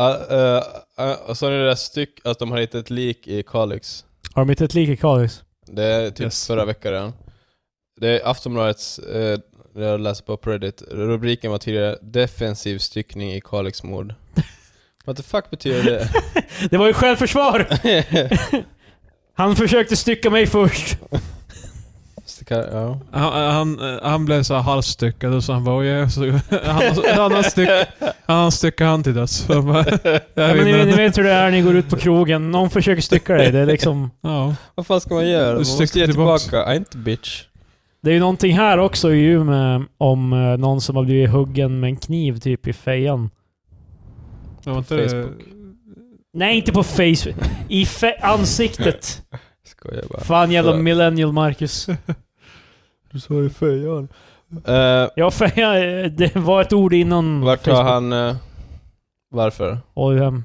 Uh, uh, uh, och så är det det där styck att de har hittat ett lik i Kalix. Har de hittat ett lik i Kalix? Det är typ Yes. förra veckan redan. Det är Aftonbladets, eh, det jag läste på på Reddit, rubriken var tidigare 'Defensiv styckning i Kalix mord' What the fuck betyder det? Det var ju självförsvar! Han försökte stycka mig först. Så kan- ja. Han, eh, han, han blev så här halvstyckad och så han bara "Åh, jag är så, han, han, han, styck, han styckade han till döds. Så han bara, Ja, men jag ni, vinner ni den. vet hur det är när ni går ut på krogen. Någon försöker stycka dig. Det är liksom... Ja. Vad fan ska man göra? Man måste Styckte ge tillbaks. tillbaka. Ah, inte bitch. Det är ju någonting här också i Umeå om eh, någon som har blivit huggen med en kniv typ i fejan. Det var inte Facebook. Nej, inte på face... I fe- ansiktet! Skojar bara. Fan jävla millennial Marcus. Du sa ju fejan. Uh, Ja, feja, eh, det var ett ord innan vart tar Facebook. han... eh, varför? Och, ehm,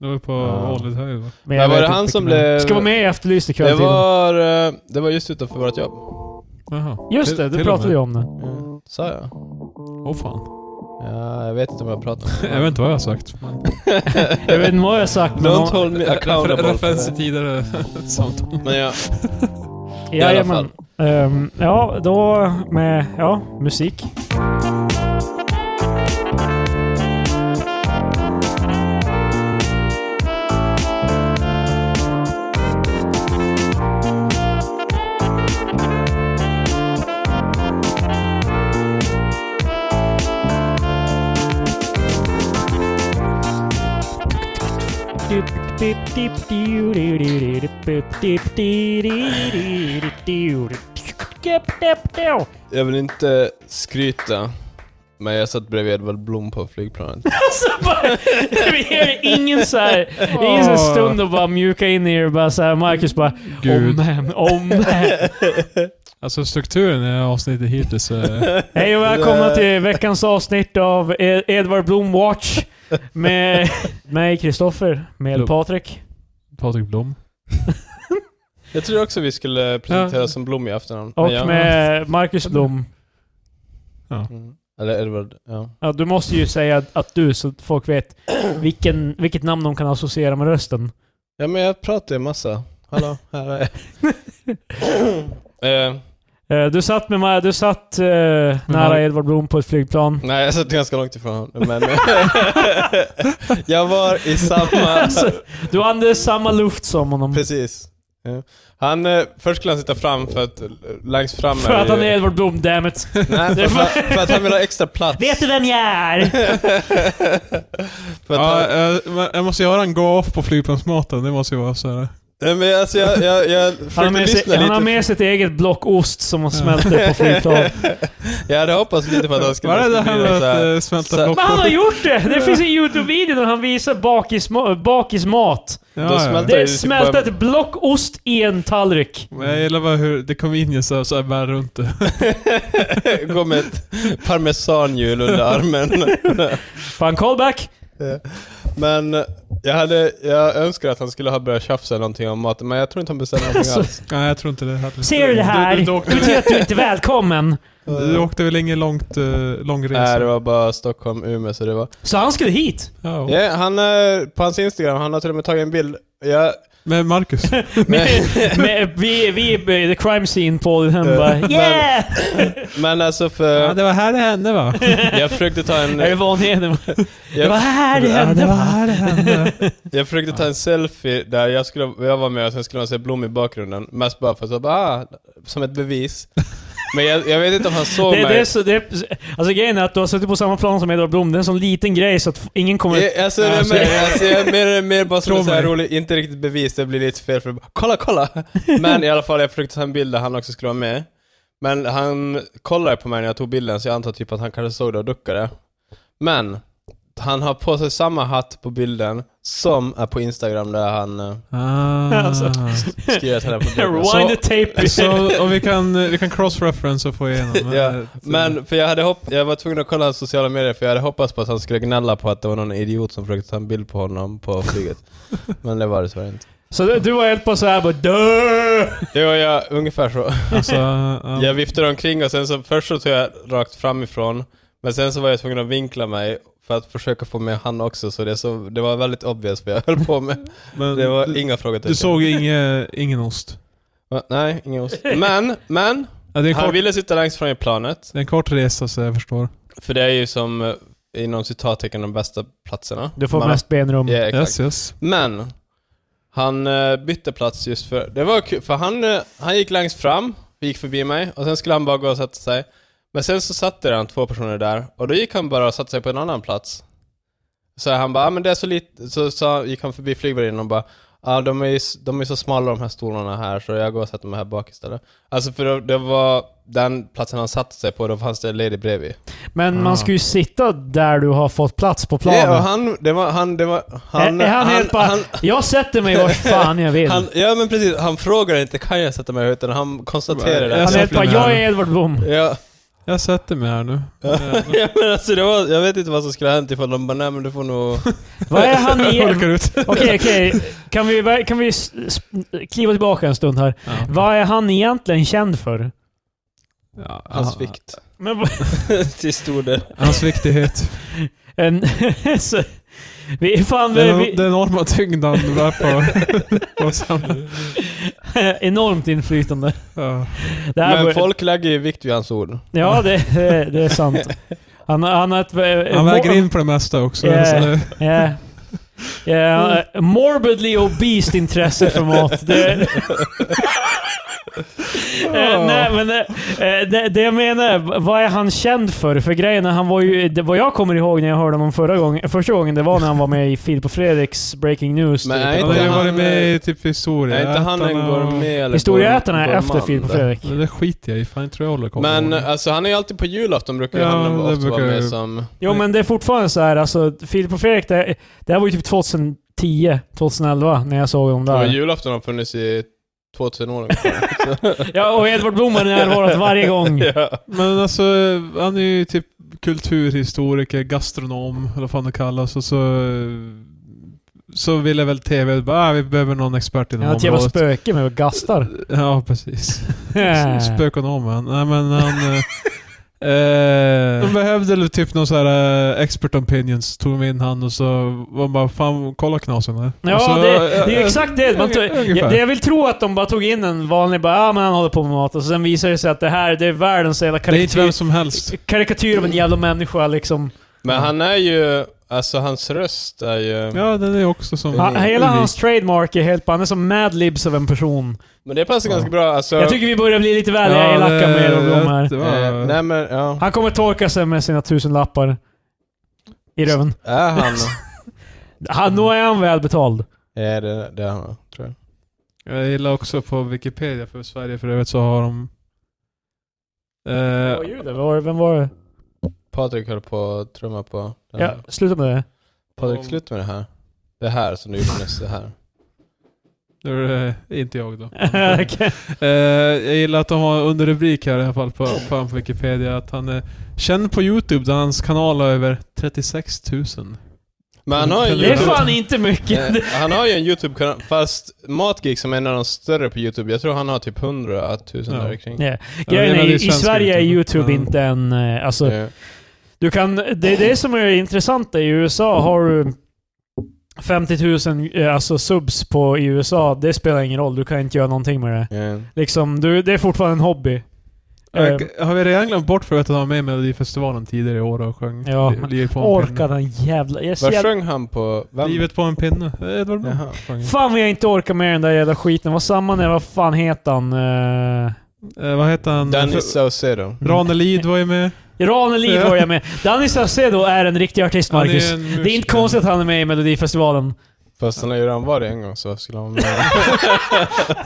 Det var på Ja. Ålid höjd va? men Men jag var vet det inte han som vilken det är. blev- Ska vara med i Efterlyst ikväll Det till. var, eh, det var just utanför vårt jobb. Jaha. Just det, Till- du till och pratade med. ju om det. Mm. Sa jag? Åh fan. Ja, jag vet inte om jag pratat om Jag vet inte vad jag har sagt. Men... Jag vet inte vad jag har sagt, men... Don't hold me Refer- eh, accountable for Referens that. till tidigare samtal. Men ja, i alla Jajamän. Ehm, ja, då med... Ja, musik. Alltså jag vill inte skryta. Men jag satt bredvid Edvard Blom på flygplanet. Alltså, bara, det är ingen så här, det är ingen så här stund att bara mjuka in i er och bara såhär, Marcus bara oh Gud. man, oh man. Alltså strukturen i det här avsnittet hittills eh, är... Hej och välkomna till veckans avsnitt av Ed- Edvard Blom Watch med mig Kristoffer, med Blom. Patrik. Patrik Blom. Jag tror också vi skulle presentera Ja. som Blom i efternamn. men Och ja. med Marcus Blom. Mm. Eller Edvard, ja. Ja, du måste ju säga att, att du, så att folk vet vilken, vilket namn de kan associera med rösten. Ja men jag pratar ju massa. Hallå, här är jag. eh, Eh, du satt, med, Ma- du satt eh, Mar- nära Edvard Blom på ett flygplan. nej jag satt ganska långt ifrån honom, men... jag var i samma... Alltså, du andades samma luft som honom. Precis. Ja. Han, eh, först skulle han sitta fram för att eh, längst fram För att det han är ju- Edvard Blom, damn it. Nej, för, att han, för att han vill ha extra plats. Vet du vem jag är? för att Ja, han, jag, men jag måste göra en go-off på flygplansmaten. Det måste ju vara så här. nej, men alltså jag, jag, jag försökte Han har med lyssna sig, han har lite. med sig ett eget block ost som han smälter på flygplan. Jag hade hoppats lite på att han skulle... Vad är det skulle här bli med så här- att eh, smälta så- block? Men han har gjort det! Det finns en YouTube-video där han visar bakisma- bakismat. Då Ja, ja. smälter- Det är smälta ett block ost i en tallrik. Men jag gillar bara hur det kom in ju så här- så här bär runt det. eh, Gå med ett parmesanhjul under armen. Fan, callback! Men eh, jag, hade, jag önskar att han skulle ha börjat tjafsa någonting om maten, men jag tror inte han beställde någonting Alltså. alls. Nej, jag tror inte det heller. Ser du det här? Du, du, du, Det åkte, betyder att du inte är välkommen. du åkte väl ingen långt, eh, lång Nej, resa? det var bara Stockholm, Umeå, så det var... Så han skulle hit. Ja. Ja, han, eh, på hans Instagram, han har till och med tagit en bild. Jag, Men Marcus, Med, med, vi, vi är the crime scene på den här bara Men- Yeah! men alltså ja, för... det var här det hände va? Jag försökte ta en... Är det Vanheden? Det var Jag, här det Ja, hände det var va? här det hände. jag försökte ta en selfie där jag, skulle, jag var med och sen skulle man se Blom i bakgrunden. Mest bara för att så bara, ah, som ett bevis. Men jag, jag vet inte om han såg Det, mig. det är så, det är, alltså grejen är att du har suttit på samma plan som Edvard Blom. Det är en sån liten grej så att ingen kommer... Jag, alltså, det är Alltså, mer, alltså, jag är mer, mer bara som Tro en sån här mig. rolig, inte riktigt bevis, det blir lite fel för kolla, kolla! Men i alla fall, jag försökte ta en bild där han också skulle vara med. Men han kollade på mig när jag tog bilden, så jag antar typ att han kanske såg det och duckade. Men, han har på sig samma hatt på bilden som är på Instagram där han eh, Alltså. Ah. skriver att han är på bilden. Rewind the Så, tape. Så och vi kan, vi kan cross-reference och få igenom. eh, Ja, men för jag hade hopp jag var tvungen att kolla hans sociala medier för jag hade hoppats på att han skulle gnälla på att det var någon idiot som försökte ta en bild på honom på flyget. Men det var det tyvärr inte. Så du- du var helt på så här bara dö. Jo, ja, ungefär så. Alltså, ja. Jag viftade omkring och sen så först så tog jag rakt framifrån. Men sen så var jag tvungen att vinkla mig För att försöka få med han också, så det, så, det var väldigt obvious vad jag höll på med. Men Det var du, inga frågetecken. du såg inge, ingen ost? Va? Nej, ingen ost. Men, men. Ja, det, är en Han kort, ville sitta längst fram i planet. det är en kort resa så jag förstår. För det är ju som, eh, inom citattecken, de bästa platserna. Du får Man- mest benrum. Ja, exakt. Yes, yes. Men, han eh, bytte plats just för... Det var kul, för han, eh, han gick längst fram, gick förbi mig, och sen skulle han bara gå och sätta sig. Men sen så satt det redan två personer där, och då gick han bara och satte sig på en annan plats. Så han bara, ah, men det är så lite... Så, så gick han förbi flygvärdinnan och bara, ah, de är ju s- de är så smala de här stolarna här, så jag går och sätter mig här bak istället. Alltså för det, det var den platsen han satte sig på, då fanns det ledig bredvid. Men man ska ju sitta där du har fått plats på planen. Ja, och han, det var, han, det var, han, är han, helt bara, jag sätter mig var fan jag vill. Han, Han, ja men precis, han frågar inte kan jag sätta mig här?" utan han konstaterar Jag det. är helt bara, sätter mig jag här. är Edvard Blom. Ja, Jag sätter mig här nu. ja men alltså det var, jag vet inte vad som skulle ha hänt ifall de bara nej men du får nog... Vad är han Jag i... orkar ut. Okej, okej. Kan vi, ver- kan vi s- s- kliva tillbaka en stund här? Ja. Vad är han egentligen känd för? Ja, Hans vikt. Men vad- Till stor del. Hans viktighet. en, så, vi är fan... Den, vi, den enorma tyngden han bär på. på samhället. enormt inflytande. ja. Det här Men börjar- folk lägger ju vikt vid hans ord. Ja, det, det, det är sant. Han, han har ett... eh, Han mo- väger in på det mesta också. Ja. Så det, Ja. Ja, Eh, morbidly obese intresse för mat. Det, Eh, nej, men eh, eh, det, det jag menar, vad är han känd för? För grejen är, han var ju, det, vad jag kommer ihåg när jag hörde honom förra gången, första gången, det var när han var med i Filip och Fredriks Breaking News. Men typ. är han inte har ju han- varit med i typ historia. Är inte han en Ätarna och- gourmet eller Historieätarna är gourmand? efter Filip och Fredrik. Det där skiter jag i. Fan, jag tror jag håller koll på Men honom. alltså han är ju alltid på julafton brukar ju Ja, han det ofta vara brukar med ju- som... Jo men det är fortfarande så här, alltså Filip och Fredrik, det, det här var ju typ 2010, 2011 när jag såg dem Ja, där. julafton har funnits i 2000 år ungefär. Ja, och Edvard Blom har närvarat varje gång. ja. Men alltså, han är ju typ kulturhistoriker, gastronom, eller vad fan det kallas. Och så, så ville väl TV bara, ah, vi behöver någon expert inom Han har ett jävla området. spöke med gastar. Ja, precis. Eh. Spökonomen. Nej men han... eh, eh, de behövde väl typ någon så här eh, expert opinions, tog de in han och så var bara fan kolla knasen här. Ja, Och så, det, det är ju eh, exakt det. Man tog, Ungefär. det. Jag vill tro att de bara tog in en vanlig, bara ah, men han håller på med mat, och sen visar det sig att det här, det är världens jävla Det är inte vem karikatyr, som helst. karikatyr av en jävla människa liksom. Men han är ju, alltså hans röst är ju... Ja, den är också som... Ha, hela unik. hans trademark är helt bara, han är som Mad Libs av en person. Men det passar ganska bra, alltså... Jag tycker vi börjar bli lite väl Ja, elaka med det- Edvard Blom här. det var- Eh, nej men, ja. Han kommer torka sig med sina tusenlappar i röven. Är han... Han, nog är han välbetald. ja, det, det är han, tror jag. Jag gillar också på Wikipedia för Sverige för övrigt så har de... Vad var Eh, ljudet? Vad var det? Vem var det? Patrik höll på att trumma på den Ja, här. sluta med det. Patrik, slut med det här. Det här som du gjorde nyss, det här. nu är det inte jag då. Okej. eh, jag gillar att de har under rubrik här i alla fall på, på, på Wikipedia att han är känd på Youtube där hans kanal har över 36 000. Men han har ju... Mm, Det är YouTube- fan inte mycket. Eh, han har ju en YouTube-kanal, fast Matgeek som är en av de större på YouTube, jag tror han har typ 100 000 Ja. där kring. Ja, Ja, men det Grejen väl är, i svenska Sverige är YouTube Ja. inte en... eh, Alltså, Eh, du kan, det är det som är intressant. I USA har du 50 000 eh, alltså, subs på i USA. Det spelar ingen roll. Du kan inte göra någonting med det. eh. Liksom, du, det är fortfarande en hobby. Eh, Eh, Har vi redan glömt bort för att han var med i Melodifestivalen tidigare i år och sjöng Ja, Li- Livet på en Orkar pinne? den jävla... Jag är så Vad jävla sjöng han på? Vem? Livet på en pinne. Eh, Edvard Blom Jaha. sjöng. fan vad jag inte orkar med den där jävla skiten. Vad samma när, vad fan heter han? Uh, Eh, vad heter han? Mm. Danny Saucedo. Ranelid var ju med. Ranelid Ja. var jag med. Danny Saucedo är en riktig artist, Han är Marcus. en det är inte musiker. konstigt att han är med i Melodifestivalen. Fast han har ju redan varit en gång, så varför skulle han vara med?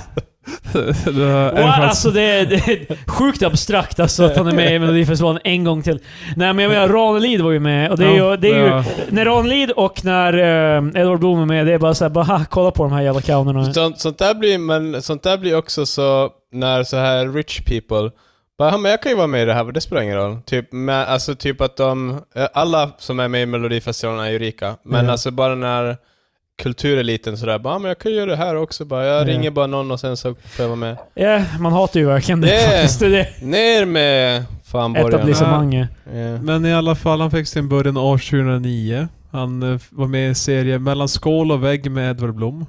Du har Wow, en chans. alltså det är, det är sjukt abstrakt alltså att han är med i Melodifestivalen en gång till. Nej men jag menar, Ranelid var ju med. Och det är ju, Ja, det är ju, var- när Ranelid och när uh, Edward Blom är med, det är bara såhär bara "Ha, kolla på de här jävla clownerna. Sånt, sånt, där blir, men, sånt där blir också så när så här rich people bara, "Ja, men jag kan ju vara med i det här, det spelar ingen roll. Typ, men, alltså, typ att de, eh, alla som är med i Melodifestivalen är ju rika, men Ja. alltså bara när kultureliten sådär, bara, "Ja, men jag kan ju göra det här också bara, jag Ja. ringer bara någon och sen så får jag vara med. Ja, man hatar ju verkligen det Yeah. faktiskt. Det är det. Ner med Fanborgarna. etablissemanget. Ja. Men i alla fall, han fick sin början år 2009. Han eh, var med i serien Mellan skål och vägg med Edvard Blom.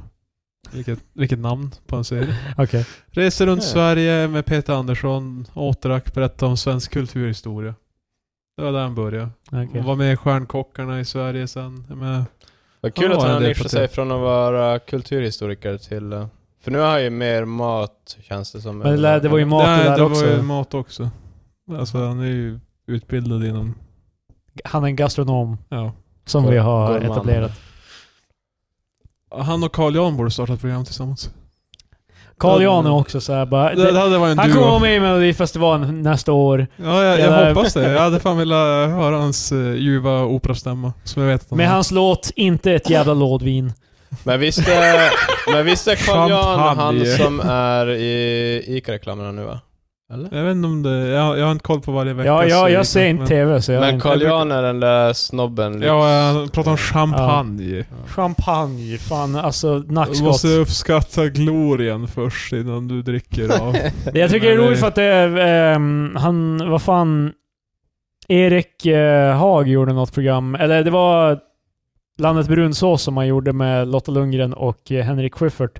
Vilket, vilket namn på en serie. Okej. Reser runt Ja. Sverige med Peter Andersson, återack, berättar om svensk kulturhistoria. Det var där han började. okej. Och var med i Stjärnkockarna i Sverige sen. Jag menar, Vad kul Ja, att han en har del nischat på sig det. från att vara kulturhistoriker till... eh, För nu har han ju mer mat, känns det som. Men det, lär- det var ju mat nej, det där det också. var ju mat också. Alltså han är ju utbildad inom... Han är en gastronom Ja. som vi har Gourmand. etablerat. Han och Carl Jan borde starta ett program tillsammans. Carl Jan är också såhär bara... Det, det, Det, hade varit en han duo. kommer vara med i Melodifestivalen nästa år. Ja, jag, Eller- jag hoppas det. Jag hade fan velat höra hans uh, ljuva operastämma. Som jag vet att han Med har. hans låt Inte ett jävla lådvin. Men visst eh, är, men visst är Carl Jan han Champagne. som är i ICA-reklamerna nu va? Eller? Jag vet inte om det... Jag, jag har inte koll på varje vecka. Ja, ja, jag liksom, ser inte men- TV så jag... har Men inte- Carl Jan är den där snobben. liksom. Ja, han pratar om champagne. Champagne. Fan, alltså Du nackskott. måste uppskatta glorien först innan du dricker av. Det jag tycker det är Men det- roligt för att det är, ehm, han, vad fan, Erik eh, Haag gjorde något program, eller det var Landet Brunsås som han gjorde med Lotta Lundgren och eh, Henrik Schyffert.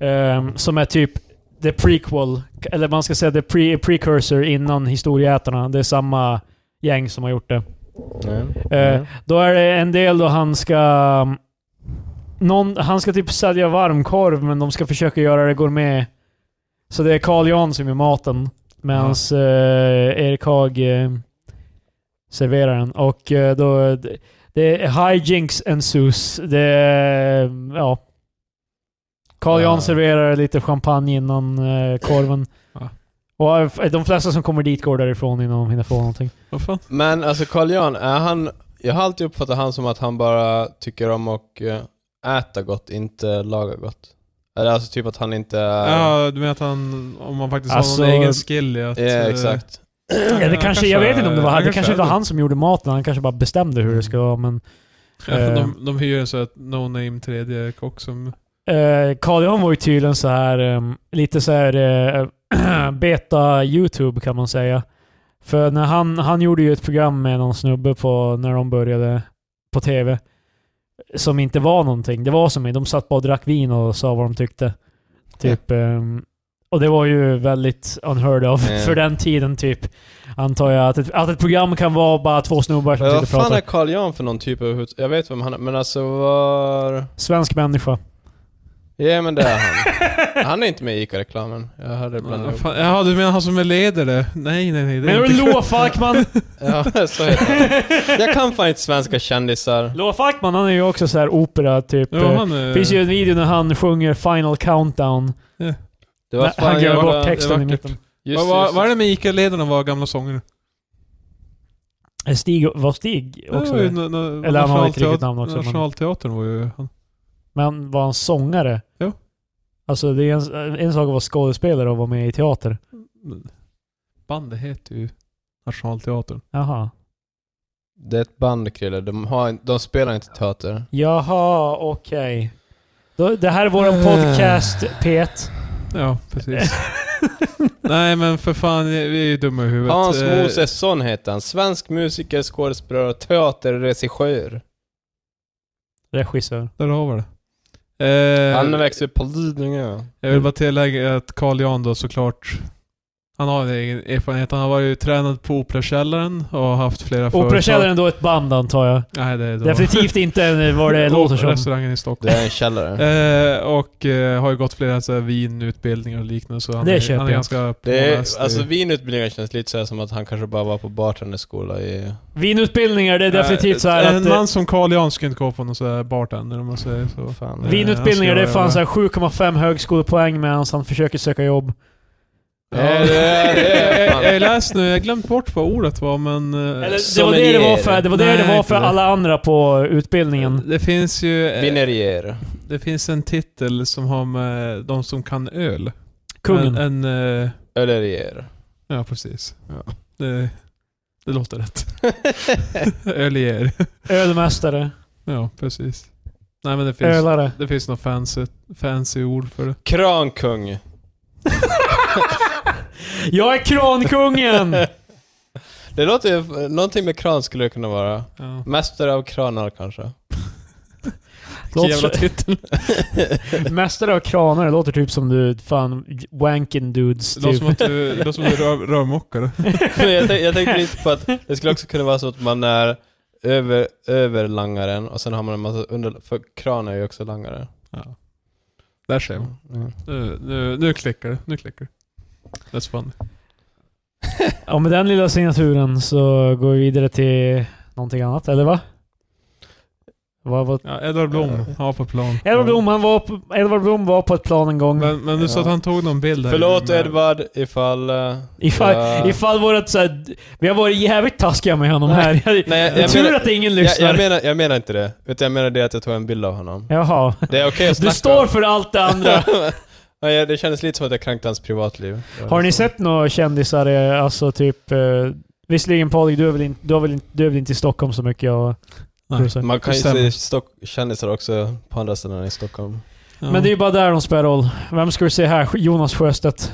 Ehm, som är typ the prequel, eller man ska säga the pre precursor innan Historieätarna. Det är samma gäng som har gjort det. Eh, Mm. Då är det en del då han ska... Någon, han ska typ sälja varmkorv, men de ska försöka göra det gourmet. Så det är Carl Jan som gör maten, medans eh, Erik Haag eh, serverar den. Och eh, då... d- Det är hijinks ensues. Det är... Ja. Carl Ah. Jan serverar lite champagne innan eh, korven. Ah. Och eh, de flesta som kommer dit går därifrån innan de hinner få någonting. Vad fan? Men alltså Carl Jan, är han... Jag har alltid uppfattat han som att han bara tycker om att eh, äta gott, inte laga gott. Eller alltså typ att han inte... är- Ja, du menar att han... Om man faktiskt Alltså- har någon egen skill i att... Ja, eh, exakt. Ja, det kanske, jag vet inte om det var han. Det kanske kanske inte var är han som gjorde maten. Han kanske bara bestämde hur det ska vara. Men Ja, de, de hyr en sån här no-name tredje kock som... eh, Carl Johan var ju tydligen så här ehm, lite så här eh, beta YouTube kan man säga. För när han, han gjorde ju ett program med någon snubbe på, när de började på TV. Som inte var någonting. Det var som de satt bara och drack vin och sa vad de tyckte. Typ. ehm, och det var ju väldigt unheard of Ja. för den tiden typ. Antar jag. Att ett, att ett program kan vara bara två snubbar som Men sitter vad och fan pratar. är Carl Jan för någon typ av... hut- Jag vet vem han är, men alltså var... Svensk människa. Ja men det är han. Han är inte med i ICA-reklamen. Jag hörde det bland Ja, ihop. fan, Jaha, du menar han som är ledare? Nej, nej, nej. Det är Menar inte- du Loa Falkman? Ja, så heter han. Jag kan fan inte svenska kändisar. Loa Falkman han är ju också så här opera typ. Jo, Eh, han är... finns ju en video när han sjunger Final Countdown. Det var Nej, fan han glömde jävla- bort texten i det är vackert. mitten. Just, Vad vad- just, vad är det med ICA-ledarna var gamla sånger? Eh, Stig, var Stig också det? Eller Eller han har ett riktigt namn också, men- Nationalteatern var ju han. Men var han sångare? Ja. Alltså det är en, en sak att vara skådespelare och vara med i teater. Bandet heter ju Nationalteatern. Jaha. Det är ett band Krille. De, har, inte- de spelar inte teater. Jaha, okej. Då- Det här är Eh. våran podcast P1. Ja, precis. Nej men för fan, vi är ju dumma i huvudet. Hans Eh, Mosesson heter han. Svensk musiker, skådespelare och teaterregissör. Regissör. Där har vi det. Eh, Han växte upp på Lidingö. Jag vill bara tillägga att Carl Jan då såklart, han har en egen erfarenhet. Han har varit tränad på Operakällaren och har haft flera Operakällaren då ett band antar jag. Nej, det är då. Definitivt inte en- vad det låter som. Restaurangen i Stockholm. Det är en källare. Eh, och eh, har ju gått flera så här, vinutbildningar och liknande så han, Det är, köper han är jag. ganska Det påläst är, i- alltså vinutbildningen känns lite så här som att han kanske bara var på bartenderskola i... Vinutbildningar, det är definitivt så Eh, här En att... eh, man som Carl Jan skulle inte gå på någon sån här bartender om man säger så. Fan. Eh, Vinutbildningar, det han är ska fan göra- så här 7,5 högskolepoäng medan han försöker söka jobb. Ja. Nej, det är- det är- Jag- jag- Jag läste nu, jag har glömt bort vad ordet var men... eh, Eller, det var det sommelier. det var för, det var, det Nej, det var inte för det. alla andra på utbildningen. Det finns ju... eh, Vinerier. Det finns en titel som har med de som kan öl. Kungen. En, en eh, Ölerier. ja precis. Ja. Det, det låter rätt. Ölier. Ölmästare. Ja, precis. Nej men det finns... Ölare. Det finns något fancy, fancy ord för det. Krankung. Jag är krankungen! Det låter ju... Någonting med kran skulle det kunna vara. Ja. Mästare av kranar kanske. Låter- Vilken jävla titel. Mästare av kranar, det låter typ som du, fan, wanking dudes. Det låter Typ. som att du, det låter som att du är rör, rörmokare. Men jag, tänk, jag tänkte lite på att det skulle också kunna vara så att man är över, över langaren och sen har man en massa under... För kran är ju också langare. Mm. Ja. Där ser man. Nu, nu, nu klickar det. Nu klickar det. That's funny. Ja, med den lilla signaturen så går vi vidare till någonting annat, eller va? Vad, vad? Ja, Edvard Blom har på plan. Edvard, Blom, han var på, Edvard Blom var på ett plan en gång. Men, men du sa Ja. att han tog någon bild här. Förlåt Men- Edvard ifall... eh, Ifall, jag- ifall vårat såhär, vi har varit jävligt taskiga med honom här. Jag, Nej, jag, jag, jag, tur menar, att ingen jag, lyssnar. jag, menar, jag menar inte det. Utan jag menar det att jag tog en bild av honom. Jaha. Det är okej att Du snacka står för allt det andra. Nej, det kändes lite som att jag kränkte hans privatliv. Har ni sett några kändisar, eh, alltså typ... Eh, visserligen Patrik, du är, väl in, du, har väl in, du är väl inte i Stockholm så mycket? Och, Nej. Man kan ju Det stämmer. se stock- kändisar också på andra ställen än i Stockholm. Ja. Men det är ju bara där de spelar roll. Vem ska vi se här? Jonas Sjöstedt.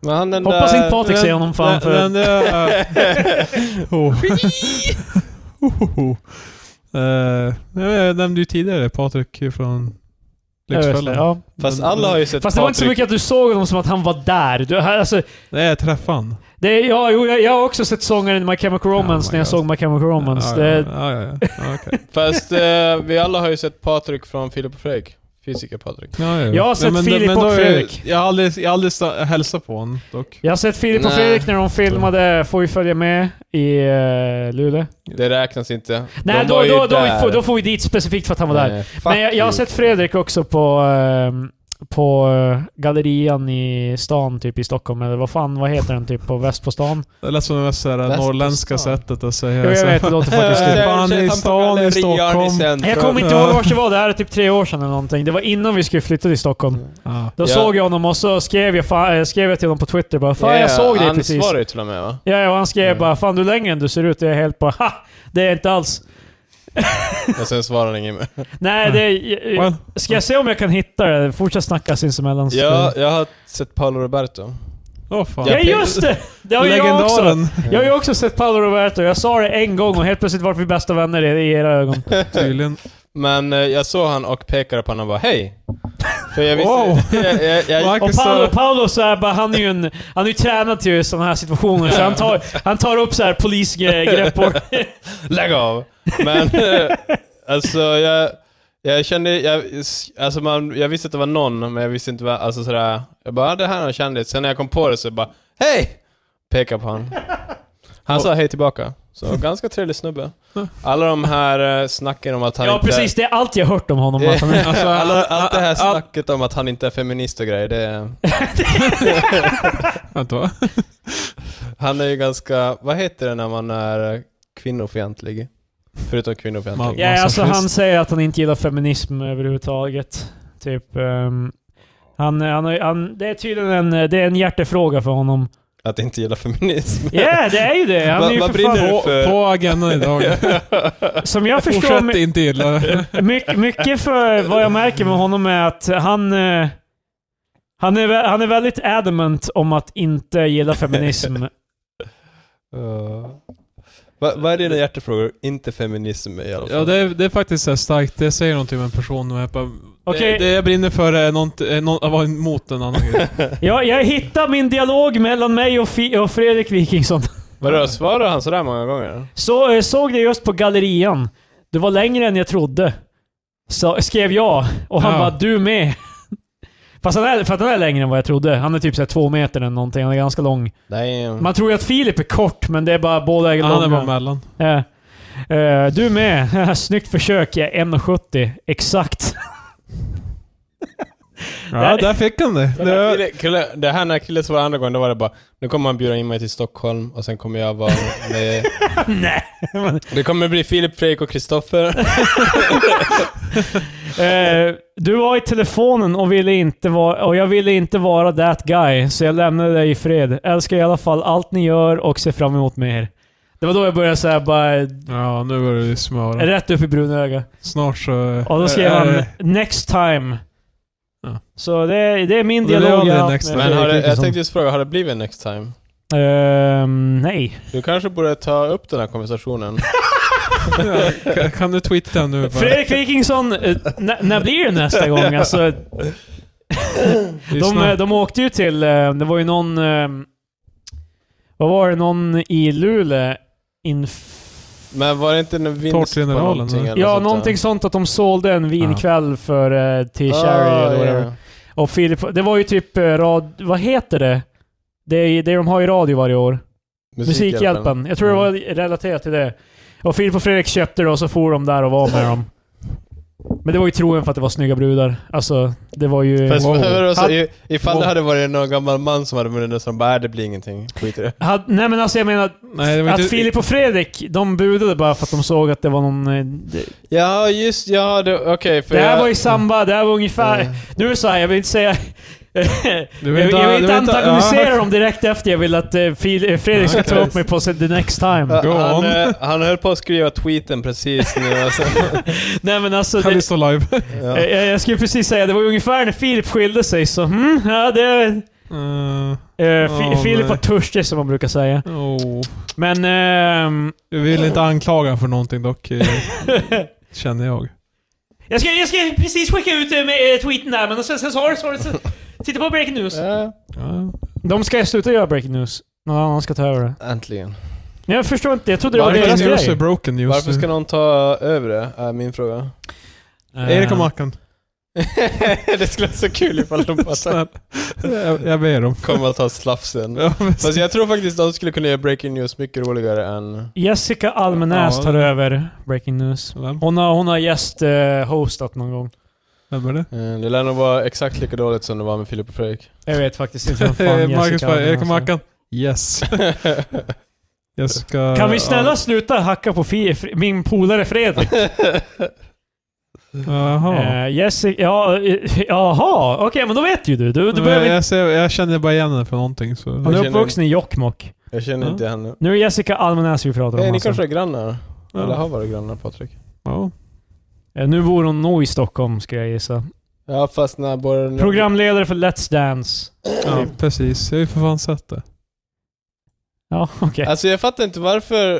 Men han den Hoppas där... inte Patrik ser honom fan Den- för... den där- Oh. Hohoho. Eh, Jag nämnde ju tidigare Patrik från Ja, just det, Lyxfällan. ja. Fast alla har ju sett Fast det var inte så Patrik- mycket att du såg honom som att han var där. Du, alltså, Nej, jag träffade han. det är, ja, jo, jag, jag har också sett sångaren i My Chemical Romance Oh my när jag God. såg My Chemical Romance. Ja, det, ja, ja, ja, ja. Ja, okej. Fast eh, vi alla har ju sett Patrik från Filip och Fredrik. Fysiker Patrik. Ja, ja. Jag har Ja, sett men- Filip men och då är- Fredrik. Jag har aldrig, jag har aldrig sta- hälsat på honom dock. Jag har sett Filip och Nej. Fredrik när de filmade Får vi följa med i uh, Luleå. Det räknas inte. Nej, De då, var ju då, då, där. får, då får vi dit specifikt för att han var där. Nej, fuck Men jag, jag har you. sett Fredrik också på, ehm, på eh, gallerian i stan, typ i Stockholm. Eller vad fan, vad heter den? Typ på Väst på stan? Det lät som det mest såhär, Bäst på norrländska stan. sättet att säga. Jo, jag så- vet. Det låter Eh, faktiskt alltså. Ja, kul. Fan, i han på stan, i gallerian Stockholm. centrum. Jag kommer inte Ja. ihåg vars det var. Det här är typ tre år sedan eller någonting. Det var innan vi skulle flytta till Stockholm. Ja. Då Mm. Ja. såg jag honom och så skrev jag, fa- eh, skrev jag till honom på Twitter bara Fan jag Yeah, såg dig han precis. svarade ju till och med va? Ja, ja, och han skrev Mm. bara Fan du är längre än du ser ut. Jag är helt bara Ha! Det är jag inte alls. Och sen svarade han inget mer. Nej, det är, Well, Ska jag se om jag kan hitta det? Fortsätt snacka sinsemellan. så- Ja, jag har sett Paolo Roberto. åh fan. ja, just det! Det har ju jag också. Legendaren, Jag har ju också sett Paolo Roberto. Jag sa det en gång och helt plötsligt vart vi bästa vänner i, i era ögon. tydligen. Men eh, jag såg han och pekade på honom och bara hej. För jag visste... Wow. jag, jag, jag, Och Marcus, Paolo, sa- Paolo så här, bara, han är ju en, han är ju tränad till sådana här situationer, så han tar, han tar upp så här polisgrepp och... Lägg av! Men eh, alltså jag, jag kände, jag, alltså man, jag visste att det var någon, men jag visste inte vad, alltså sådär, jag bara "Ah, det här är någon kändis. Sen när jag kom på det så bara hej! Pekar på han. Han sa hej tillbaka. Så ganska trevlig snubbe. Alla de här eh, snacken om att han Ja inte... precis, det är allt jag hört om honom. Att han är, Alltså, alla, allt det här all- snacket om att han inte är feminist och grejer, det... Vänta va? Han är ju ganska, vad heter det när man är kvinnofientlig? Förutom kvinnofientlig. Man- ja, alltså, masochist. han säger att han inte gillar feminism överhuvudtaget. Typ... ehm, han, han, har ju- han, det är tydligen en, det är en hjärtefråga för honom. Att inte gilla feminism. Ja, det är ju det! Han Vad- är ju vad för fan, brinner På, För- på agendan idag. Som jag förstår... Fortsätt inte gilla det. Mycket, mycket för vad jag märker med honom är att han... eh, Han är, vä- han är väldigt adamant om att inte gilla feminism. Uh. Vad vad är dina hjärtefrågor? Inte feminism i alla fall. Ja, det är, det är faktiskt så här starkt. Det säger någonting om en person. Och jag bara, Okej. det, det jag brinner för är nånt- är nån- att vara emot en annan grej. Jag, jag hittar min dialog mellan mig och, Fi- och Fredrik Wikingsson. Vadå, svarar han sådär många gånger? Så, eh, såg det just på gallerian. Du var längre än jag trodde. Så skrev jag. Och han Ja. bara du med. Fast han är, för att han är längre än vad jag trodde. Han är typ så här två meter eller någonting. Han är ganska lång. Nej. Man tror ju att Filip är kort, men det är bara båda är Han långa. är bara mellan. Ja. Eh, du med. Snyggt försök. Jag är 1,70. Exakt. Ja, Där- där fick han det. Den här kille- det kille- Det här när killen svarade andra gången, då var det bara Nu kommer han bjuda in mig till Stockholm och sen kommer jag vara med... Nej. Det kommer bli Filip, Fredrik och Kristoffer. Eh, du var i telefonen och, ville inte vara, och jag ville inte vara that guy, så jag lämnade dig i fred. Älskar i alla fall allt ni gör och ser fram emot mer. Det var då jag började säga bara ja, nu börjar det smöra. rätt upp i bruna öga. Snart så... Eh, Och då skrev är- är han det- “Next time”. Ja. Så det är, det är min Och det var dialog det jag har haft next med time. Men Fredrik har det, jag Wikingsson. tänkte just fråga, har det blivit next time? Ehm, nej. Du kanske borde ta upp den här konversationen. eh, Kan- kan du tweeta den nu? bara? Fredrik Wikingsson, eh, n- när blir det nästa gång? Alltså, Det är de, eh, snabbt. de åkte ju till, eh, det var ju någon... eh, Vad var det? Någon i Luleå? Inf- Men var det inte en vinst på Tårtgeneralen, någonting? eller? Eller Ja, sånt där? någonting sånt att de sålde en vinkväll för eh, till Ah, Charity eller whatever. ja. Och Filip, det var ju typ eh, rad... Vad heter det? Det, är, det de har i radio varje år. Musikhjälpen. Jag tror det var relaterat till det. Och Filip och Fredrik köpte det och så for de där och var med dem. Men det var ju troen för att det var snygga brudar. Alltså, det var ju... Fast, alltså, i- ifall det Wow. hade varit någon gammal man som hade vunnit så de bara, "Äh, det blir ingenting, skit i det. Had, nej men alltså jag menar att- Nej, det var att inte- Filip och Fredrik, de budade bara för att de såg att det var någon... eh, Det, Ja, just ja, det- okej. för det här jag- var i samband, det här var ungefär... Nu är det så här, jag vill inte säga... Du Jag, vill inte- jag vill du inte vill inte- antagonisera ja. dem direkt efter. Jag vill att eh, Fil- eh, Fredrik ska ta upp mig på sig the next time. Ja, Go han, on. eh, han höll på att skriva tweeten precis nu. Alltså. Nej men alltså... Det, Callisto live. Ja. eh, jag, jag skulle precis säga, det var ju ungefär när Filip skilde sig så hmm, ja det... Mm, Eh, Fi- Åh, Filip nej. var törstig som man brukar säga. oh. Men... ehm, Jag vill inte anklaga för någonting dock, eh, känner jag. jag, ska, jag ska precis skicka ut eh, med, eh, tweeten där, men sen, sen så har det... så har det- så- Titta på breaking news. Ja, Ja. De ska sluta göra breaking news. Någon annan ska ta över det. äntligen. Men jag förstår inte, jag trodde det var Varför Breaking deras ska- news är grej. broken news Eh, Varför ska nu. någon ta över det? Är min fråga. Erik och Mackan. det skulle vara så kul ifall de bara så- Snälla. Jag, jag ber om. kommer att ta slafsen. Ja, men- Fast jag tror faktiskt de skulle kunna göra Breaking News mycket roligare än... Eh, Jessica Almenäs Ja. tar över breaking news. Vem? Hon har, hon har gästhostat någon gång. Vem är det? Eh, Det lär nog vara exakt lika dåligt som det var med Filip och Fredrik. Jag vet faktiskt inte vem fan Eh, Jessica alltså? Marcus bara, Almenäs Erik och är. Mackan. Yes. Jag ska... Kan vi snälla sluta hacka på fi, fr- min polare Fredrik? Jaha. Eh, Jessica... Ja, eh, jaha. Okej, men då vet ju du. Du, du behöver inte... jag, ser, jag känner bara igen henne för någonting så... Hon jag är känner- uppvuxen i Jokkmokk. Jag känner Ja. inte henne. Nu är det Jessica Almenäs vi pratar om. Hey, Eh, ni alltså. kanske är grannar? Eller Ja. har varit grannar Patrik? Ja. Eh, Nu bor hon nog i Stockholm, ska jag gissa. Ja fast när både... Programledare för Let's Dance. ja, precis. Jag har ju för fan sett det. Ja, okej. Alltså jag fattar inte varför...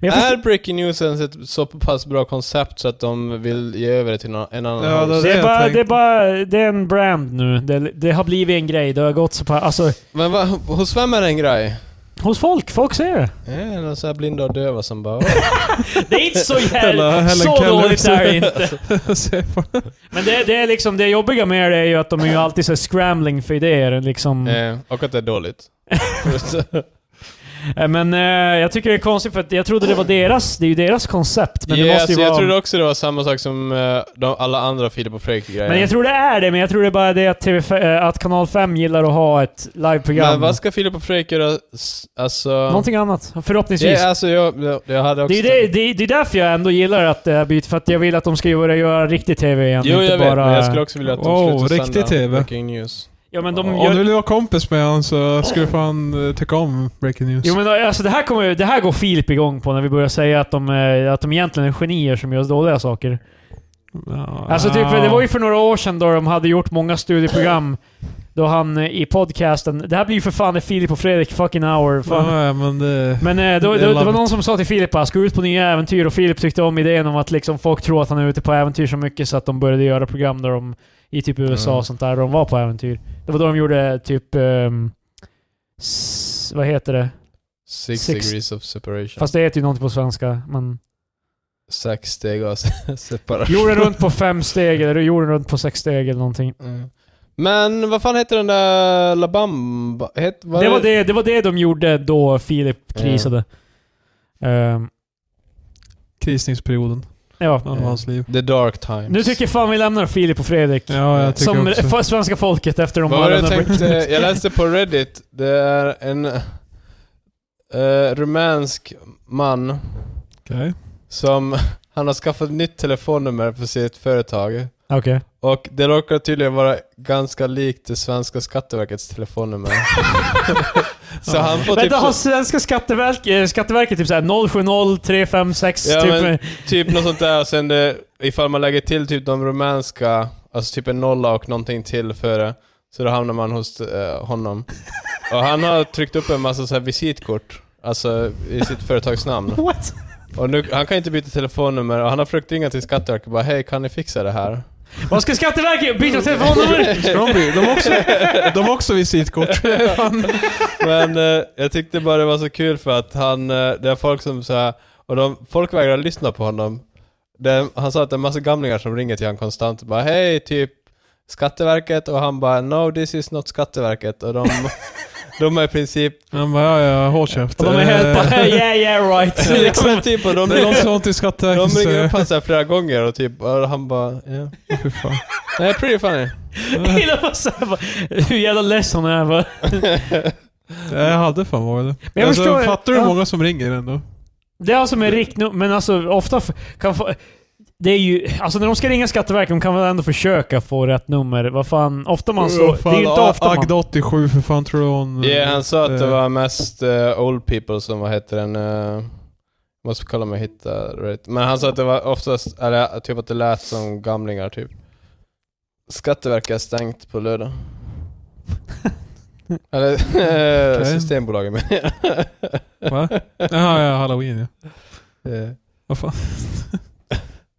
Men jag förstår- Är Breaking News ens ett så pass bra koncept så att de vill ge över det till nå- en annan Ja, host? det- Det är, jag bara, tänkte. det, är bara, det är en brand nu. Det, det har blivit en grej. Det har gått så pass... Alltså, Men va, hos vem är det en grej? hos folk. Folk ser det. Eh, Någon så här blinda och döva som bara... Det är inte så Hela- jävla... Helen Så Keller. dåligt är det inte. Se på- Men det, det är liksom, det jobbiga med det är ju att de är ju alltid så här scrambling för idéer liksom. eh, och att det är dåligt. Eh, Men eh, jag tycker det är konstigt för att jag trodde det var deras, det är ju deras koncept. Men det yes, måste ju jag vara... trodde också det var samma sak som eh, de, alla andra Filip och Fredrik-grejer. men jag tror det är det, men jag tror det är bara det att, TV, eh, att kanal 5 gillar att ha ett Men liveprogram. vad ska Filip och Fredrik göra? s- Alltså... Någonting annat, förhoppningsvis. det, är- alltså jag, jag- jag hade också... Det är, det, det, det är därför jag ändå gillar att det här byter, för att jag vill att de ska göra, göra riktig TV igen. Jo, inte jag vet, bara... men jag skulle också vilja att de Wow, slutar riktig sända TV. Breaking News. Ja men de Om du gör... vill vara kompis med honom så skulle du fan eh, tycka om Breaking News. Jo men alltså det här, kommer, det här går Filip igång på när vi börjar säga att de, eh, att de egentligen är genier som gör dåliga saker. Ja. Alltså typ, det var ju för några år sedan då de hade gjort många studieprogram. Då han eh, i podcasten... Det här blir ju för fan ett Filip och Fredrik fucking hour. Fan. Ja, ja, men det... Men eh, då, då, Det är det var labbigt. någon som sa till Filip att ska ut på nya äventyr och Filip tyckte om idén om att liksom folk tror att han är ute på äventyr så mycket så att de började göra program där de, i typ USA Mm. och sånt där, där de var på äventyr. Det var då de gjorde typ... ehm, s, vad heter det? Six, Six- degrees of separation. Fast det heter ju någonting på svenska. Men Sex steg av se- separation. jorden runt på fem steg eller jorden runt på sex steg eller någonting. Mm. Men vad fan heter den där Labamba? Het, vad Det var är- det, det var det de gjorde då Filip Ja. krisade. Ehm, Krisningsperioden ja. av Ja. hans liv. The Dark Times. Nu tycker jag fan vi lämnar Filip och Fredrik. Ja, jag tycker som också. för svenska folket efter de Vad var har det jag lämnat- tänkte? Jag läste på Reddit, det är en eh, rumänsk man Okej. som, han har skaffat ett nytt telefonnummer för sitt företag. Okej. Och det råkar tydligen vara ganska likt det svenska skatteverkets telefonnummer. så han får typ, Vänta, har svenska skatteverk, eh, Skatteverket typ såhär 070 356 Ja, typ... men- eh, typ något sånt där, sen det, ifall man lägger till typ de rumänska, alltså typ en nolla och någonting till före, så då hamnar man hos eh, honom. Och han har tryckt upp en massa så här visitkort, alltså i sitt företagsnamn. What? Och nu, han kan inte byta telefonnummer och han har försökt ringa till Skatteverket och bara hej kan ni fixa det här? Vad ska Skatteverket byta telefonnummer? Stromby, de har också, de har också visitkort. Fan. Men eh, jag tyckte bara det var så kul för att han, eh, det är folk som så här, och de, folk vägrar lyssna på honom. Det, han sa att det är en massa gamlingar som ringer till honom konstant och bara hej typ Skatteverket och han bara no this is not Skatteverket och de, de är i princip Han bara, ja, ja, håll käft. Eh, Och de är helt bara yeah yeah right. liksom typ och de, Det är någon de, som har ont i skatten. så- ringer upp honom så här flera gånger och typ och han bara yeah. Fy fan. Det är pretty funny. Hela bara så här bara, Hur jävla less hon är. Bara. Jag hade fan varit det. Alltså, Men jag förstår- fattar du hur ja. många som ringer ändå? Det är alltså med riktnummer, men alltså ofta f- kan få... Det är ju, alltså när de ska ringa Skatteverket, de kan väl ändå försöka få rätt nummer. Vad fan, ofta man så... det är ju inte ofta man... Agda 87, för fan tror du hon... Ja, han sa att det eh, var mest eh, old people som, vad heter den, eh, måste kolla om jag hittar rätt. Men han sa att det var oftast, eller typ att det lät som gamlingar typ. Skatteverket är stängt på lördag. eller eh, Okej. Systembolaget menar jag. Va? Jaha, ja, halloween ja. Eh, Vad fan?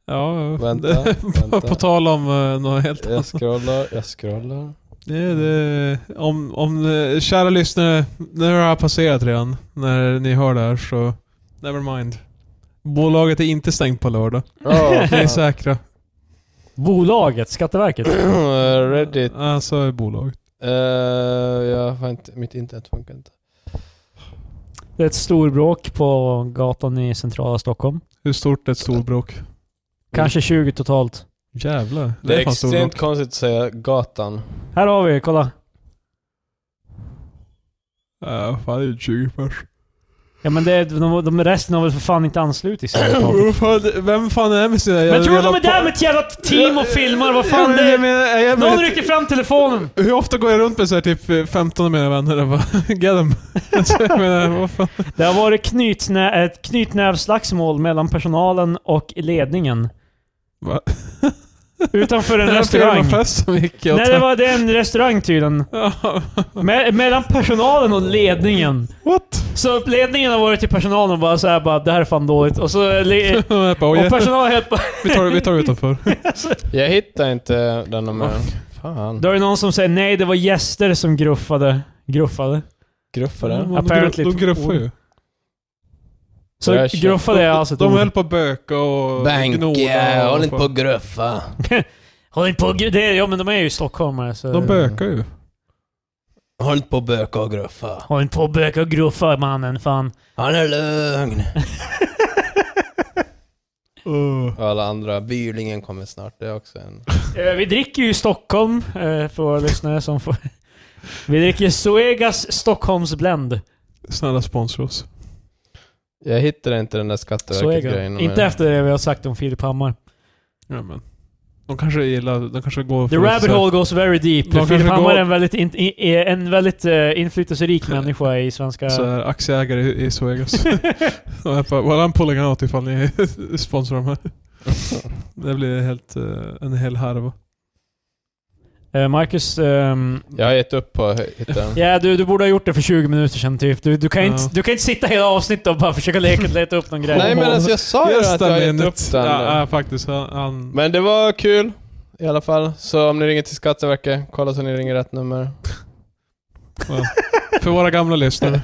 ja, Vänta, det- på, vänta. på tal om uh, något helt Jag annat. scrollar, jag scrollar. Det, det, om, om, eh, kära lyssnare, när det här har passerat redan, när ni hör det här så, never mind. Bolaget är inte stängt på lördag. Oh, Ni är säkra. Bolaget, Skatteverket. Reddit. Alltså bolaget. Eh, jag har inte, mitt internet funkar inte. Det är ett storbråk på gatan i centrala Stockholm. Hur stort är ett storbråk? Kanske 20 totalt. Jävlar. Det är fan extremt konstigt att säga gatan. Här har vi, kolla. Ja, fan det är ju 20 pers. Ja men det, är- de, de resten har väl för fan inte anslutit sig. totalt. Vem fan är med sina Men tror du de är där med ett jävla team och filmar? Vad fan det är? Någon rycker fram telefonen! Hur ofta går jag runt med så här typ 15 av mina vänner och bara get them. Alltså, jag menar, vad fan. Det har varit knytnä ett knytnävsslagsmål mellan personalen och ledningen. Va? Utanför en Det var flera restaurang. fest som gick åt Nej, det var det är en restaurang tydligen. Ja, Me mellan personalen och ledningen. What? Så ledningen har varit till personalen och bara såhär bara, det här är fan dåligt. Och så... le- De är bara, "Oh, Och yeah. personalen helt bara... vi, tar, vi tar utanför. Jag hittar inte den nummern. Fan. Då är det någon som säger nej, det var gäster som gruffade. Gruffade? Gruffare. De- de- Apparently. De gruffar ju. Så Jag kör- gruffade är alltså ett De ord. höll på att böka och gnola. och fan. att gruffa. Håll inte på och gru- det, är- Ja men de är ju stockholmare så... De bökar ju. Håll inte på att böka och gruffa. Håll inte på och böka och gruffa mannen, fan. Han är lugn. Och alla andra. Bylingen kommer snart. Det är också en... Eh, Vi dricker ju i Stockholm, eh, för våra lyssnare som får... Vi dricker Zoegas Stockholms Blend. Snälla sponsra oss. Jag hittar inte den där Zoega. Skatteverket-grejen. Inte efter det vi har sagt om Filip Hammar. Ja, men. De kanske gillar, de kanske går The för- rabbit hole goes very deep. Man Filip kanske Hammar går- är en väldigt, in, i- är en väldigt eh, inflytelserik människa i svenska... så här, aktieägare i i Zoegas. De är bara, well I'm pulling out ifall ni sponsrar dem här. Det blir helt, eh, en hel härva. Eh, Marcus, ehm, Jag har gett upp på att hitta den. ja du, du borde ha gjort det för 20 minuter sedan typ. Du, du, kan, inte, Ja. du kan inte sitta hela avsnittet och bara försöka leka leta upp någon grej. Nej men alltså jag sa ju att jag har gett upp den. Ja, ja, faktiskt. Han, han, Men det var kul. I alla fall. Så om ni ringer till Skatteverket, kolla så ni ringer rätt nummer. för våra gamla lyssnare,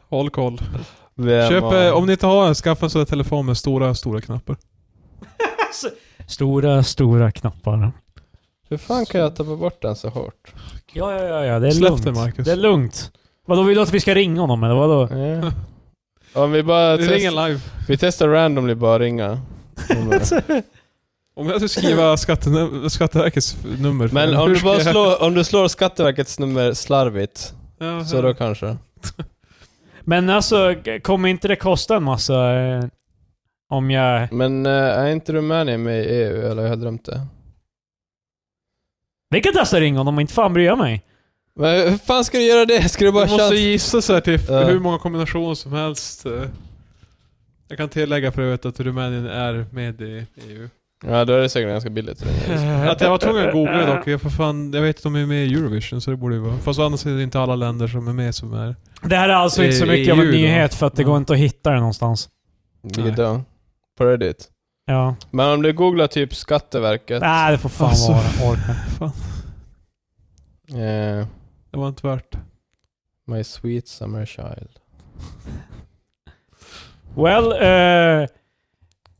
håll koll. Vem Köp, var- eh, om ni inte har en, skaffa en sån där telefon med stora, stora knappar. Stora, stora knappar. Hur fan kan jag tappa bort den så hårt? Ja, ja, ja, ja det är Släpp lugnt. det, Marcus. Det är lugnt. Vadå, vill du att vi ska ringa honom eller vadå? Ja. Om vi bara Vi ringer testar... live. Vi testar randomly bara ringa. Nummer. Om jag skulle skriva skattenäm- Skatteverkets nummer för Men den, om hur du, ska bara jag- slår, om du slår Skatteverkets nummer slarvigt, Ja, så då kanske. Men alltså, g- kommer inte det kosta en massa eh, om jag... Men eh, är inte Rumänien med i EU, eller har jag drömt det? Vi kan testa ringa honom, inte fan bryr jag mig. Men hur fan ska du göra det? Ska du bara Du måste chatta? gissa så här, typ, Ja. hur många kombinationer som helst. eh. Jag kan tillägga för övrigt att Rumänien är med i EU. Ja, då är det säkert ganska billigt. Att jag var tvungen att googla dock, jag, för fan, jag vet att de är med i Eurovision så det borde ju vara. Fast å andra sidan är det inte alla länder som är med som är... Det här är alltså I- inte så mycket av en EU då? nyhet för att det Ja. går inte att hitta det någonstans. Vilket då? På Reddit. Ja. Men om du googlar typ Skatteverket. Nej, det får fan Alltså. vara. Orkar. Eh, Det var inte värt. my sweet summer child. Well, eh,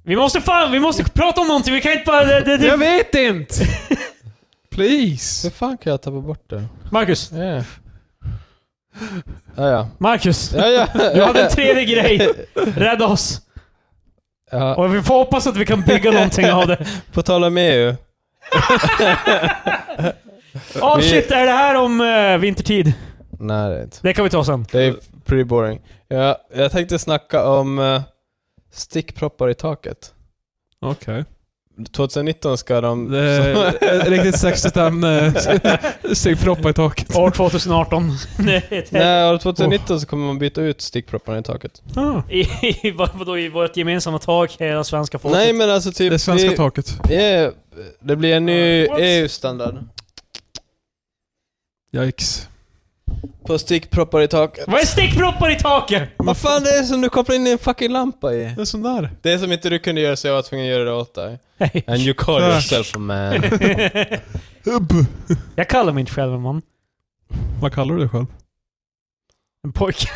vi måste fan, vi måste prata om någonting. Vi kan inte bara... Det, det, det. vet inte! Please! Hur fan kan jag tappa bort det? Marcus, Yeah. Ja, ja. Marcus. ja, ja. Du hade en tredje grej. Rädda oss. Ja, Och vi får hoppas att vi kan bygga någonting av det. på tal om E EU. Åh Ah, Vi- Ah, shit, är det här om eh, vintertid? Nej, det är inte. Det kan vi ta sen. Det är pretty boring. Ja, jag tänkte snacka om eh, stickproppar i taket. Okej. 2019 ska de... Det är ett riktigt sexigt ämne. Stickproppa i taket. År 2018. Nej, det- Nej, Oh. år 2019 så kommer man byta ut stickpropparna i taket. Ah, I, i, vad- vadå, i vårt gemensamma tag, hela svenska folket? Nej men alltså typ... det svenska vi- taket. Ah, Ja, det blir en ny E Uh, what? EU-standard. Yikes. På stickproppar i taket. Vad är stickproppar i taket? Vad fan det är som du kopplar in en fucking lampa i? Det är sån där. Det som inte du kunde göra så jag var tvungen att göra det åt dig. Nej. And you call Äh. yourself a man. Jag kallar mig inte själv en man. Vad kallar du dig själv? En pojke.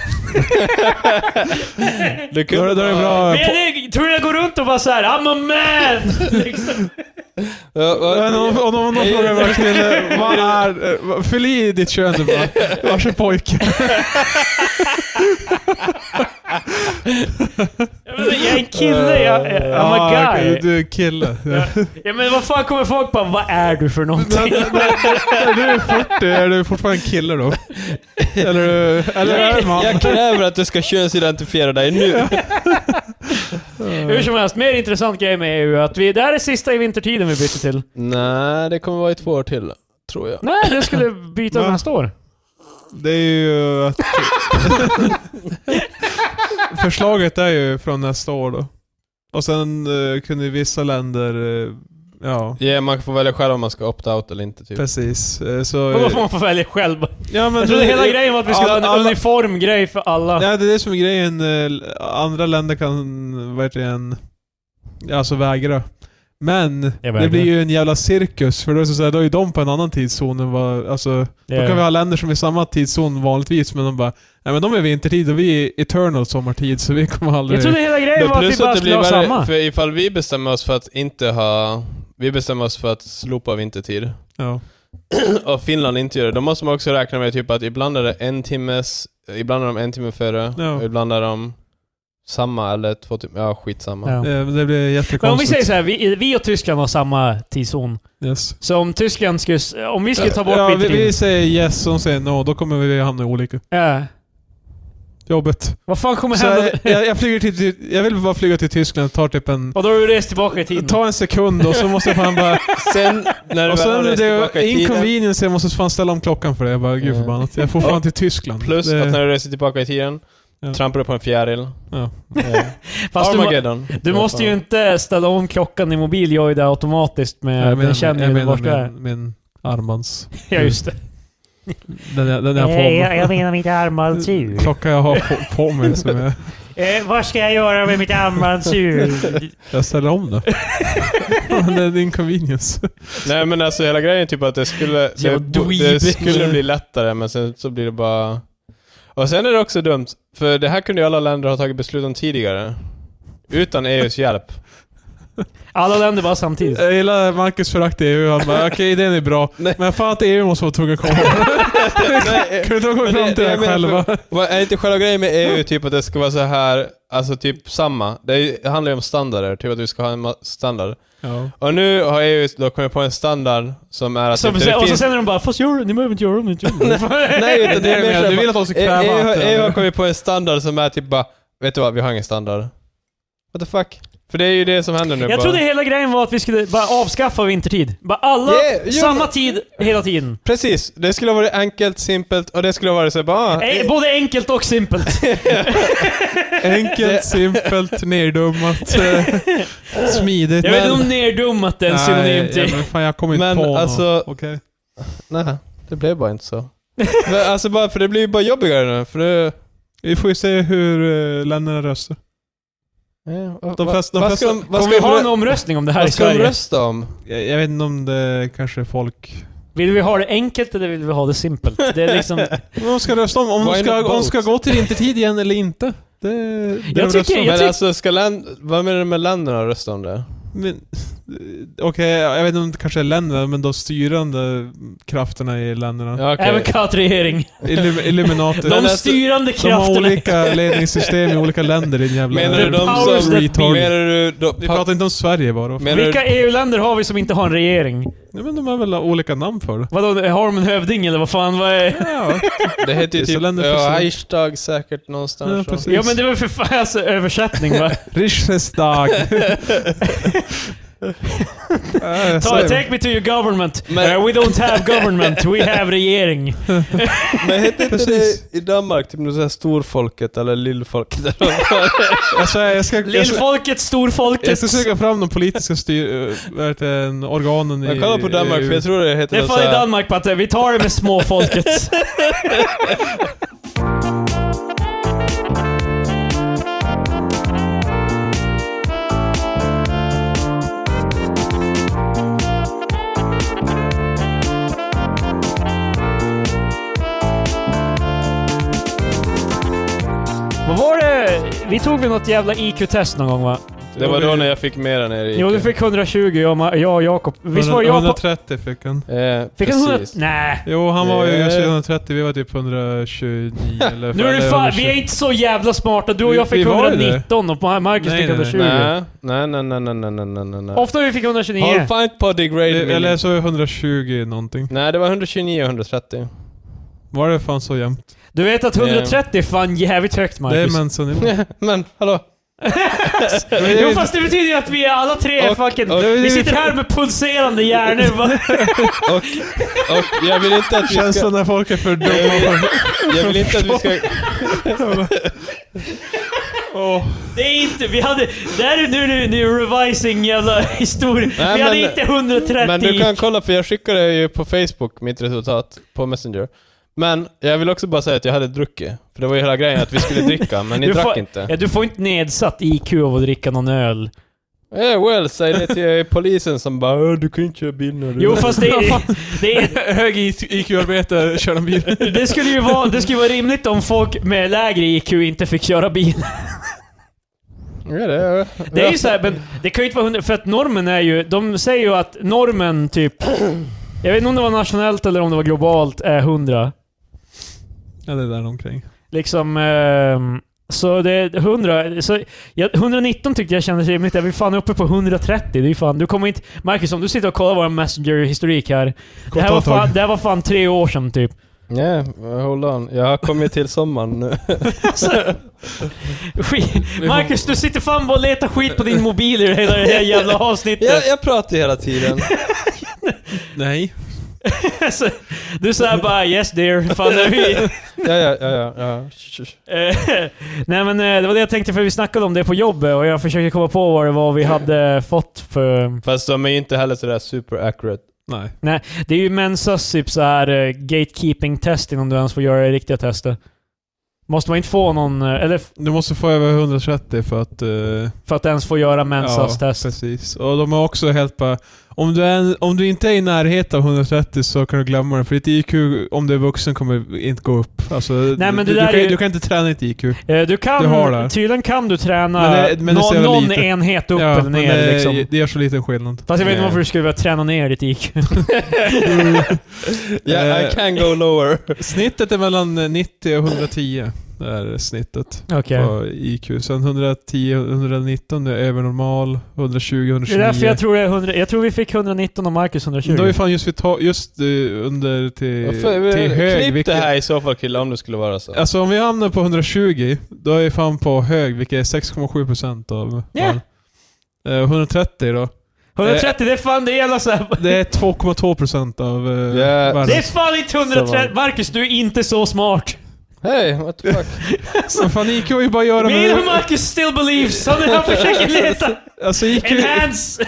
du Då är det- då är det bra... Men jag tror jag går runt och bara såhär I'm a man! liksom. Ja, vad- Men om, om, om någon frågar vad jag skulle... Vad är... eh, vad- Fyll i ditt kön typ, du bara. Vars är pojken? Jag menar, jag är en kille, jag, jag, I'm a Eh, Ja, okej, guy. Du är kille. Ja. Ja men vad fan kommer folk bara Vad är du för någonting? När du är 40, är du fortfarande en kille då? Eller, eller är du man? Jag kräver att du ska könsidentifiera dig nu. Hur som helst, mer intressant grej med EU är att vi, det här är sista i vintertiden vi byter till. Nej, det kommer vara i två år till. Tror jag. Nej, det skulle byta Va? nästa år. Det är ju att... Förslaget är ju från nästa år då. Och sen eh, kunde ju vissa länder... eh, ja, Ja, man får välja själv om man ska opt-out eller inte typ. precis. Eh, så, Vadå får man få välja själv? ja, men Jag trodde hela grejen var att vi skulle ha en Alla- alla- uniform grej för alla. Ja, det är det som är grejen. eh, Andra länder kan verkligen... Alltså vägra. Men vägrar. det blir ju en jävla cirkus, för då är, det så här, då är ju de på en annan tidszon än vad... Alltså, Då kan vi ha länder som är i samma tidszon vanligtvis, men de bara Nej men de är vintertid och vi är eternal sommartid, så vi kommer aldrig... Jag trodde hela grejen Men var att vi plus bara att det skulle blir ha värre, samma. för ifall vi bestämmer oss för att inte ha... Vi bestämmer oss för att slopa vintertid. Ja. Och Finland inte gör det. Då måste man också räkna med typ att ibland är det en timmes... Ibland är de en timme före. Ja. Och ibland är de samma eller två timmar. Ja, skitsamma. Ja. Eh, men det Men om blir vi jättekonstigt. säger så här, vi, vi och Tyskland har samma tidszon. Yes. Så om Tyskland skulle... s- Om vi skulle ta bort ja, vi, vintertid... vi säger yes, och de säger no, då kommer vi hamna i olika. Ja. Jobbet. Vad fan kommer Så hända? jag, jag, jag flyger till- till... Jag vill bara flyga till Tyskland, tar typ en... Och då har du rest tillbaka i tiden. Ta en sekund och så måste jag fan bara... Sen när det Och sen väl är rest tillbaka det i tiden. inconvenience, jag måste fan ställa om klockan för det. Jag bara, gud Ja. förbannat. Jag får fan till Tyskland. Plus det, att när du reser tillbaka i tiden, Ja. trampar du på en fjäril. ja. Eh, Fast du, må- Armageddon. du måste ju inte ställa om klockan i mobil, gör ju det automatiskt med... jag den menar, känner jag ju vart du menar är. min, min armbands... Ja, just det. Den, jag- den jag har på mig. menar mitt armbandsur. Klockan jag har på, på mig som jag... Eh, vad ska jag göra med mitt armbandsur? Jag ställer om det. Men det är en inconvenience. Nej men alltså hela grejen är typ att det skulle, det, Jävla det dweeb. skulle bli lättare men sen så blir det bara... Och sen är det också dumt, för det här kunde ju alla länder ha tagit beslut om tidigare. Utan EUs hjälp. Alla länder bara samtidigt. Jag gillar Marcus förakt i EU. Han bara, okej idén är bra. Nej. Men fan att EU måste vara tvungen att komma. Nej, Kunde de komma Men det- fram till det det här jag menar själva? vad är inte själva grejen med EU typ att det ska vara så här, alltså typ samma? Det, är, det handlar ju om standarder, typ att du ska ha en ma- standard. Ja. Och nu har EU då kommit på en standard som är att... Som, alltså, typ, det och så finns- sen är de bara 'Fast gör, ni behöver inte göra om ni inte gör Nej, utan det E- Det är är mer mer, såhär du vill bara- att de ska EU, kräva EU, allt har- det EU har där. kommit på en standard som är typ bara, vet du vad, vi har ingen standard. What the fuck? För det är ju det som händer nu. Jag bara. trodde hela grejen var att vi skulle bara avskaffa vintertid. Bara alla, Yeah, jo, samma men- tid, hela tiden. Precis, det skulle ha varit enkelt, simpelt och det skulle ha varit så här, bara... ah, Eh, eh, Både enkelt och simpelt. Enkelt, simpelt, neddummat, eh, smidigt. Jag vet inte Men- om nerdummat är en Nej, synonym ja, till... men fan jag kommer inte Men på alltså- något. Okej. Nej, det blev bara inte så. Men alltså bara, för det blir ju bara jobbigare nu, för Eh, det... Vi får ju se hur eh, länderna röstar. Eh, vad- De flesta- de vad ska flesta- de, vad Kommer ska vi de, ha en rö- omröstning om det här i vad ska de Sverige? rösta om? Jag, jag vet inte om det kanske är folk... Vill vi ha det enkelt eller vill vi ha det simpelt? Det är liksom... Om de ska rösta om, om Why de ska, not om de both? ska gå till vintertid igen eller inte. Det, det Jag de tycker- röstar om. jag- Men tyck- alltså, ska län- vad menar du med länderna rösta om det? Men, eh, Okej, jag vet inte om det kanske är länderna, men de styrande krafterna i länderna. Ja, okej. Även kattregering. Illum- Illuminati. De alltså, styrande De har krafterna. olika ledningssystem i olska länder i den jävla... Menar du The de powers som... that be. retard. Menar du... De, Vi pratar inte om Sverige bara. menar du- Vilka EU-länder har vi som inte har en regering? Nej, men de har väl olika namn för det. Vadå, har de en hövding eller vad fan? Vad är... Ja, Det heter ju Så typ länder ja, precis. Reichstag säkert någonstans. Ja, från. precis. Ja men det var för fan alltså, översättning va? Riksdag. Ta, take me to your government. Men- Uh, we don't have government, we have regering. Men hette inte Precis. det i Danmark typ något sånt här storfolket eller lillfolket? eller vad det var? Alltså, jag, ska, jag, ska, Lillfolket, jag storfolket. ska söka fram de politiska styr, eh, vad heter det, organen Jag kollar på Danmark för jag tror det heter Det är något fan i så här- Danmark Patte, vi tar det med småfolket. Vad var det? Vi tog väl något jävla IQ-test någon gång va? Det var då när jag fick mer än er Jo, du fick 120, jag och Ma- jag och Jakob. Visst var jag på... 130 fick han. Eh, Fick han 100? precis. Nej. Jo, han var ju Eh. 130, vi var typ 129 eller Nu är det eller fan, 120. vi är inte så jävla smarta. Du och Vi- jag fick vi var ju 119 och Marcus Nej, fick nej, 120. Nej, nej, nej, nej, nej, nej, nej, nej, nej. Ofta vi fick 129. Har du fan inte på degrade Det- mig? Eller så är det 120 någonting. Nej, det var 129 och 130. Var det fan så jämnt? Du vet att 130 är fan jävligt högt Det Marcus. är Manson. Men, hallå? Jo fast det betyder ju att vi är alla tre Och- fucking... och- vi sitter här med pulserande hjärnor. va? Och jag vill inte att vi ska... Känslan när folk är för dumma. Jag vill inte att vi ska... Åh. Det är inte... Vi hade... Där är nu, nu, nu revising jävla historia. Nej, vi hade men- inte 130. Men du kan kolla, för jag skickade ju på Facebook mitt resultat, på Messenger. Men jag vill också bara säga att jag hade druckit. För det var ju hela grejen att vi skulle dricka, men ni Du drack får- inte. Ja, du får inte nedsatt IQ av att dricka någon öl. Eh, well, säg det till polisen som bara "Åh, du kan inte köra bil när du... Jo fast det är... Det är Hög IQ-arbetare kör en bil. Det skulle ju vara, det skulle vara rimligt om folk med lägre IQ inte fick köra bil. Ja, det är, Det är ju så här, men det kan ju inte vara hundra, för att normen är ju, de säger ju att normen typ, jag vet inte om det var nationellt eller om det var globalt, är 100. Ja, det är där omkring. Liksom, ehm, så det är 100, så jag, 119 tyckte jag kändes rimligt, jag är fan uppe på 130, det är ju fan, du kommer inte, Marcus om du sitter och kollar vår Messenger-historik här, det här, var fan, det här var fan tre år sedan typ. Nej, hold on. Jag har kommit till sommaren nu. Alltså, skit. Marcus, du sitter fan bara och letar skit på din mobil i hela det här jävla Jag, avsnittet. jag pratar ju hela tiden. Nej. Alltså, du säger bara 'Yes dear' fan är vi... Ja, ja, ja, ja. ja. Sh- sh- Eh, Nej men eh, det var det jag tänkte för vi snackade om det på jobbet och jag försökte komma på vad det var vi hade fått för... Fast de är ju inte heller sådär super accurate. Nej. Det är ju Mensas typ så här eh, gatekeeping-test innan du ens får göra det riktiga testet. Måste man inte få någon... eh, Eller f- Du måste få över 130 för att... eh, för att ens få göra Mensas test. precis. Och de har också helt bara... Om du, är, om du inte är i närheten av 130 så kan du glömma det. För ditt IQ, om du är vuxen, kommer inte gå upp. Alltså, men det du, där du, kan, är ju- du kan inte träna ditt IQ. Eh, Du kan... Du har det. Tydligen kan du träna Men det- men det nå- ser jag någon lite. enhet upp Ja, eller men ner det, liksom. det gör så liten skillnad. Fast jag vet inte Nej. varför du skulle vilja träna ner ditt IQ. Yeah, I Eh, can go lower. Snittet är mellan 90 och 110. Det är snittet Okej. på IQ. Sen 110, 119 är övernormal. 120, 129. Det är därför jag tror, det är 100, jag tror vi fick 119 och Marcus 120. Då är fan just, vi ta, just eh, under till, Varför- till hög. Klipp vilket- det här i så fall killar, om det skulle vara så. Alltså om vi hamnar på 120, då är vi fan på hög, vilket är 6,7% av Ja. barn. Eh, 130 då. Eh. 130, det är fan det är jävla så här. Det är 2,2% av eh, Yeah. Det är världens... fan inte 130. Marcus, du är inte så smart. Hej, what the fuck? Men fan, IQ har ju bara att göra Me and med... Marcus still believes. Han, han försöker leta. Alltså IQ... Enhance!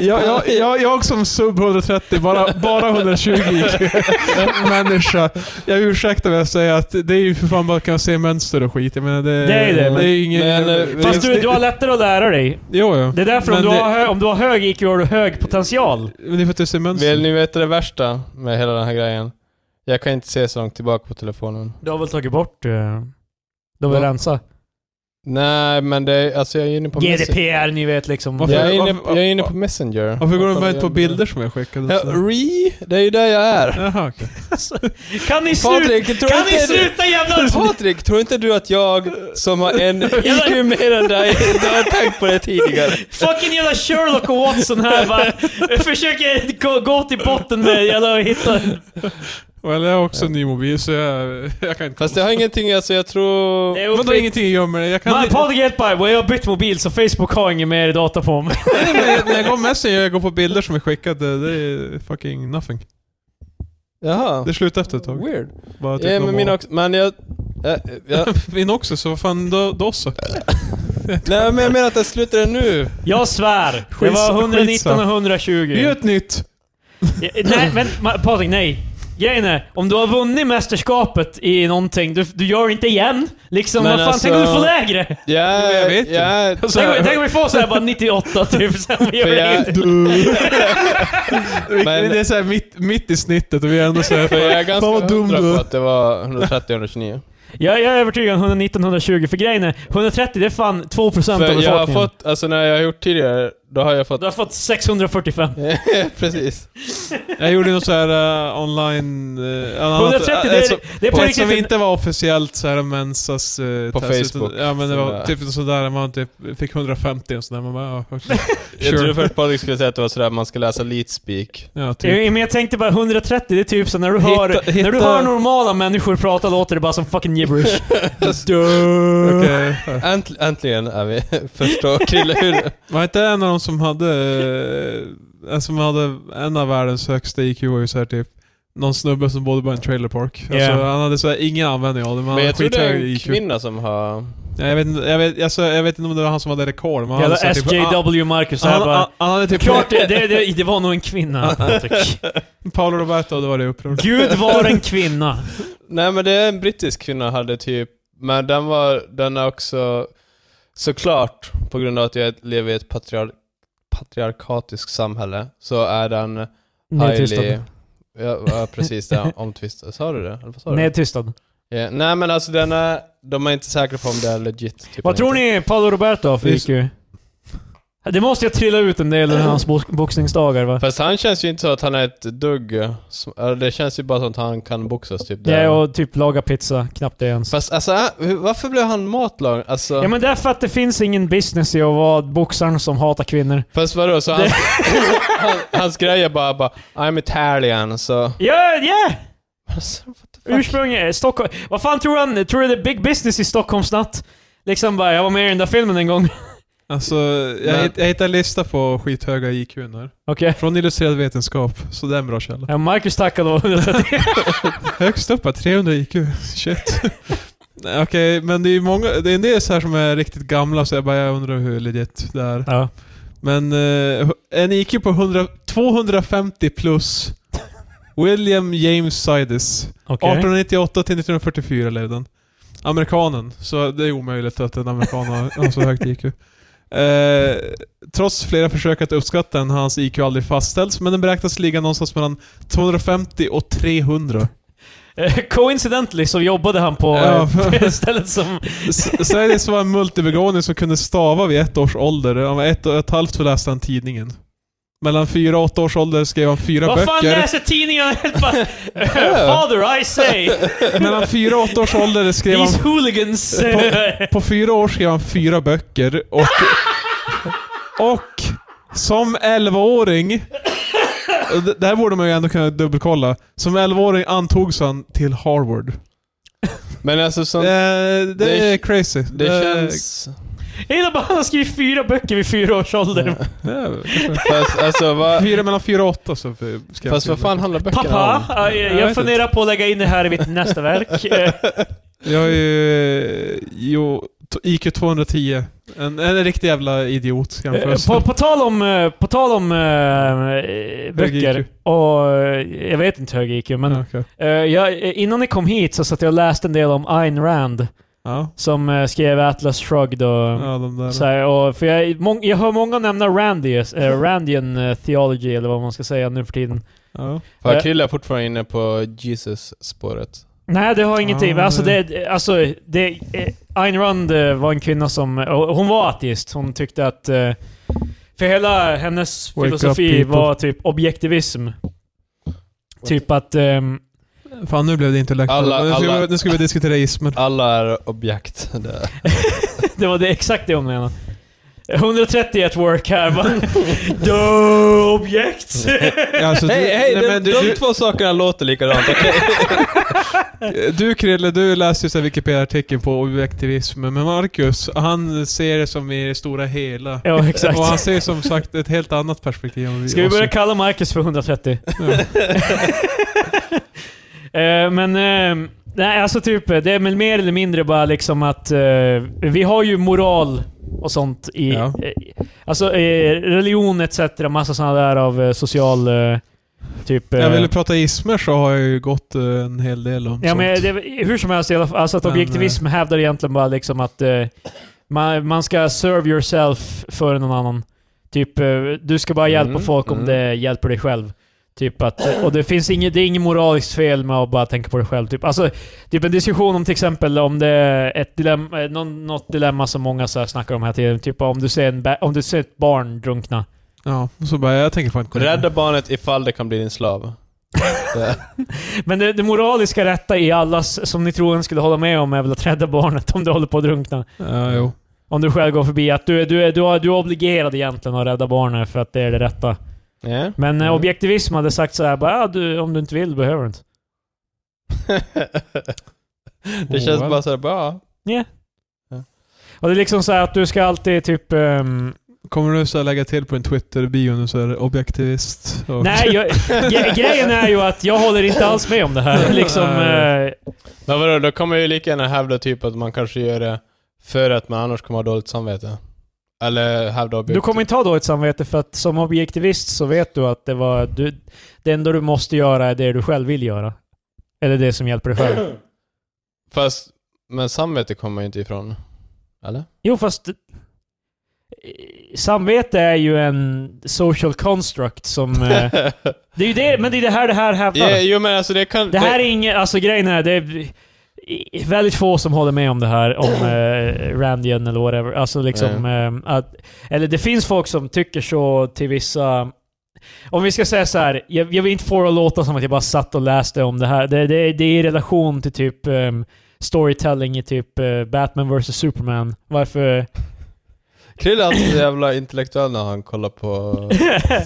Jag, jag, jag, jag som sub 130, bara, bara 120 IQ. människa. Jag ursäktar mig att säga att det är ju för fan bara att kunna se mönster och skit. Jag menar, det, Det är ju det, Det men- är ju ingen... men, eh, det- Fast du, det- du har lättare att lära dig. Jo, jo. Det är därför om Men du, det- har hö, om du har hög IQ har du hög potential. Men det är för att du ser mönster. Vill ni veta det värsta med hela den här grejen? Jag kan inte se så långt tillbaka på telefonen. Du har väl tagit bort... eh, Du Va? har väl rensat? Nej, men det är, alltså jag är inne på... Messenger. GDPR, ni vet liksom. Varför- Jag är inne, varför- jag är inne på Messenger. Varför går de bara inte på bilder som jag skickade? Ja, re, det är ju där jag är. Jaha, okej. Alltså, kan ni sluta? Patrik, tror Kan ni inte du, sluta jävla... Patrik, tror inte du att jag som har en IQ mer än dig, inte har tänkt på det tidigare? Fucking jävla Sherlock och Watson här bara. Försöker gå, gå till botten med jävla och hitta... Well, jag har också en ny mobil så jag, jag kan inte... Fast det har ingenting, alltså jag tror... Det är Vadå uppbyggd- ingenting gömmer det? Jag kan Man, inte... Patrik hjälp mig, jag har bytt mobil så Facebook har ingen mer data på mig. Nej, men jag- När jag går på Messenger, jag går på bilder som är skickade. Det är fucking nothing. Jaha. Det slutar efter ett tag. Weird. Bara Ja, men någon min månad. också, men jag... jag, jag Min också, så vad fan, då, då så. nej men jag menar att jag slutar nu. Jag svär. Det Skitsa- var 119 skitsa. och 120. Det är ju ett nytt. Ja, Nej, men Ma- Patrik, nej. Grejen är, om du har vunnit mästerskapet i någonting, du, du gör det inte igen. Liksom, Men vad fan, alltså- tänk om du får lägre? Ja, jag jag vet ju. Ja, Alltså, Tänk, om- tänk om vi får såhär bara 98 typ, sen vi gör För det jag- inte. Men- det är såhär mitt, mitt i snittet och vi är ändå såhär... för jag är ganska Fan vad dum hundra du på är. att det var 130-129. Jag, jag är övertygad om 119, 120, för grejen är, 130 det är fan 2% av För befolkningen. jag har fått, alltså när jag har gjort tidigare, då har jag fått... Du har fått 645. Precis. Jag gjorde något såhär uh, online... Uh, alltså, 130, det är, det är på På som riktigt en- inte var officiellt såhär mensas... eh, På test, Facebook. Utan, ja men det var Sådär. typ sådär, man typ fick 150 och sådär. Man bara, ja, Jag trodde sure. först Patrik skulle säga att det var sådär, man ska läsa leadspeak. ja, typ. Ja, men jag tänkte bara 130, det är typ så när du Hitta- hör, när du hitta- hör normala människor prata låter det bara som fucking gibberish. Okej. Änt, äntligen är vi förstå Krille hur... Var inte en av dem som hade... eh, En som hade en av världens högsta IQ var ju såhär typ... Någon snubbe som bodde på en trailerpark. Yeah. Alltså, han hade såhär ingen användning av det, men, Men han jag tror det är skithög en IQ. kvinna som har... Ja, jag, vet, inte- jag, vet, alltså, jag vet inte om det var han som hade rekord, men han Jävla hade såhär typ... ah, SJW Marcus här Han, bara. han, han hade typ... Klart det, det, det, det var nog en kvinna. Patrik. Paolo Roberto, det var det upprörd. Gud var en kvinna. Nej men det är en brittisk kvinna hade typ, men den var, den är också såklart på grund av att jag lever i ett patriar patriarkatiskt samhälle så är den highly... Nedtystad. Ja, ja precis, det är omtvistad. Sa du det? Eller vad sa du? Nedtystad. Ja, nej men alltså den är, de är inte säkra på om det är legit. Typ, Vad tror ni Paolo Roberto har för Just- IQ? Det måste jag trilla ut en del under hans box- boxningsdagar va? Fast han känns ju inte så att han är ett dugg, sm- eller det känns ju bara som att han kan boxas typ. där. Ja, och typ laga pizza, knappt det ens. Fast alltså, äh, hur- varför blev han matlag? Alltså, Ja men därför att det finns ingen business i att vara boxaren som hatar kvinnor. fast vadå? Så han, han, hans grej är bara, bara I'm Italian, så... Ja, ja! Alltså, what the fuck? Ursprung är Stockholm. Vad fan tror han? Tror du det är big business i Stockholmsnatt? Liksom bara, jag var med i den där filmen en gång. Alltså, jag, Men- hitt, jag hittade en lista på skithöga IQ n här. Okej. Från Illustrerad Vetenskap, så det är en bra källa. Ja, Marcus tackade och Högst upp va? 300 IQ. Shit. Nej, Okej, men det är ju många, det är en del så här som är riktigt gamla så jag bara jag undrar hur legit det är. Ja. Men eh, en IQ på 100, 250 plus. William James Sidis. Okej. 1898 till 1944 levde den. Amerikanen. Så det är omöjligt att en amerikan har, har så högt IQ. Eh, trots flera försök att uppskatta den har hans IQ aldrig fastställts, men den beräknas ligga någonstans mellan 250 och 300. Eh, Coincidentally så jobbade han på Ja. eh, stället som... Sveriges var en multibegåvning som kunde stava vid ett års ålder. Han var ett och ett halvt så läste han tidningen. Mellan fyra och åtta års ålder skrev han fyra Vad fan böcker. läser tidningarna helt bara... Eh, Father I say! Mellan fyra och åtta års ålder skrev han... These hooligans! På fyra år skrev han fyra böcker och... Och som 11-åring... Det här borde man ju ändå kunna dubbelkolla. Som 11-åring antogs han till Harvard. Men alltså, Eh, sånt, det, det- är crazy. det Eh, känns... Hela bara, han har skrivit fyra böcker vid fyra års ålder. Ja, Fast alltså vad... Fyra mellan fyra och åtta så skrev jag Fast vad till fan handlar böckerna Pappa, om? eh, jag, Jag vet funderar på att lägga in det här i mitt nästa verk. Eh, Jag är ju... eh, Jo, t- IQ 210. En, en riktig jävla idiot Eh, jämfört på, på tal om, eh, på tal om eh, eh, böcker IQ. och... eh, Jag vet inte hög IQ, men... Ja, okej. eh, jag, eh, innan ni kom hit så satt jag och läste en del om Ayn Rand, ja. som eh, skrev Atlas Shrugged och... ja, de där. Så här, och, för jag, mång, jag hör många nämna Randius, eh, Randian eh, theology, eller vad man ska säga nu för tiden. Ja. För Eh. Krille är fortfarande inne på Jesus-spåret. Nej, det har ingenting. Ah, Men alltså, nej. det, alltså det, eh, Ayn Rand eh, var en kvinna som... eh, och Hon var ateist. Hon tyckte att... eh, För hela hennes Wake up, filosofi people. var typ objektivism. Typ att... ehm, Fan, nu blev det intellektuellt. Alla- nu, ska alla- vi- nu ska vi diskutera ismer. Alla är objekt. Det. det var det exakt det hon menade. 131 work här bara. Duh, objekt! Alltså, du- Hej, hej! nej, de- men du- de du- två sakerna låter likadant, okej? Du Krille, du läste ju så här Wikipedia-artikeln på objektivism, men Marcus, han ser det som i det stora hela. ja, exakt. Och han ser som sagt ett helt annat perspektiv än Ska vi oss. börja kalla Marcus för 130? Ja. Eh, men, eh, nej alltså typ, det är väl mer eller mindre bara liksom att eh, vi har ju moral och sånt i... Ja. eh, alltså eh, religion etc. Massa sådana där av eh, social... Eh, typ... Eh, Jag ville prata ismer så har jag ju gått eh, en hel del om ja, sånt. men det, hur som helst, i alla fall, alltså att Men, objektivism hävdar egentligen bara liksom att eh, man, man ska serve yourself före någon annan. Typ, eh, du ska bara hjälpa Mm, folk om mm. det hjälper dig själv. Typ att, eh, och det finns inget, det är inget moraliskt fel med att bara tänka på dig själv. Typ, alltså, typ en diskussion om till exempel om det är ett dilemma, eh, någon, något dilemma som många så här snackar om här tiden. Typ om du ser, en ba- om du ser ett barn drunkna. Ja, och så bara, jag tänker fan inte Rädda barnet ifall det kan bli din slav. Men det, det moraliska rätta i allas, som ni troligen skulle hålla med om, är väl att rädda barnet om det håller på att drunkna. Ja, jo. Om du själv går förbi att du, är- du, är- du, är- du är obligerad egentligen att rädda barnen för att det är det rätta. Ja. Men eh, Mm. objektivism hade sagt så här, bara, "Ah, du, om du inte vill behöver du inte. det känns bara såhär, bara... Och det är liksom så här att du ska alltid typ... ehm, Kommer du så här lägga till på en Twitter-bio nu så är det objektivist? Och... nej, jag, gre- grejen är ju att jag håller inte alls med om det här. Liksom, eh, Men vadå, då kan man ju lika gärna hävda typ att man kanske gör det för att man annars kommer ha dåligt samvete. Eller hävda objekt. du kommer inte ha dåligt samvete för att som objektivist så vet du att det, var, du, det enda du måste göra är det du själv vill göra. Eller det som hjälper dig själv. Fast, men samvete kommer man ju inte ifrån. Eller? Jo, fast... eh, Samvete är ju en social construct som... eh, Det är ju det, men det är det här det här hävdar. Ja, jo men alltså det kan... det här är inget, alltså grejen är, det är i- väldigt få som håller med om det här, om eh, Randian eller whatever. Alltså liksom, eh, att, eller det finns folk som tycker så till vissa... Om vi ska säga så här, jag, jag vill inte få det att låta som att jag bara satt och läste om det här. Det, det, det är i relation till typ ehm, storytelling i typ eh, Batman vs Superman. Varför... Krille är alltid så jävla intellektuell när han kollar på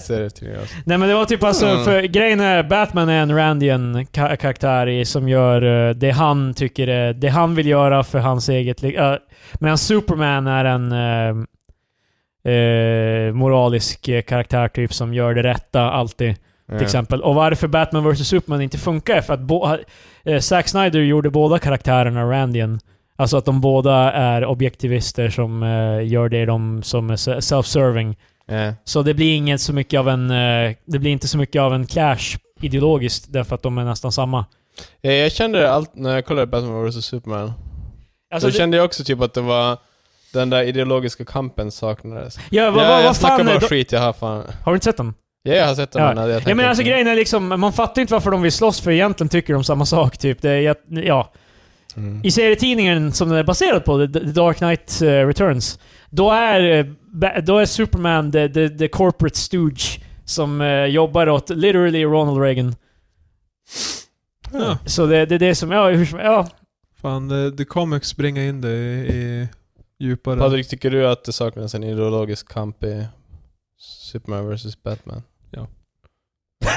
serietidningar. Alltså. Nej men det var typ alltså, Mm. för grejen är Batman är en Randian ka- karaktär i- som gör eh, det han tycker är, det han vill göra för hans eget li- eh, Medan Superman är en eh, eh, moralisk eh, karaktär typ som gör det rätta alltid. Till exempel. Och varför Batman vs Superman inte funkar är för att bo- eh, Zack Snyder gjorde båda karaktärerna Randian. Alltså att de båda är objektivister som eh, gör det de som är se- self-serving. Ja. Så det blir inget så mycket av en... eh, Det blir inte så mycket av en clash ideologiskt därför att de är nästan samma. Ja, Jag kände det allt när jag kollade Batman vs Superman. Alltså, då det, kände jag också typ att det var... Den där ideologiska kampen saknades. ja, vad, jag vad, jag vad snackar fan... bara är- de- skit, jag har fan... Har du inte sett den? Ja, jag har sett den Ja. men jag Ja, tänker men alltså inte- grejen är liksom, man fattar inte varför de vill slåss för egentligen tycker de samma sak typ. Det är, jätt- ja. Mm. I serietidningen som den är baserad på, The The Dark Knight eh, Returns, då är, eh, Ba- då är Superman the, the, the corporate stooge som eh, jobbar åt literally Ronald Reagan. Ja, Så det, det är det som, ja, hur som, ja. fan, the, the comics bringar in det i, i djupare... Patrik, tycker du att det saknas en ideologisk kamp i Superman vs Batman? ja.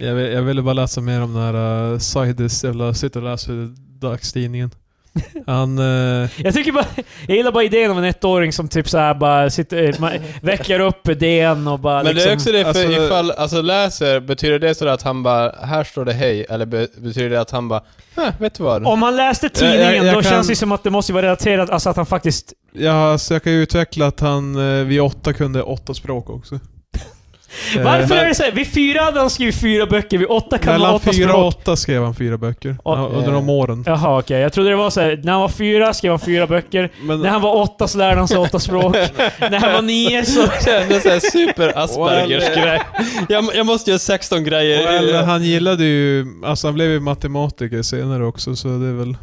eh, Jag, vill- jag ville bara läsa mer om den här uh, Sidis, jag vill sitta och läsa dagstidningen. Han... Eh, Jag tycker bara... Jag gillar bara idén om en ettåring som typ såhär bara sitter... Man väcker upp idén och bara Men det är liksom... också det, för alltså- ifall, alltså läser, betyder det sådär att han bara, här står det hej, eller be, betyder det att han bara, "Hä, vet du vad? Om man läste tidningen, Jag- jag- jag då kan- känns det som att det måste ju vara relaterat, alltså att han faktiskt... ja, alltså jag kan ju utveckla att han eh, vid åtta kunde åtta språk också. Eh, Varför är det såhär? Vid fyra hade han skrivit fyra böcker, vid åtta kan man Mellan åtta fyra och språk. eh, åtta skrev han fyra böcker. Och- Ja, under de åren. Jaha, okej. Jag trodde det var såhär, när han var fyra skrev han fyra böcker, Men, när han var åtta så lärde han sig åtta språk, när han var nio så... Det kändes såhär super Aspergers Well, eh, grej. Jag, jag måste göra 16 grejer. och eller, han gillade ju... Alltså han blev ju matematiker senare också, så det är väl...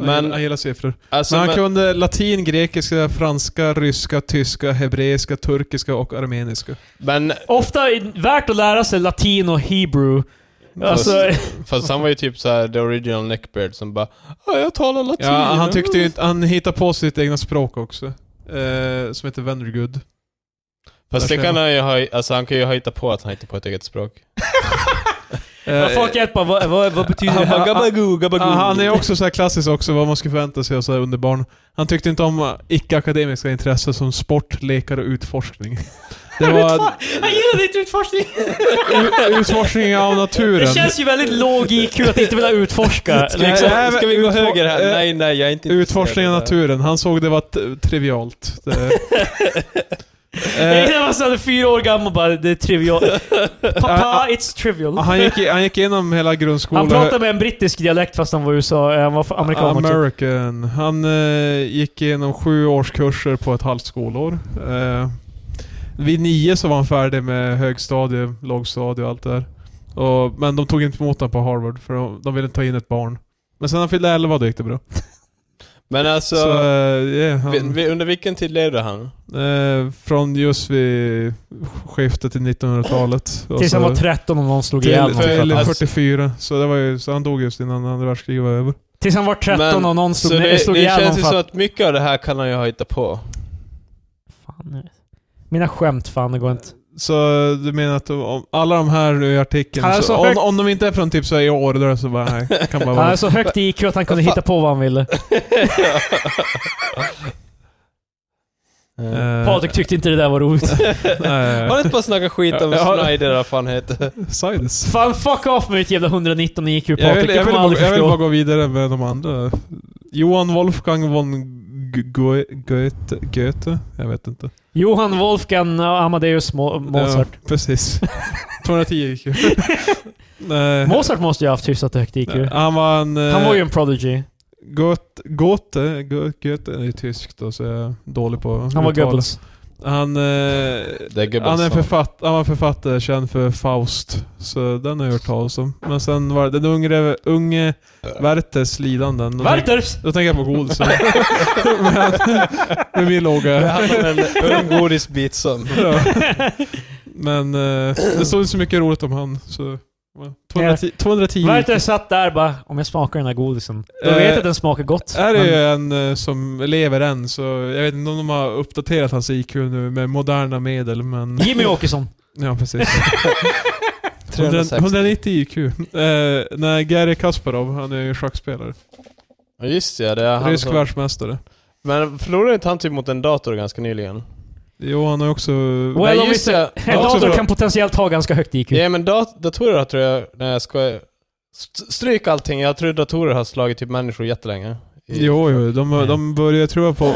Men- Men, han gillar siffror. alltså, men han men, kunde latin, grekiska, franska, ryska, tyska, hebreiska, turkiska och armeniska. men Ofta är värt att lära sig latin och hebrew. Alltså, fast han var ju typ såhär the original neckbeard som bara, "Ja, jag talar latin. Ja, han tyckte ju inte, han hittade på sitt egna språk också. Eh, som heter Vennergood. Fast det kan han ju ha, alltså han kan ju ha hittat på att han hittar på ett eget språk. Eh, folk hjälper bara, vad, vad, vad betyder Han det? bara, gabagoo, Ah, gabagoo. Ja, han är också så här klassisk också, vad man skulle förvänta sig av så här under barn. Han tyckte inte om eh, icke-akademiska intressen som sport, lekar och utforskning. Det var Han gillade inte utforskning! u- utforskning av naturen. Det känns ju väldigt låg IQ att inte vilja utforska. Ska, Liksom. Nej, ska vi gå utfor- höger här? eh, Nej, nej, jag är inte Utforskning av intresserad det där. naturen. Han såg det var t- trivialt. Det, Jag eh, gillar när man såhär fyra år gammal och bara, det är trivial. Pappa, it's trivial. han, gick, i- han gick igenom hela Han grundskolan. pratade med en brittisk dialekt fast han var USA, eh, han var Ah, amerikan också. American. Han eh, gick igenom sju årskurser på ett halvt skolår. Eh, vid nio så var han färdig med högstadie, lågstadie och allt det där. Och, men de tog inte emot honom på Harvard för de, de ville inte ta in ett barn. Men sen när han fyllde elva då gick det bra. Men Så, alltså, eh, yeah, han, vi, vi, under vilken tid levde han? eh, från just vid skiftet till 1900-talet. och Tills han så- var 13 och någon slog till, ihjäl honom. för- till Alltså- 44. Så, det var ju, så han dog just innan andra världskriget var över. Tills han var 13 Men- och någon Så slog, det, slog det ihjäl känns honom ju för som att... att mycket av det här kan han ju ha hittat på. Fan, nu- mina skämt, fan det går inte. Så eh, du menar att om alla de här i artikeln, Han är så så hög- om, om de inte är från typ så här i år, då är det så bara nej, kan bara Han vara. hade så högt IQ att han kunde Fan. hitta på vad han ville. Eh, Patrik tyckte inte det där var roligt. nej. Har du inte bara snackat skit om Ja. Snyder, vad fan heter? Sides. Fan fuck off med ditt jävla 119 IQ Patrik, Jag vill, det jag, vill kommer bara, aldrig jag vill bara förstå. gå vidare med de andra. Johan Wolfgang von G- Goe- Goethe? Goethe? Jag vet inte. Johan Wolfgang Amadeus Mo- Mozart. Ja, precis. 210 IQ. nej. Mozart måste ju ha haft hyfsat högt IQ. Han var en... eh, Han var ju en prodigy. Goethe, Goethe, Goethe, Goethe är ju tyskt och så är jag dålig på Han var uttal. Goebbels. Han, eh, Det är Goebbels han, är en som- författ, han var en författare känd för Faust. Så den har jag hört talas om. Men sen var det den unge, unge Werthers lidanden. Då tänk- Werthers! Då tänker jag på Godsen. men, med min Det låga... handlar om en ung godisbit som... Ja. Men eh, det stod inte så mycket roligt om han. Så, va? 210, 210 Werther satt där bara, om jag smakar den här godisen, då Eh, vet jag att den smakar gott. Här är ju en eh, som lever än, så jag vet inte om de har uppdaterat hans IQ nu med moderna medel, men... Jimmy Åkesson. Ja, precis. 190 IQ. Eh, nej, Gary Kasparov, han är ju schackspelare. Ja, Just ja, det är han Rysk som... världsmästare. Men förlorade inte han typ mot en dator ganska nyligen? Jo, han har ju också... Well, Nej, om just vi- det. En också dator bra. kan potentiellt ha ganska högt IQ. Ja men dat datorer har, tror jag, när jag ska... st- Stryk allting, jag tror datorer har slagit typ människor jättelänge. I- Jo, jo. De, de började, tror jag, på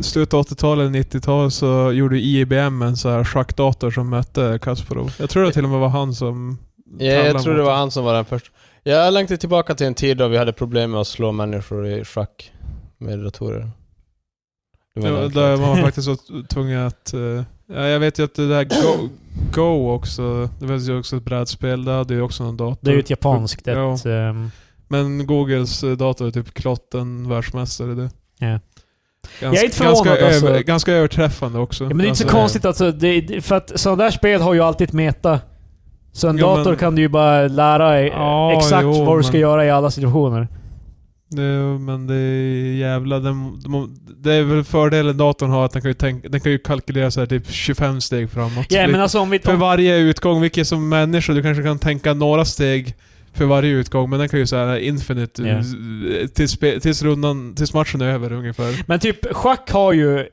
slutet av 80-talet, 90-talet så gjorde ju IBM en så här schackdator som mötte Kasparov. Jag tror det till och med var han som... Ja, jag tävlade tror det mot var honom. han som var den första. Jag längtar tillbaka till en tid då vi hade problem med att slå människor i schack med datorer. Det var Ja, länge där klart. man var faktiskt så tvungen att... eh, ja, jag vet ju att det där Go, Go också, det var ju också ett brädspel, det hade ju också någon dator. Det är ju ett japanskt. Ett, Ja. ehm, Men Googles eh, dator är typ klotten världsmästare i det. Ja. Gans, Jag är inte förvånad, ganska, alltså. över, ganska överträffande också. ja, men det är inte så Alltså, konstigt alltså, det, det- för att sådana där spel har ju alltid ett meta. Så en Jo, dator men- kan du ju bara lära dig eh, Ja, exakt jo, vad du ska men- göra i alla situationer. Det, men det är jävla... Den, de, det är väl fördelen datorn har, att den kan ju, tänka, den kan ju kalkylera så här, typ 25 steg framåt. Ja, men alltså om vi... För varje utgång, vilket som människa, du kanske kan tänka några steg för varje utgång, men den kan ju såhär infinite, Ja. eh, tills, spe- tills, rundan, tills matchen är över ungefär. Men typ, schack har ju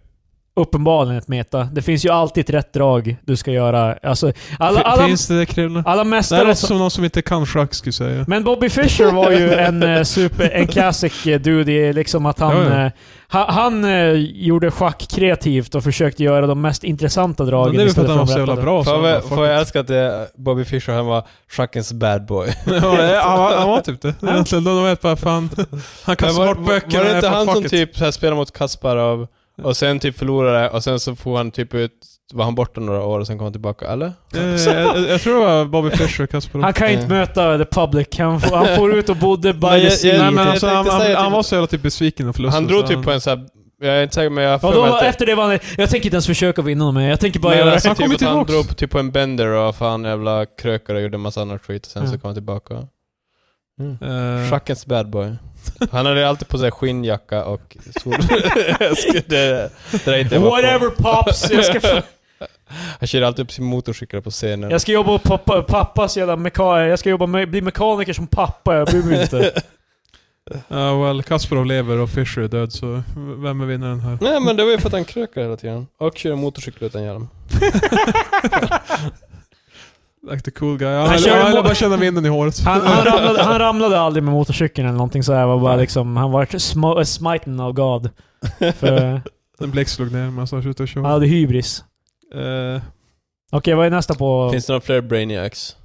uppenbarligen ett meta. Det finns ju alltid ett rätt drag du ska göra. Alltså, alla, Fi- alla, Finns det det Krille? alla Det här mästare... låter som någon som inte kan schack skulle säga. Men Bobby Fischer var ju en eh, super, en classic eh, dude i liksom att han... Ja, ja. eh, ha- han eh, gjorde schack kreativt och försökte göra de mest intressanta dragen Men det är väl för att istället han var de så jävla rätta. bra. så Får han bara, jag, fuck får jag it. älska att det är Bobby Fischer, han var schackens bad boy. ja, han, var, han var typ det. Egentligen, de vet bara fan. Han Men kastar var, bort böcker. var det är inte bara, han fuck som it. typ så här spelade mot Kasparov och sen typ förlorade och sen så får han typ ut, var han borta några år och sen kom han tillbaka, eller? Eh, jag, jag- jag tror det var Bobby Fischer Kasparov. Han kan ju inte möta the public. Han får, han får ut och bodde by Nej, the jag- sea. jag- Nej, men jag alltså, tänkte han, han, säga han typ- var så jävla typ besviken och förlusten. Han så drog typ på en så här, jag är inte säker men jag har Ja, för då, mig att det- efter det var han Jag tänker inte ens försöka vinna honom, men jag tänker bara Men göra... alltså, Han han kommer typ att han tillbaks. drog på- typ på en bender och fan jävla krökare och gjorde en massa annat skit och sen Ja. så kom han tillbaka. Mm. Eh, Schackens bad boy. Han hade alltid på sig skinnjacka och sol. det, det där inte jag var på. Whatever pops! Jag ska, f- Han körde alltid upp sin motorcykel på scenen. jag ska jobba och pappa, pappas jävla mekaniker. Jag ska jobba med, bli mekaniker som pappa, jag bryr mig inte. ja, well, Kasparov lever och Fischer är död, så v- vem är vinnaren här? Nej men det var ju för att han krökade hela tiden. Och körde motorcykel utan hjälm. Like the cool guy. Han, Han han, körde han, mot- bara känna vinden i håret. Han, han, ramlade, han ramlade aldrig med motorcykeln eller någonting sådär. Var bara liksom, han var sm- äh, smiten av God. För En blixt slog ner medan han skjuter och han tjoade. hade hybris. Eh, Okej, vad är nästa på... Finns det några fler brainiacs?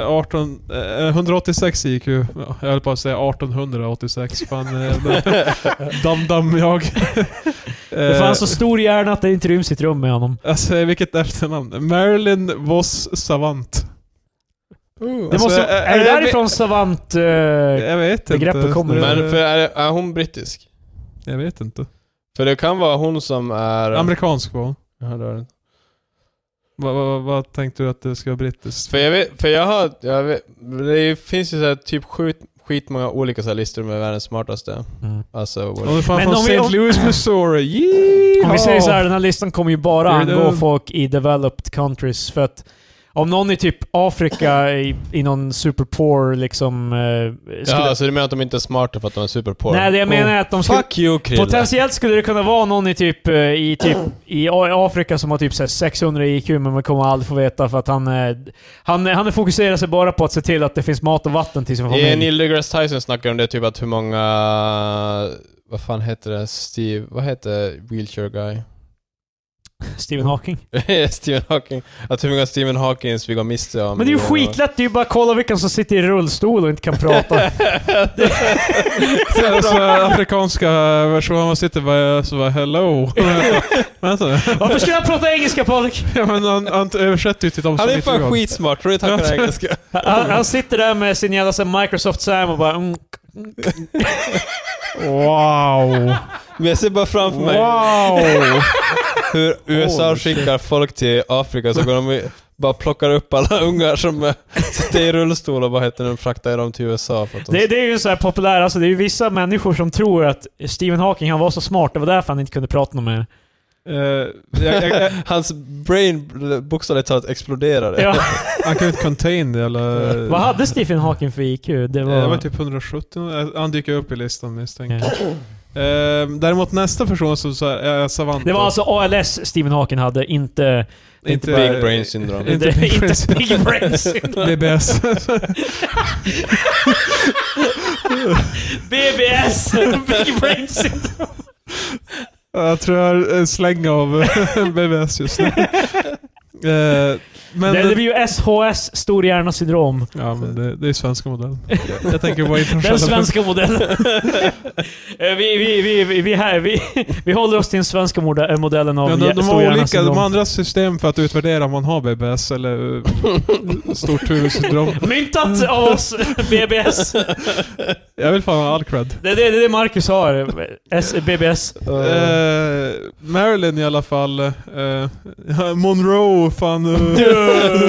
eh, 18, eh, 186 i IQ. Ja, jag höll på att säga 1886. Fan, eh, dam-dam-jag. det fanns så stor hjärna att det inte ryms i ett rum med honom. Eh, Alltså vilket efternamn? Marilyn Voss Savant. Det Alltså, måste, jag- jag- är det jag därifrån savant... eh, Jag vet inte. Begreppet kommer. Men för Det- är, är hon brittisk? Jag vet inte. För det kan vara hon som är... Amerikansk var hon. Ja, det var det. Vad va, va tänkte du att det ska vara brittiskt? För jag vet, för jag har, jag vet, det finns ju så här typ skit, skitmånga olika så här listor med världens smartaste. Mm. Alltså, what- Om det fan Men från om vi- St. om- Louis, Missouri. Om Yeehaw! vi säger så här, den här listan kommer ju bara Det är Eh, det. angå folk i developed countries. För att om någon i typ Afrika i, i någon super poor liksom... eh, skulle, Jaha, så alltså, du menar att de inte är smarta för att de är Oh. superpoor? nej, det jag menar är att de skulle, Fuck you Krille! Potentiellt skulle det kunna vara någon i typ, eh, i typ i A- Afrika som har typ så här 600 IQ, men man kommer aldrig få veta för att han, eh, han, han fokuserar sig bara på att se till att det finns mat och vatten till sin I familj. Neil deGrasse Tyson snackar om det typ att hur många... Vad fan heter det? Steve... Vad heter wheelchair guy? Stephen Hawking. Stephen Hawking. Att hur många Stephen Hawkins vi går miste om. Men det är ju skitlätt, det är ju bara att kolla vilken som sitter i rullstol och inte kan prata. Så här, så här, afrikanska versionen. Man sitter bara så bara hello. Vänta. Varför ska jag prata engelska Patrik? Ja, men han, han översätter ju till de som Han är inte fan kan. skitsmart, tror du inte han kan engelska? Han, han sitter där med sin jävla så här, Microsoft Sam och bara mm, Wow. Men jag ser bara framför mig Wow. Oh. hur USA Holy shit. skickar folk till Afrika så går de i- bara plockar upp alla ungar som eh, sitter i rullstol och vad heter det, fraktar dem till USA för att de Det, det är ju så här populär, alltså det är ju vissa människor som tror att Stephen Hawking, han var så smart, det var därför han inte kunde prata något mer. Eh, jag, jag, jag, Hans brain bokstavligt talat exploderade. Ja. han kan ju inte contain det eller... Vad hade Stephen Hawking för IQ? Det var... Eh, Det var typ 170, han dyker upp i listan misstänker jag. Ehm, däremot nästa person som så här, är Savant. Det var alltså ALS Stephen Hawking hade, inte... Inte Big brain syndrome. Inte Inte, Big Brain inte Syndrome. Big Brain Syndrome. BBS. BBS! Big Brain Syndrome. jag tror jag har en släng av BBS just nu. Ehm, men, Mm. det, det blir ju SHS, stor hjärna syndrom. ja, men det, det är svenska modellen. Jag tänker på internationella... Den svenska modellen. Eh, vi, vi, vi, vi, vi, här, vi, vi håller oss till den svenska moda- eh, modellen av men de, hjär- de, stor har hjärna olika, de syndrom. har andra system för att utvärdera om man har BBS eller eh, stort huvudsyndrom. Myntat av oss, BBS. Jag vill fan ha all cred. Det är det, det, är det Marcus har. S, BBS. Oh. Eh, Marilyn i alla fall. eh, ja, Monroe, fan. eh,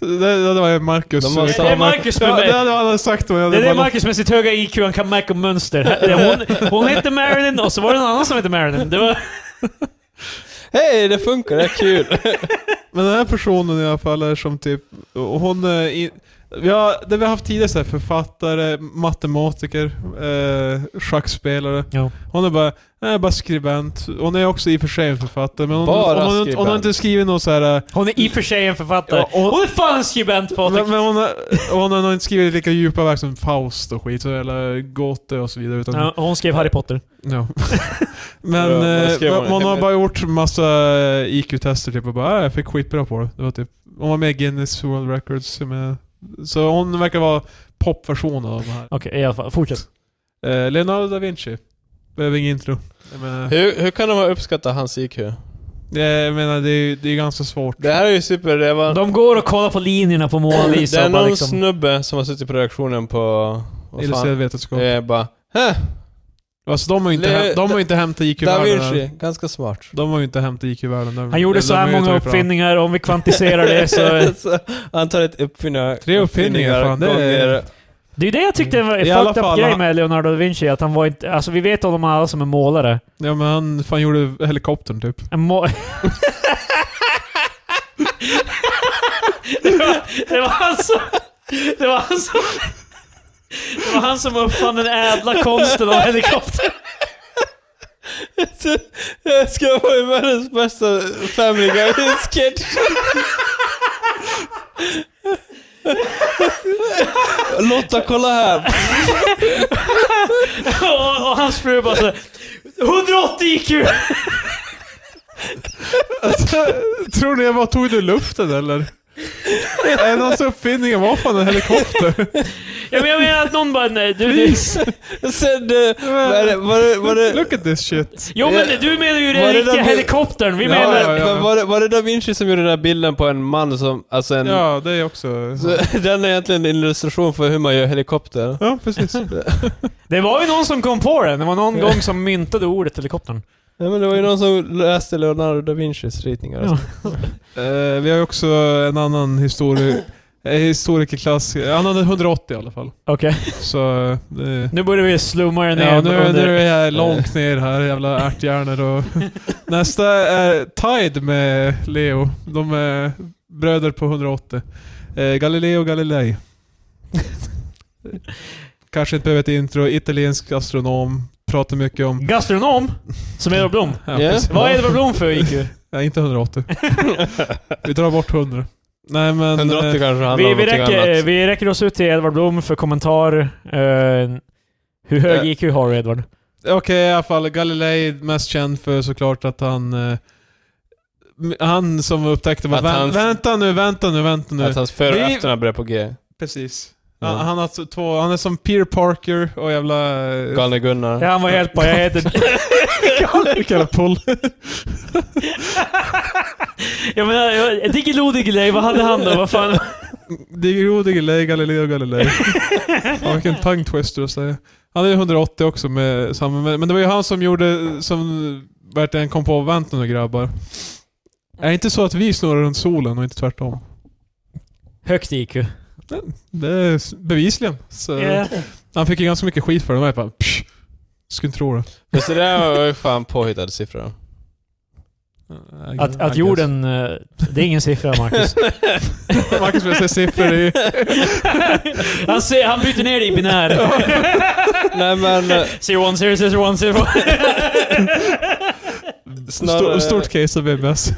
det, det var ju Marcus. De var Eh, Det är Marcus med ja, mig. det hade han sagt. Men jag Det är hade det bara- Marcus med sitt höga IQ, han kan märka mönster. Hon, hon hette Marilyn och så var det någon annan som hette Marilyn. Det var, Hej, det funkar, det är kul! Men den här personen i alla fall är som typ... och Hon är i, Vi har, det vi har haft tidigare så här, författare, matematiker, eh, schackspelare. Ja. Hon är bara, nej, bara skribent. Hon är också i och för sig en författare, men hon, Bara hon, hon, hon har skribent. inte skrivit något så här. eh, Hon är i och för sig en författare. Ja, och- Hon är fan en skribent Patrik! Men, men hon, har, hon har nog inte skrivit lika djupa verk som Faust och skit, eller Goethe och så vidare. Utan, Ja, hon skrev Harry Potter. Ja. men Ja, vad eh, skrev hon? hon har bara gjort massa IQ-tester typ och bara äh, jag fick skitbra på det. det var typ, hon var med i Guinness World Records. Som är, så hon verkar vara popversionen av det här. Okej, i alla fall. Fortsätt. Eh, Leonardo da Vinci. Behöver ingen intro. Jag menar, Hur, hur kan de ha uppskattat hans IQ? jag menar det, är, ju- det är ganska svårt. Det här är ju super... Det, var, De går och kollar på linjerna på Mona det Lisa är och bara någon liksom... snubbe som har suttit på redaktionen på... Vad fan? Illustrerad vetenskap. Det är bara... Hä? Alltså de har ju inte, Eh, Le- häm- de har ju inte hämtat Da IQ-världen. än. Vinci. Ganska smart. De har ju inte hämtat IQ-världen. De- Han gjorde de så har här ju många tagit fram- uppfinningar, om vi kvantiserar det så... Så, Antalet uppfinningar... Tre uppfinningar, fan, det är- gånger- Det är ju det jag tyckte var en I alla fucked up fall, grej han- med Leonardo da Vinci, att han var inte... Alltså vi vet honom alla som en målare. Ja men han fan gjorde helikoptern typ. En må... det, var, det var han som... Det var han som... Det var han som uppfann den ädla konsten av helikopter. Jag ska vara i världens bästa Family Guy-sketch. Lotta, kolla här! Och, och hans fru bara så här, 180 IQ! Tror ni jag bara tog det ur luften eller? En av hans uppfinningar var fan en helikopter. Ja, men jag menar att någon bara nej, du... du Sen, eh, var det, var det, var det, Look at this shit. jo men du menar ju Var det den riktiga den- helikoptern, vi Ja, menar... ja, ja. Men var, det, var det Da Vinci som gjorde den här bilden på en man som, alltså en... Ja, det är också... Så, den är egentligen en illustration för hur man gör helikopter. Ja, precis. Det var ju någon som kom på den, det var någon gång som myntade ordet helikoptern. Ja, men det var ju någon som läste Leonardo da Vincis ritningar. Ja. Ja. Eh, vi har ju också en annan histori- eh, historikerklass. Han hade 180 i alla fall. Okej. Så... eh, Det, Nu börjar vi slumma den ner ja, nu, nu under... är jag långt ner här, jävla ärthjärnor och... Nästa är Tide med Leo. De är bröder på 180. Eh, Galileo Galilei. Kanske inte behöver ett intro. Italiensk astronom. Pratar mycket om... Gastronom? Som Edvard Blom? Ja, Ja. precis. Vad är Edvard Blom för IQ? Nej, inte 180. Vi drar bort 100. Nej men... 180 eh, kanske handlar Vi, om vi, någonting räcker, annat. vi räcker oss ut till Edvard Blom för kommentar. eh, hur hög Eh. IQ har du Edvard? Okej i alla fall. Galilei är mest känd för såklart att han... eh, m- Han som upptäckte bara, Att "Vä- hans- Vänta nu, vänta nu, vänta nu. Att hans för och Vi- efternamn börjar på G. Mm. Precis. Ja. Han, han, har alltså två, han är som Peter Parker och jävla... eh, Galne Gunnar. Ja, han var helt bara, jag heter... Jävla pull. jag menar, jag- Diggiloo Diggiley, vad hade han då? Vad fan? Digro, Diggiley, Galileo, Galilei. Ja, vilken tongue twister att säga. Han är ju 180 också med samma, men, men det var ju han som gjorde, som verkligen kom på vänta nu grabbar. Är det inte så att vi snurrar runt solen och inte tvärtom? Högt IQ. Det är s- bevisligen. Så, Ja. Han fick ju ganska mycket skit för det. De var ju bara psh, Skulle inte tro det. Men så det där var ju fan påhittade siffror. I Att, guess. att jorden... eh, Det är ingen siffra Marcus. Marcus börjar säga siffror i... han, ser, han byter ner det i binär. Nej men... eh, Zero one, zero, zero one, zero Snarare- Stor, stort case av BBS.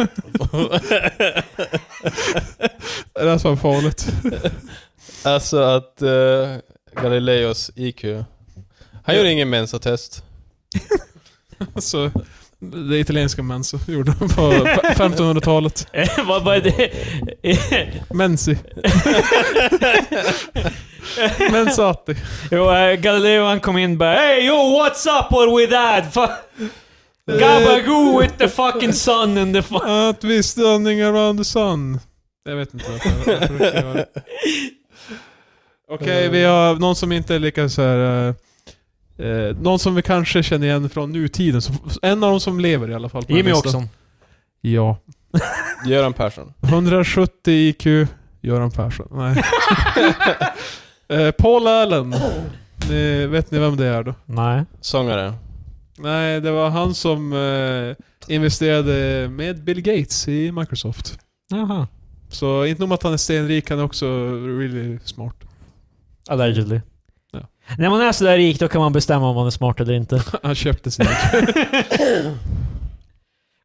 det är fan farligt. alltså att eh, Galileos IQ. Han gjorde ingen mensatest. Alltså, det italienska män så gjorde de på 1500-talet. Eh, vad, vad är det? Eh, Mensi. Mensati. jo, eh, Galileo han kom in bara Hey yo, what's up with that? Fa- Eh. Gabagoo with the fucking sun and the fu- Att vi stunning around the sun. Jag vet inte varför. varför det kan vara. Okej, Eh. vi har någon som inte är lika så här. eh, Eh, någon som vi kanske känner igen från nutiden. Som, en av dem som lever i alla fall. på den Jimmy listan. Åkesson. Ja. Göran Persson. 170 IQ. Göran Persson. Nej. eh, Paul Allen. Oh. Ni, vet ni vem det är då? Nej. Sångare. Nej, det var han som eh, investerade med Bill Gates i Microsoft. Jaha. Så inte nog med att han är stenrik, han är också really smart. Allegedly. Ja. När man är sådär rik, då kan man bestämma om man är smart eller inte. Han köpte sin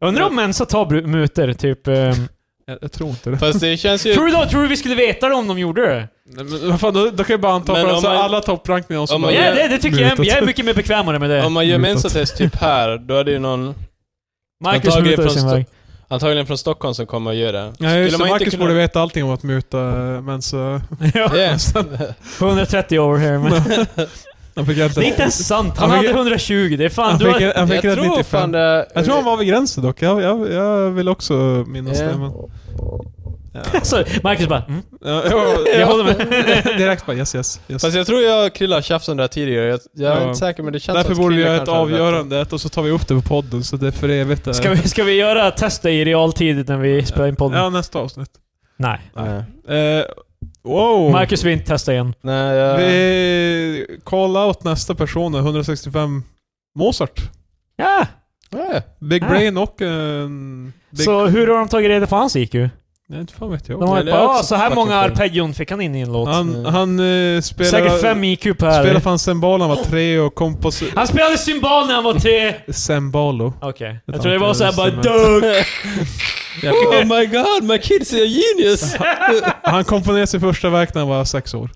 Undrar om Mensa tar bru- mutor, typ... ehm, jag, jag tror inte det. Fast det känns ju... tror, du då, tror du vi skulle veta det om de gjorde det? Nej, Men, vad fan, då, då kan jag bara anta Men för om alltså, man- alla topprankningar och så om Ja, man bara, gör- det, det tycker jag. Mutat. Jag är mycket mer bekvämare med Om det. man gör Mutat. mensatest typ här, då är det ju någon Marcus antagligen mutar från sin Sto- väg. antagligen från Stockholm som kommer och gör det. Nej, just Skulle det. man inte Marcus kunna- borde veta allting om att muta eh, Mensa. Ja, Yeah. 130 over here. Men Han fick hjälp. det är inte ens sant. Han Han hade fick- 120. Det är fan... Han Du fick, har, han jag fick jag, tror fan 95. det... jag tror han var vid gränsen dock. Jag, jag, jag vill också minnas Ja. det. Men, ja. alltså, Marcus bara... Mm, Ja, ja, jag håller med. Direkt bara yes, yes. yes. Fast jag tror jag och Krilla har tjafsat om det här tidigare. Jag, jag är Ja. inte säker men det känns som Därför att borde vi Krilla göra ett kanske hade rätt. avgörande och så tar vi upp det på podden så det är för evigt. eh. Ska vi, ska vi göra testet i realtid när vi spelar in podden? Ja, nästa avsnitt. Nej. Nej. Eh, wow! Marcus eh. vill inte testa igen. Nej, jag... Vi call out nästa person, 165 Mozart. Ja. Nej. Big Ah. Brain och en... Big... Så hur har de tagit reda på hans IQ? De Nej, inte fan vet har jag. Nej, bara, det är också ah, så här fucking många sjukt." arpeggion fick han in i en låt. Han, han eh, spelar... Säkert fem IQ per. Spelar fan cembal när han var tre och kompos... Han spelade cymbal när han var tre! Okej. Cembalo. Jag tror det var såhär bara Instrument. duck. Oh my god, my kids are genius! Han komponerade sin första verk när han var sex år.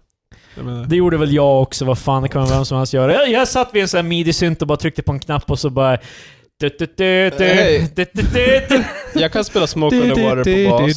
Jag menar, Det gjorde väl jag också, vad fan, det kan väl vem som helst göra. Jag, jag satt vid en sån här midi-synt och bara tryckte på en knapp och så bara... Du, du, du, du, Hey. du, du, du, du. jag kan spela Smoke on the Water på bas.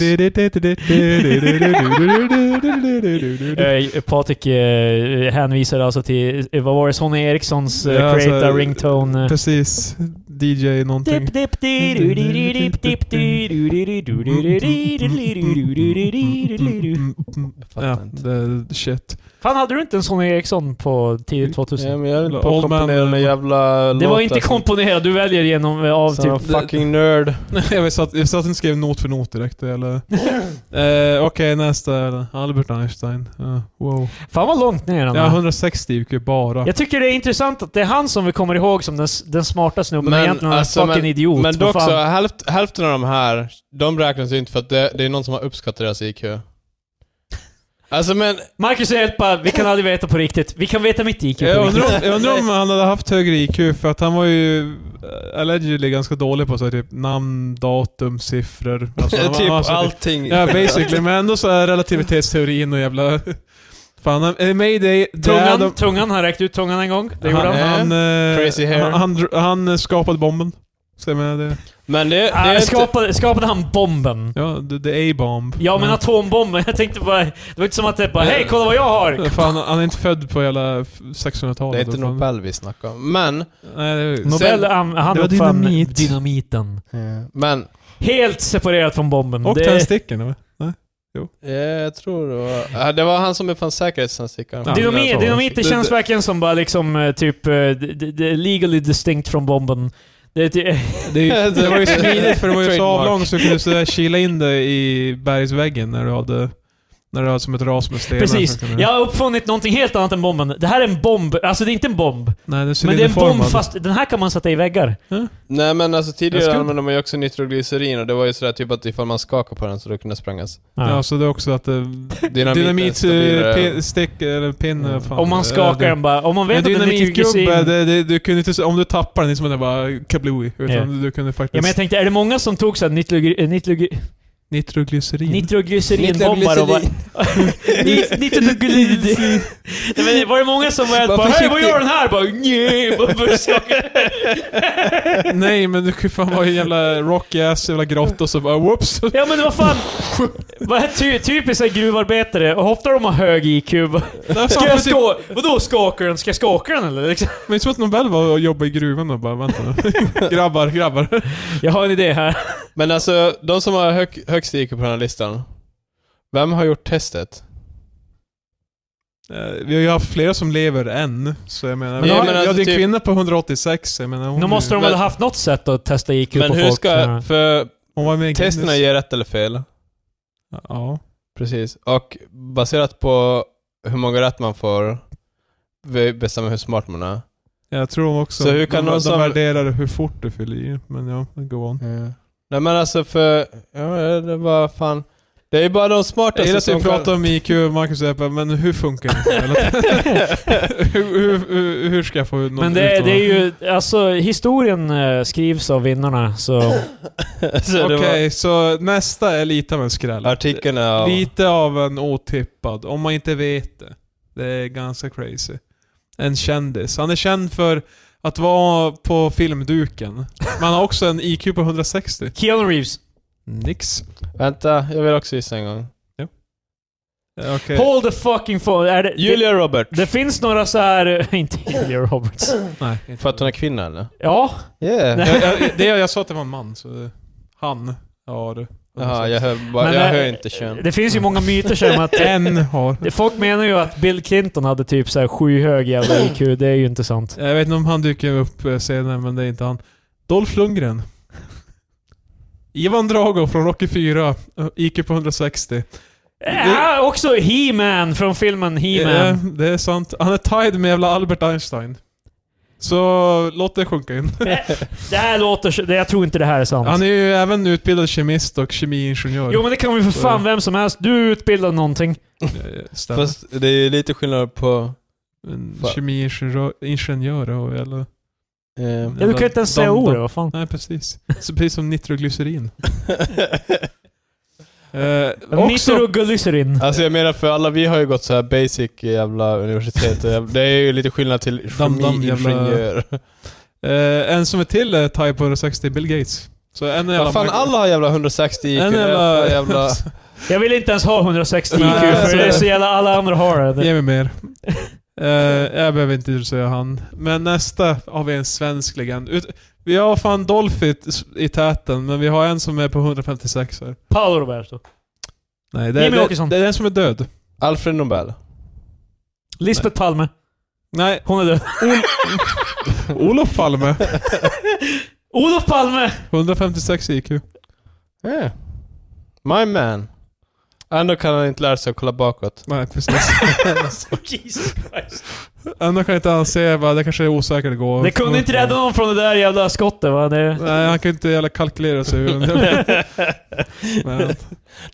Eh, Patrik eh, hänvisar alltså till, eh, vad var det, Sonny Erikssons eh, Ja, alltså, create a ringtone. eh. Precis. DJ någonting. Dipp, dipp, di, du, di, di, dipp, dipp, di, du, di, di, du, di, di, di, di, di, di, di, di, di, di, di, di. Jag fattar Ja, inte. det, shit. Fan, hade du inte en Sonny Eriksson på tidigt 2000? Ja, men jag höll på att Old man- komponera någon jävla Det var låt inte där som- komponerat, du väljer genom eh, av Som en typ... fucking nerd. jag visste att jag satt inte skrev not för not direkt. Eller. eh, Okej, nästa. Albert Einstein. Ja, wow. Fan vad långt ner han Ja, är. 160 IQ bara. Jag tycker det är intressant att det är han som vi kommer ihåg som den, s- den smarta snubben, men Men, egentligen alltså, alltså, en fucking idiot. Men för dock fan. så, hälft, hälften av de här, de räknas ju inte för att det, det är någon som har uppskattat deras IQ. Alltså men, Marcus är helt bara, vi kan aldrig veta på riktigt. Vi kan veta mitt IQ på Jag riktigt. undrar, om, jag undrar om han hade haft högre IQ för att han var ju eh, allegedly ganska dålig på så här, typ namn, datum, siffror. Alltså, han var- typ han var så här- allting. Ja, basically. Men ändå så är relativitetsteorin och jävla... Fan, han, eh, Mayday... det är Tungan, de- tungan, han räckte ut tungan en gång. Det gjorde han, han. är- han, eh, Crazy hair. Han, han, dr- han eh, skapade bomben. Så jag menar det... Men det, det Ah, är inte... skapade, skapade han bomben? Ja, the, the A-bomb. Ja, men atombomben. Jag tänkte bara... Det var inte som att det bara Hej, kolla vad jag har! Ja, Fan, han är inte född på hela f- 600-talet. Det är inte Fan. Nobel vi snackar om. Men, Nej, det är... Nobel, Sen- han, han Det var uppfann dynamit. dynamiten. men, Helt separerat från bomben. Och det, tändsticken, eller? Nej. eh, jag tror det var... Ja, det var han som uppfann säkerhetstandstickaren. Ja, Jag tror Dynamit, det. dynamit det Det- känns det- verkligen som bara liksom eh, typ eh, d- d- d- legally distinct från bomben. Det, är ty- Det, är ju- det var ju smidigt för det var ju så Trademark. avlång så du kunde sådär kila in det i bergsväggen när du hade... När du hade som ett ras med stenar. precis. så kunde du- Jag har uppfunnit någonting helt annat än bomben. Det här är en bomb. Alltså det är inte en bomb. Nej, det är Men det är en bomb cylinderformad. fast den här kan man sätta i väggar. Nej men alltså Jag tidigare skulle- använde man ju också nitroglycerin och det var ju sådär typ att ifall man skakar på den så då kunde det sprängas. Ja, så det är också att det, Dynamit, Dynamit, eh, är pin, stick eller pinne. Mm. Fan. Om man skakar Eh, den bara. Om man det- vet Men att den är glycerin. dynamitgubbe, det, det, du kunde inte, om du tappar den, det är som att det bara kablooey. Utan Ja. du kunde Ja, men jag faktiskt... tänkte, är det många som tog såhär nitrogly- eh, nitrogly- nitroglycerin. nitroglycerinbombar och bara... Nit- nitroglycerin. Nej, men var det många som var Var bara Hej, vad försiktig." gör den här? Bara "Nje", bara började skaka. Nej, men du kunde fan vara en jävla rocky ass, jävla grått och så bara whoops. Ja men vad fan, vad är ty, typiskt så här gruvarbetare, och ofta de har hög IQ. Ska Nej, fan, jag för typ, ska, vadå skakar den? Ska jag skaka den eller? Liksom. men det är som att Nobel var och jobbade i gruvan och bara vänta nu. grabbar, grabbar. Jag har en idé här. Men alltså, de som har hög, högst IQ på den här listan, vem har gjort testet? Eh, Vi har ju haft flera som lever än, så jag menar. Men Men ja, jag, men jag alltså hade en typ- kvinna på 186, jag menar hon, Då måste de Mm, men- väl ha haft något sätt att testa IQ Men på hur folk. ska, Ja. för hon var med i testerna Guinness. ger rätt eller fel. Ja. Precis. Och baserat på hur många rätt man får, vi bestämmer hur smart man är. Jag tror också. Så hur kan de, någon de som- värderar hur fort du fyller i. Men ja, go on. Nej men alltså för, ja det var fan, Det är ju bara de Jag smartaste gillar att vi som pratar om IQ och Marcus är bara, men hur funkar det? Eller- hur, hur, hur, hur ska jag få ut något Men det, ut av det är ju, alltså historien eh, skrivs av vinnarna så... så Okej, det var så nästa är lite av en skräll. Artikeln är... Lite av en otippad, om man inte vet det. Det är ganska crazy. En kändis. Han är känd för att vara på filmduken. Men han har också en IQ på 160. Keanu Reeves. Nix. Vänta, jag vill också gissa en gång. Eh, Okej. Hold the fucking phone. Är det, det, Julia Roberts. det finns några så här inte Julia Roberts. Nej. För att hon är kvinna eller? Ja, Yeah. jag, jag, det jag, jag sa att det var en man, så... det- Han har... Jaha, jag hör, bara, Men, jag eh, hör inte kön. det finns ju många myter som att... En har. Folk menar ju att Bill Clinton hade typ så här skyhög jävla IQ, det är ju inte sant. Jag vet inte om han dyker upp eh, senare, men det är inte han. Dolph Lundgren. Ivan Drago från Rocky 4. eh, IQ på 160. Äh, också He-Man från filmen Eh, He-Man. det är sant. Han är tied med jävla Albert Einstein. Så låt det sjunka in. Eh, Det här låter... så- det- Jag tror inte det här är sant. Han är ju även utbildad kemist och kemiingenjör. Jo men det kan ju för fan vem som helst. Du utbildar någonting. Eh, stämmer. Fast det är ju lite skillnad på... En Fan. Kemiingenjör ingenjör och eller... ehm, Ja, du kan inte ens säga Dom- dom- ordet, vad fan. Nej, precis. Så precis som nitroglycerin. Eh, också, Nitroglycerin. alltså jag menar för alla vi har ju gått så här basic jävla universitet. och jävla- Det är ju lite skillnad till Dam- dam, jävla- kemiingenjör. eh, en som är till är tied på 160, Bill Gates. Så en är Vad fan, alla har jävla 160 IQ. En det är jävla- för jävla... Jag vill inte ens ha 160 IQ, Nej, för så- det är så jävla alla andra har det. Ge mig mer. Eh, jag behöver inte introducera han. Men nästa har vi en svensk legend. Ut, vi har fan Dolph i, i täten, men vi har en som är på 156 här. Paolo Roberto. Nej, det, är- Jimmy det, Åkesson. det är den som är död. Alfred Nobel. Lisbeth Palme. Nej, Hon är död. Olof Palme. Olof Palme! 156 IQ. Yeah. Eh. My man. Ändå kan han inte lära sig att kolla bakåt. Nej, precis. Alltså, Jesus Christ. Ändå kan inte han se, va, det kanske är osäkert att gå. Det kunde inte rädda någon från det där jävla skottet va? Det... Nej, han kan inte jävla kalkylera sig ur den. Men-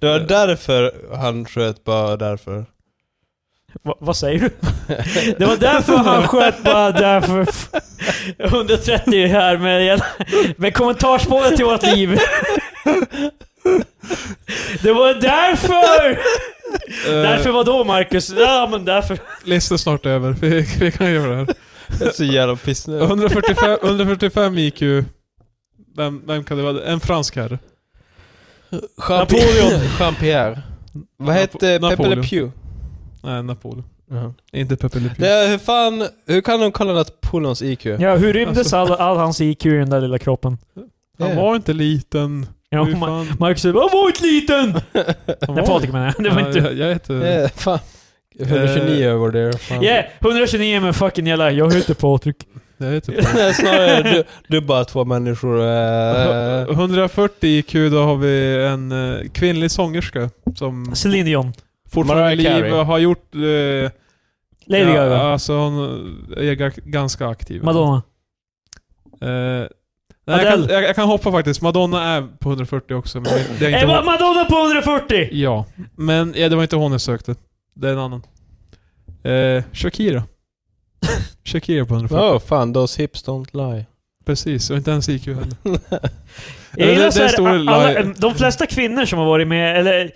Det var därför han sköt, bara därför. Va, vad säger du? Det var därför han sköt bara därför. 130 här med, med kommentarsspåret till vårt liv. Det var därför! Därför vad då Marcus? Ja men därför. Eh, Listan är snart över. Vi, vi kan göra det här. Jag är så jävla pissnödig. 145, 145 IQ. Vem, vem kan det vara? En fransk herre. Napoleon. Jean-Pierre. Vad hette Napo- Pepe Le Napoleon. Pew? Nej, Napoleon. Inte Pepe Le Pew. Det är, hur fan, hur kan de kalla Napoleons IQ? Ja, hur rymdes all, all hans IQ i den där lilla kroppen? Han var inte liten. Ja, Hur Ma- fan? Marcus säger ”Jag var inte liten!” Han Nej, var- Patrik menar jag. Det var Ja, inte... Jag, jag heter... Yeah, fan. Eh, 129 över there. Fan. Yeah, 129 med fucking jävla “Jag heter Patrik”. Jag heter Nej, Snarare du, du är bara två människor. eh, 140 IQ, då har vi en eh, kvinnlig sångerska som Celine Dion. fortfarande i Mariah liv Carey. och har gjort... Eh, Lady Lady Gaga. Alltså hon är ga- ganska aktiv. Madonna. Eh, nej, jag, kan, Adele. jag, jag kan hoppa faktiskt. Madonna är på 140 också. Men det, det är inte Eh, hon. vad- Madonna på 140! Ja, men ja, det var inte hon jag sökte. Det är en annan. Eh, Shakira. Shakira på 140. Oh fan, those hips don't lie. Precis, och inte ens IQ heller. Jag det- gillar det så här, står i alla, live. de flesta kvinnor som har varit med, eller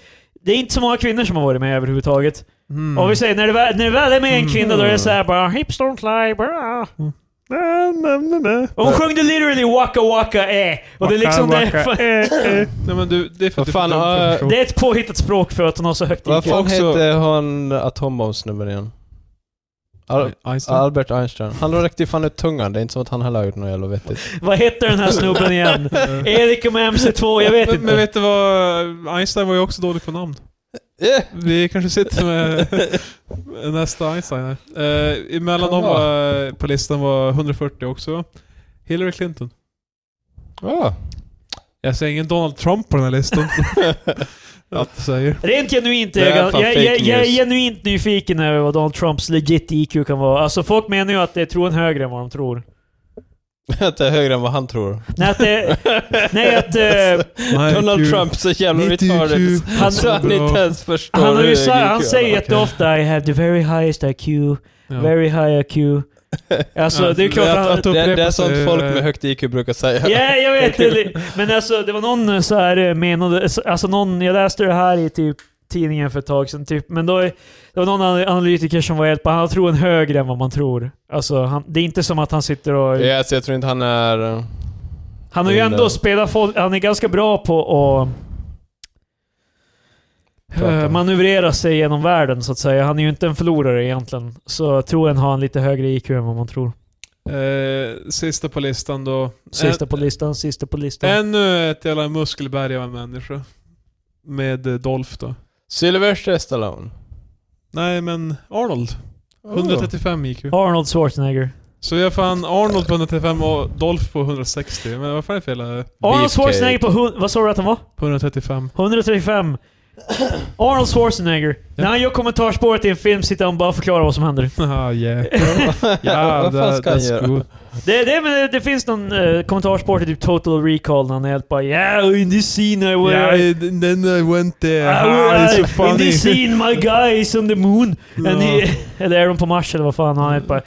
det är inte så många kvinnor som har varit med överhuvudtaget. Mm. Och vi säger, när det väl, när det väl är med en kvinna då är det Mm. såhär bara “Hips don't lie”. Bra. Nej, nej, nej, nej. Och hon sjöng det literally “Waka waka eh”. Och det är liksom det... Nej, men du, det är för att Vad fan, du är för eh, person. Det är ett påhittat språk för att hon har så högt Vad IQ. fan också- hette hon atombombsnubben igen? Al Einstein. Albert Einstein. Han räckte ju fan ut tungan, det är inte som att han har gjort något jävla vettigt. Vad heter den här snubben igen? Eh, Erik med MC2, jag vet men, men inte. vet du vad? Einstein var ju också dålig på namn. Eh, Vi kanske sitter med nästa Einstein här. Eh, emellan Kan dem vara. var, eh, på listan var 140 också. Hillary Clinton. Ja. Jag ser ingen Donald Trump på den här listan. Allt du säger. Rent genuint, är Det jag, är fan jag, jag, fake jag är news. genuint nyfiken över vad Donald Trumps legit IQ kan vara. Alltså folk menar ju att det är troligen högre än vad de tror. Att det är högre än vad han tror. Nej, att det, nej, att, eh, Nej, Donald kul. Trump är så jävla Mitt retarded. IQ. Han- Så att ni inte ens förstår han, har ju, hur sa- hög han IQ säger har. jätteofta I have the very highest IQ, Ja. very high IQ. Alltså, det är klart att, han, att, det, det är upprepa sånt sig, folk eh, med högt IQ brukar säga. Ja, jag vet. Det, men alltså, det var någon eh, så här eh, menade, alltså någon, jag läste det här i typ tidningen för ett tag sedan, typ, men då, är- det var någon an- analytiker som var helt på, han tror en högre än vad man tror. Alltså, han, det är inte som att han sitter och... Ja, Mm. så jag tror inte han är... eh, Han har ju ändå spelat folk, han är ganska bra på att Prata. eh, manövrera sig genom världen så att säga. Han är ju inte en förlorare egentligen. Så jag tror han har en lite högre IQ än vad man tror. Eh, sista på listan då. Eh, Sista en, på listan, sista på listan. Ännu ett jävla muskelberg av en människa. Med eh, Dolph då. Sylvester Stallone. Nej men Arnold. Oh. 135 IQ. Arnold Schwarzenegger. Så jag fann Arnold på 135 och Dolph på 160. Men vad fan är fel? eh, Arnold Beefcake. Schwarzenegger på hund- Vad sa du att han var? På 135. 135. Arnold Schwarzenegger. När han gör kommentarsspåret i en film sitter han bara och förklarar vad som händer. Haha Ah, yeah. Ja, Ja, vad fan that, ska han göra? that's good. Det, det, men det, det finns någon eh, kommentarsspår i typ Total Recall när han är helt bara Yeah, in this scene I were... Yeah, I- then I went Oh, there. Ah, Ah, it's so In funny. this scene my guy is on the moon. And Ja, he, eller är de på Mars eller vad fan? Han är bara...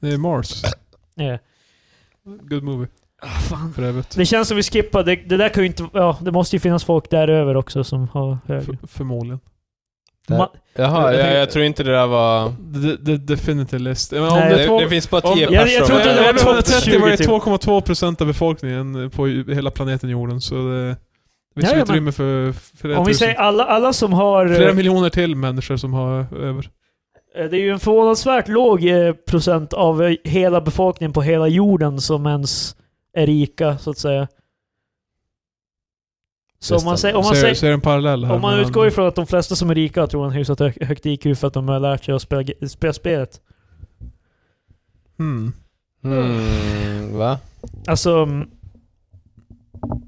Det är Mars. Yeah. Good movie. Ah, fan. För övrigt. Det känns som vi skippar. Det, det där kan ju inte... Ja, det måste ju finnas folk där över också som har högre. F- förmodligen. Där. Ma- Jaha, jag, jag tror inte det där var... The, the definitive list. Men om Nej, Det, det, är två- det finns bara om- tio Ja, jag personer. trodde det var Även om topp 130 var 20 det typ. 2,2% av befolkningen på ju- hela planeten jorden. Så det det finns Ja, ja, utrymme för flera, om vi tusen, säger alla, alla som har... eh, flera miljoner till människor som har över. eh, Det är ju en förvånansvärt låg eh, procent av eh, hela befolkningen på hela jorden som ens är rika, så att säga. Så om man, säger, om man ser, säger... ser en parallell här. Om man mellan- utgår ifrån att de flesta som är rika tror en hyfsat hö- högt IQ för att de har lärt sig att spela, ge- spela spelet. Hmm. Mm, va? Alltså... mm,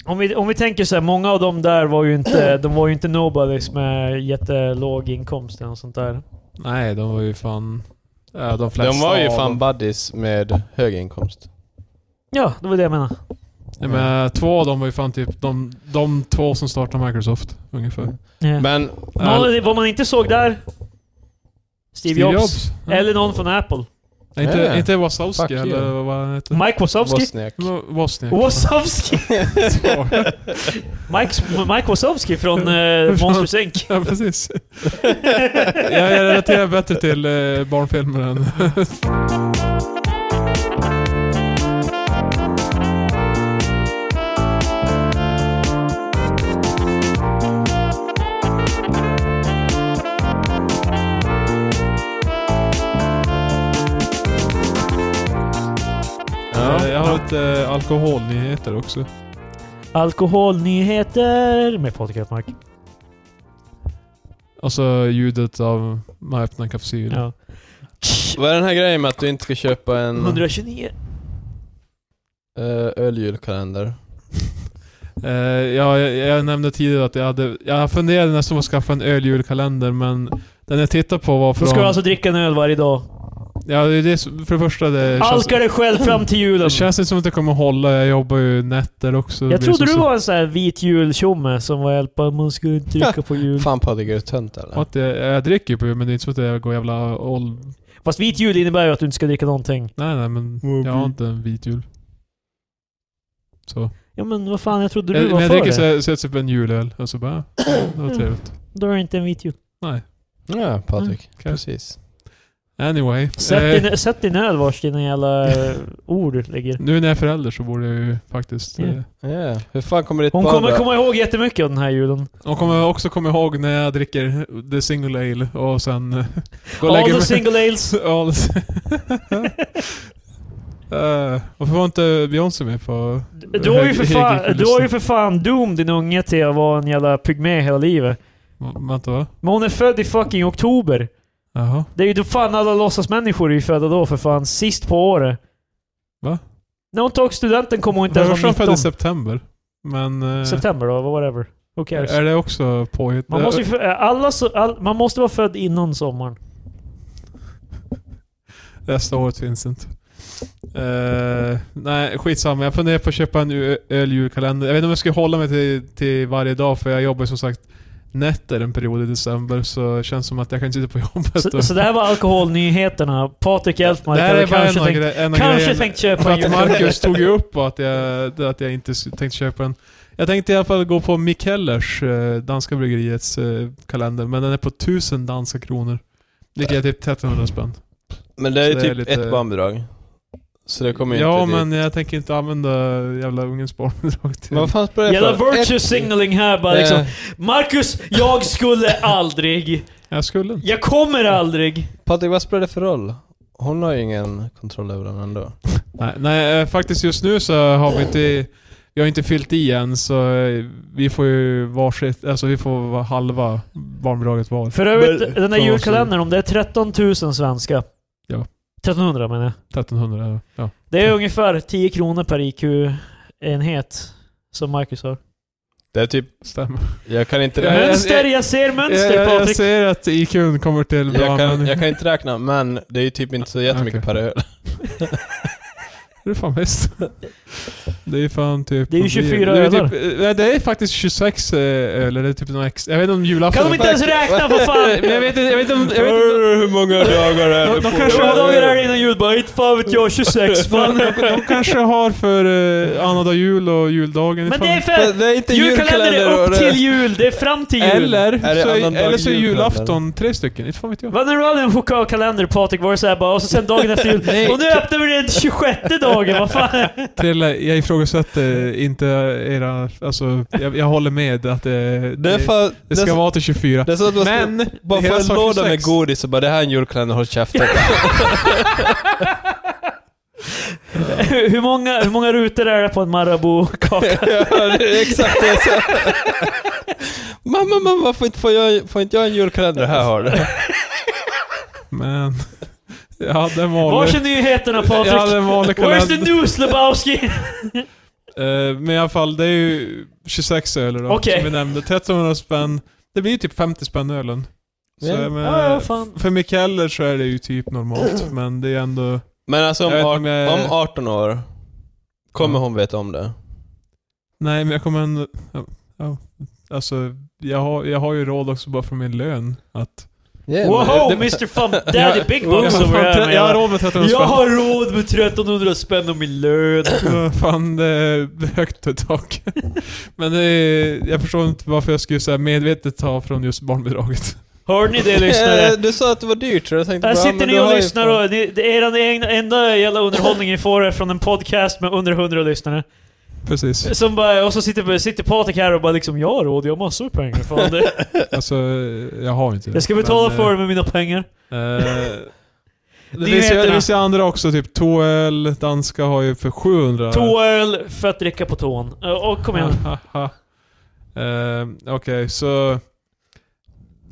Om vi, om vi tänker så här, många av dem där var ju inte, de var ju inte nobodies med jättelåg inkomst eller något sånt där. Nej, de var ju fan... Ja, de flesta De var ju av fan dem. buddies med hög inkomst. Ja, det var det jag menade. Mm. Nej, men, två av dem var ju fan typ de, de två som startade Microsoft, ungefär. Ja. Men... Någon, vad Eh, man inte såg där? Steve Jobs. Ja. Mm. Eller någon från Apple. Nej, inte, Yeah. inte Fuck Wasowski, you. eller vad- vad han heter. Mike Wazowski? Wozniak. Wa- Wozniak. Wazowski? Mike, Mike Wazowski från eh, Monsters Inc. Ja, precis. jag, jag relaterar bättre till eh, barnfilmer än... Ja. jag har lite eh, alkoholnyheter också. Alkoholnyheter med Patrik Ötmark. Alltså ljudet av man öppnar en kapsyl. Ja. Vad är den här grejen med att du inte ska köpa Mm. en 129. uh, öljulkalender? Eh, ja, jag, jag nämnde tidigare att jag hade... Jag funderade nästan på att skaffa en öljulkalender, men den jag tittade på var Då från... ska du alltså dricka en öl varje dag. Ja, det är det, som- för det första det känns, Alka dig själv fram till julen. det känns inte som att det kommer hålla. Jag jobbar ju nätter också. Det Jag blir trodde som du så- var en sån här vit jultjomme som var hjälpa man skulle inte dricka på jul. Fan Patrik, är du tönt eller? Att jag, jag dricker ju på jul, men det är inte så att jag går jävla all... Fast vit jul innebär ju att du inte ska dricka någonting. Nej, nej, men Mm. jag har inte en vit jul. Så. Ja men vad fan, jag trodde du Jag, var Eh, men jag för dricker det. så, så jag typ en julöl, och så bara... ja, Det var trevligt. Då är det inte en vit jul. Nej. Ja, Patrik. Mm, okej. Precis. Anyway. Sätt, Eh, din, sätt din öl vars dina jävla eh, ord ligger. nu när jag är förälder så borde jag ju faktiskt... Ja. eh, Ja. Hur fan kommer ditt Hon barn kommer då? komma ihåg jättemycket av den här julen. De kommer också komma ihåg när jag dricker the single ale och sen... eh, Gå och All lägger the mig. single ales. All the Eh, varför var inte Beyoncé med på... Du har ju för Hög- fan, hög- du har ju för fan dum din unge till att vara en jävla pygmé hela livet. Vänta va? Men hon är född i fucking oktober. Jaha. Det är ju då fan alla låtsasmänniskor är ju födda då för fan. Sist på året. Va? När hon tog studenten kom hon inte ens Brorsan vara föddes i 19. september. Men... eh, September då, whatever. Who cares? är det också påhitt? Man måste, ju fö- alla så, all, man måste vara född innan sommaren. Nästa året finns inte. Eh, nej, skitsamma. Jag funderar på att köpa en ö- öljulkalender. Jag vet inte om jag ska hålla mig till, till varje dag, för jag jobbar som sagt nätter en period i december, så det känns som att jag kan inte sitta på jobbet. Så, så det här var alkoholnyheterna. Patrik Elfmark Det här hade är bara en kanske av tänkt, gre- en av kanske grejerna. tänkt köpa För en att julklapp. Marcus tog ju upp att jag, att jag inte s- tänkte köpa en. Jag tänkte i alla fall gå på Mikkellers, eh, danska bryggeriets eh, kalender, men den är på 1000 danska kronor. Vilket är typ 1300 spänn. Men det är ju Så det typ är lite- ett barnbidrag. Så det kommer ju Ja, inte dit. men jag tänker inte använda jävla ungens barnbidrag till Men vad fan spelar det Jävla för? virtue signaling här bara Eh, liksom. Marcus, jag skulle aldrig. Jag skulle inte. Jag kommer aldrig. Patrik, vad spelar det för roll? Hon har ju ingen kontroll över den ändå. Nej, nej, eh, faktiskt just nu så har vi inte... Vi har inte fyllt i än, så eh, vi får ju varsitt... Alltså vi får vara halva barnbidraget var. För övrigt, Men- den där Från julkalendern, om det är 13 000 svenska. Ja. 1300 menar jag. 1300, ja. Det är ungefär 10 kronor per IQ-enhet. Som Marcus har. Det är typ, Stämmer. jag kan inte Ja, jag- räkna. Mönster, jag ser Jag, mönster Eh, jag, jag Patrik! ser att IQn kommer till bra Jag kan, användning. jag kan inte räkna, men det är ju typ inte så jättemycket Okej. per öl. Det är fan mest. Det är fan typ... Det är ju 24 det är ölar. typ, eh, Det är faktiskt 26 eh, öler. Det är typ någon ex, Jag vet inte om julafton... Kan de inte ens räkna för fan! Men jag vet inte... Jag vet inte... om- Jag vet inte Hur många dagar är De- de på- Hur kanske- många dagar är det innan jul? Bara inte fan vet jag, 26 fan. de kanske har för eh, annandag jul och juldagen. Men det är Det- för... Det är inte Julkalender är och upp det- till jul, det är fram till jul. Eller, Är det så, är, annandag eller så är julkalender? julafton tre stycken. Inte fan vet jag. Vad när du hade en chokladkalender Patrik, var det såhär bara och så sen dagen efter jul. Nej. Och nu öppnar vi den 26 dagen, vad fan. Trille, jag ifrågasätter inte era... Alltså, jag, jag håller med att det, Det är för... det ska det är så- vara till 24. Det är så att man ska- Men... Bara hela få en sak låda 26. med godis och bara det här är en julkalender, håll käften. hur, många, hur många rutor är det på en Marabou-kaka? ja, det är exakt det jag sa. Mamma, mamma, varför inte får jag, får inte jag en julkalender? Här har du. Men... Jag hade en Vars vanlig... är nyheterna Jag hade Patrik? en vanlig Where's the kalender. news Lebowski? Eh, men i alla fall, det är ju 26 öl då, Okej. som vi nämnde. 1300 spänn. Det blir ju typ 50 spänn ölen. Så, Ja. jag menar, Ja, ja, fan. För Mikeller så är det ju typ normalt, men det är ändå... Men alltså om, Jag vet art- inte om Eh. jag- om 18 år kommer Ja. hon veta om det. Nej, men jag kommer ändå... Ja, ja, alltså, jag har, jag har ju råd också bara från min lön. Att, Wow, Mr Fun Daddy Big Bucks jag, over har här tre, jag har med. råd med 1300 Jag spänn. har råd med 1300 spänn och min lön. Ja, Fan, det är högt i tak. Men det är, jag förstår inte varför jag skulle säga medvetet ta från just barnbidraget. Hör ni det lyssnare? Eh, Du sa att det var dyrt, så jag tänkte Här bara, sitter men ni du och har ju lyssnar fan- och ni, det är den egna, enda jävla underhållning ni får är från en podcast med under 100 lyssnare. Precis. Som bara, och så sitter, sitter Patrik här och bara liksom Jag har råd, jag har massor av pengar. Fan det. Alltså, jag har inte det. Jag ska betala Men, för det med mina pengar. eh, eh, det, finns ju, Nyheterna. det finns ju andra också, typ Toel, danska har ju för 700. Toaöl för att dricka på tån. Ö, Och kom igen. Ha, ha, ha. Eh, Okej, så...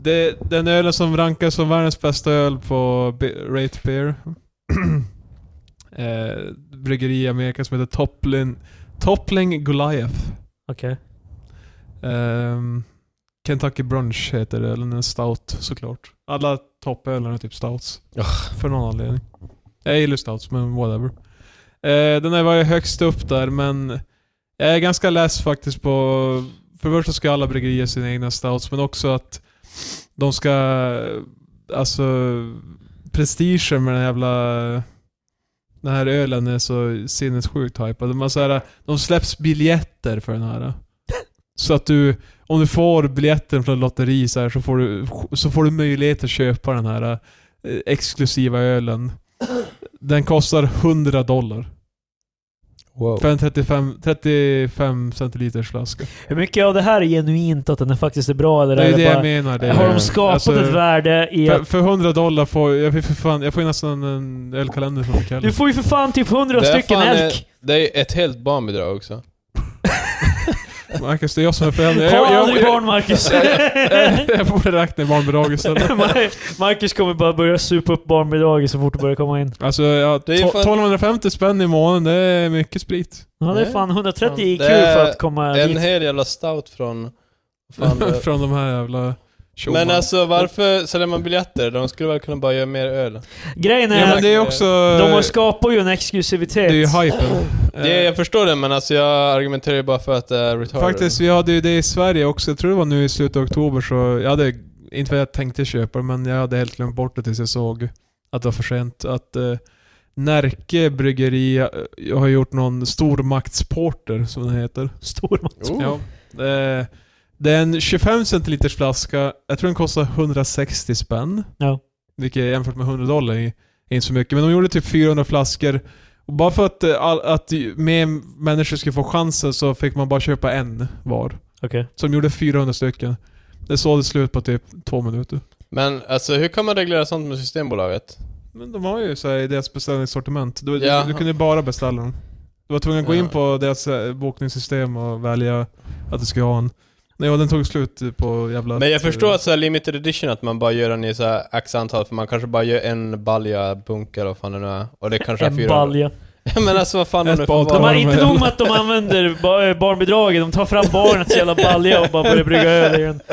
Det, den ölen som rankas som världens bästa öl på Be- Rate Beer. eh, bryggeri i Amerika som heter Toppling, Toppling Goliath. Okej. Ehm, Kentucky Brunch heter det, eller en stout såklart. Alla toppölar är typ stouts. För någon anledning. Jag gillar stouts, men whatever. Eh, den här var ju högst upp där, men jag är ganska less faktiskt på... För det första ska alla bryggerier sina egna stouts, men också att de ska... Alltså... Prestigen med den jävla... Den här ölen är så sinnessjukt hypad. De, har så här, de släpps biljetter för den här. Så att du, om du får biljetten från ett lotteri så, här, så, får du, så får du möjlighet att köpa den här eh, exklusiva ölen. Den kostar 100 dollar Wow. för en 35, 35 centiliters flaska. Hur mycket av det här är genuint att den är faktiskt är bra eller Det är ju är det det jag bara... menar. Det Har är, de skapat alltså, ett värde i för, att... för 100 dollar får jag, får för fan, jag får ju nästan en ölkalender från Mikael. Du får ju för fan typ 100 Det är stycken fan, eh, elk. Det är ett helt barnbidrag också. Marcus, det är jag som är förälder. Jag, Har jag, aldrig jag, barn Marcus. jag, jag borde räkna i barnbidrag istället. Mar- Marcus kommer bara börja supa upp barnbidraget så fort det börjar komma in. Alltså, ja, Det är ju to- för- 1250 spänn i månaden, det är mycket sprit. Ja, det är Ja. fan 130 IQ Det är för att komma En dit. hel jävla stout från... Fan, det- Från de här jävla... Men Showman. alltså varför säljer man biljetter? De skulle väl kunna bara göra mer öl? Grejen är, ja, men det är eh, också... de har skapat ju en exklusivitet. det är ju hypen. Eh. Det, jag förstår det men alltså jag argumenterar ju bara för att det är retarded. Eh, Faktiskt, vi hade ju det i Sverige också. Jag tror det var nu i slutet av oktober så... Jag hade, inte för att jag tänkte köpa det, men jag hade helt glömt bort det tills jag såg att det var för sent. Att eh, Närke Bryggeri eh, har gjort någon stormaktsporter, som den heter. Stor Oh. Ja. Eh, det är en 25 centiliters flaska. Jag tror den kostar 160 spänn. Ja. Vilket jämfört med 100 dollar är inte så mycket. Men de gjorde typ 400 flaskor. Och bara för att, eh, all, att mer människor skulle få chansen så fick man bara köpa en var. Okej. Så de gjorde 400 stycken. Det sålde slut på typ två minuter. Men alltså hur kan man reglera sånt med Systembolaget? Men de har ju så här i deras beställningssortiment. Du, Ja. du, du kunde bara beställa dem. Du var tvungen att gå in Ja. på deras eh, bokningssystem och välja att du skulle ha en. Nej, och den tog slut på jävla... Men jag förstår att så här limited edition, att man bara gör den i så här x antal, för man kanske bara gör en balja bunk eller vad fan det nu är. Och det kanske är En fyra. balja. men alltså vad fan det Ett nu bad. för De val? har de inte jävla- nog med att de använder ba- eh, barnbidraget, de tar fram barnets jävla balja och bara börjar brygga öl i den.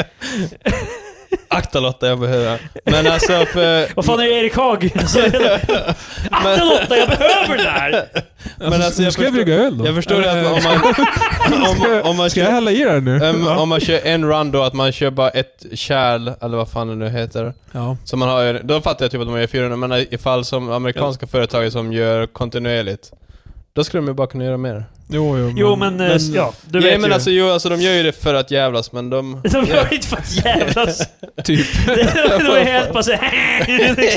Akta Lotta, jag behöver Men alltså för... Vad fan är det Erik Haag? Akta Lotta, jag behöver det här! Men alltså, alltså, nu jag ska jag förstår- brygga öl då. Jag förstår Eh, att om man... Om, om man Ska jag kör, hälla i den nu? um, om man kör en run då, att man kör bara ett kärl, eller vad fan det nu heter. Ja. Så man har, då fattar jag typ att de gör 400, men ifall som amerikanska företag som gör kontinuerligt, då skulle de ju bara kunna göra mer. Jo, jo. Jo men, eh, ja, du Nej vet men ju. alltså, jo, alltså de gör ju det för att jävlas, men de... De gör inte för att jävlas. Typ. De är helt bara så här.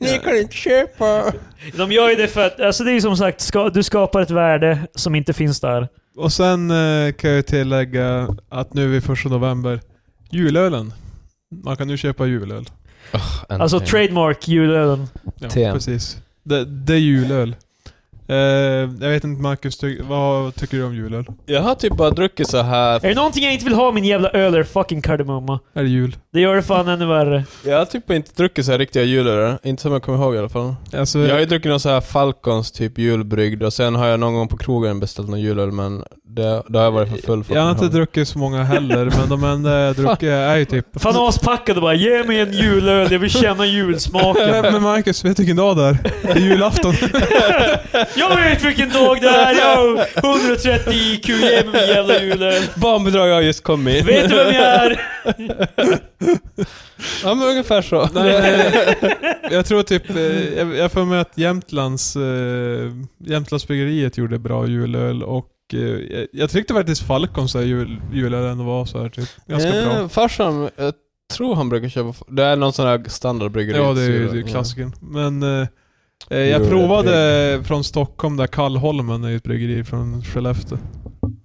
Ni kan inte köpa. De gör ju det för att, alltså det är ju som sagt, ska, du skapar ett värde som inte finns där. Och sen eh, kan jag ju tillägga att nu är vi första november. Julölen. Man kan nu köpa julöl. Alltså trademark julölen. Ja, TM. precis. Det, det är julöl. Eh, jag vet inte Marcus, ty, vad tycker du om julöl? Jag har typ bara druckit så här. Är det någonting jag inte vill ha i min jävla öl är fucking kardemumma. Är det jul? Det gör det fan ännu värre. Jag har typ inte druckit så här riktiga julöl. Inte som jag kommer ihåg i alla fall. Alltså, Jag har ju druckit någon så här Falcons typ julbryggd och sen har jag någon gång på krogen beställt någon julöl men det, det har jag varit för full för. jag har att komma inte ihåg. druckit så många heller, men de enda jag druckit är ju typ... Fan aspackad och bara 'Ge mig en julöl, jag vill känna julsmaken' Men Marcus, vet du vilken dag det är? Det är julafton. Jag vet vilken dag det är! Jag har 130 IQ, ge mig min jävla julöl! Barnbidrag har just kommit in. Vet du vem jag är? Ja men ungefär så. Nej, nej, jag tror typ, eh, jag jag får med att Jämtlands, eh, Jämtlandsbryggeriet gjorde bra julöl och eh, jag- jag tyckte faktiskt Falcons här jul, julöl ändå var så här typ, ganska bra. Eh, Farsan, jag tror han brukar köpa... Det är någon sån här standardbryggeri. Ja, det är ju det är klassiken. Men eh, eh, jag provade från Stockholm där Kallholmen är ju ett bryggeri från Skellefteå.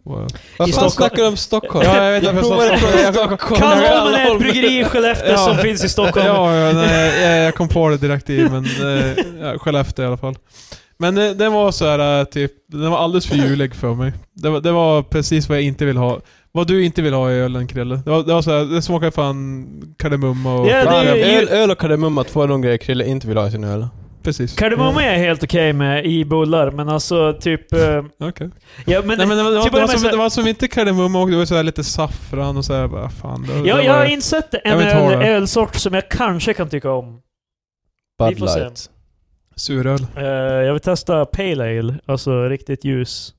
Wow. Vad I fan Stockholm- snackar du om Stockholm? Ja, jag vet jag att provade jag- jag- från Stockholm. Kallholmen är ett bryggeri i Skellefteå Ja. som finns i Stockholm. Ja, ja nej, jag, jag kom på det direkt i, men eh, ja, Skellefteå i alla fall. Men eh, den var så här eh, typ, den var alldeles för julig för mig. Det var, det var precis vad jag inte vill ha. Vad du inte vill ha i ölen Krille. Det var, det var så här, det smakade fan kardemumma och... Ja, Fan, det är öl, ju- öl och kardemumma, två av de grejer Krille inte vill ha i sin öl. Precis. Kardemumma är jag helt okej med i bullar, men alltså typ... eh, Okej. Ja, men, Nej men det var, det, var, till det, var att börja Typ med som, så- det var som inte kardemumma och det var så här lite saffran och så här, vad fan. Det, Ja, det jag var, har insett Jag en vill ta öl, det. ölsort som jag kanske kan tycka om. Vi Bud får se. Light. Suröl. Eh, jag vill testa Pale Ale, alltså riktigt ljus.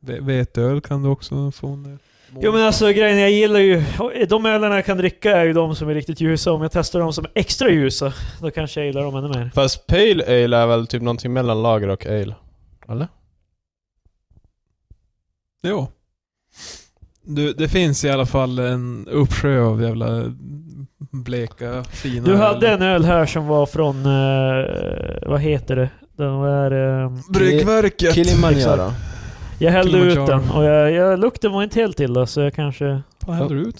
Ve- Veteöl kan du också få. en del. Jo men alltså grejen jag gillar ju, de ölerna jag kan dricka är ju de som är riktigt ljusa. Om jag testar de som är extra ljusa, då kanske jag gillar dem ännu mer. Fast Pale Ale är väl typ någonting mellan lager och ale? Eller? Jo. Du, det finns i alla fall en uppsjö av jävla bleka, fina... Du hade en öl här som var från, eh, vad heter det? Den var... eh, Bryggverket! Kilimanjaro. jag hällde ut Kilimanjaro. den och jag, jag, lukten var inte helt illa så jag kanske... Vad händer ut?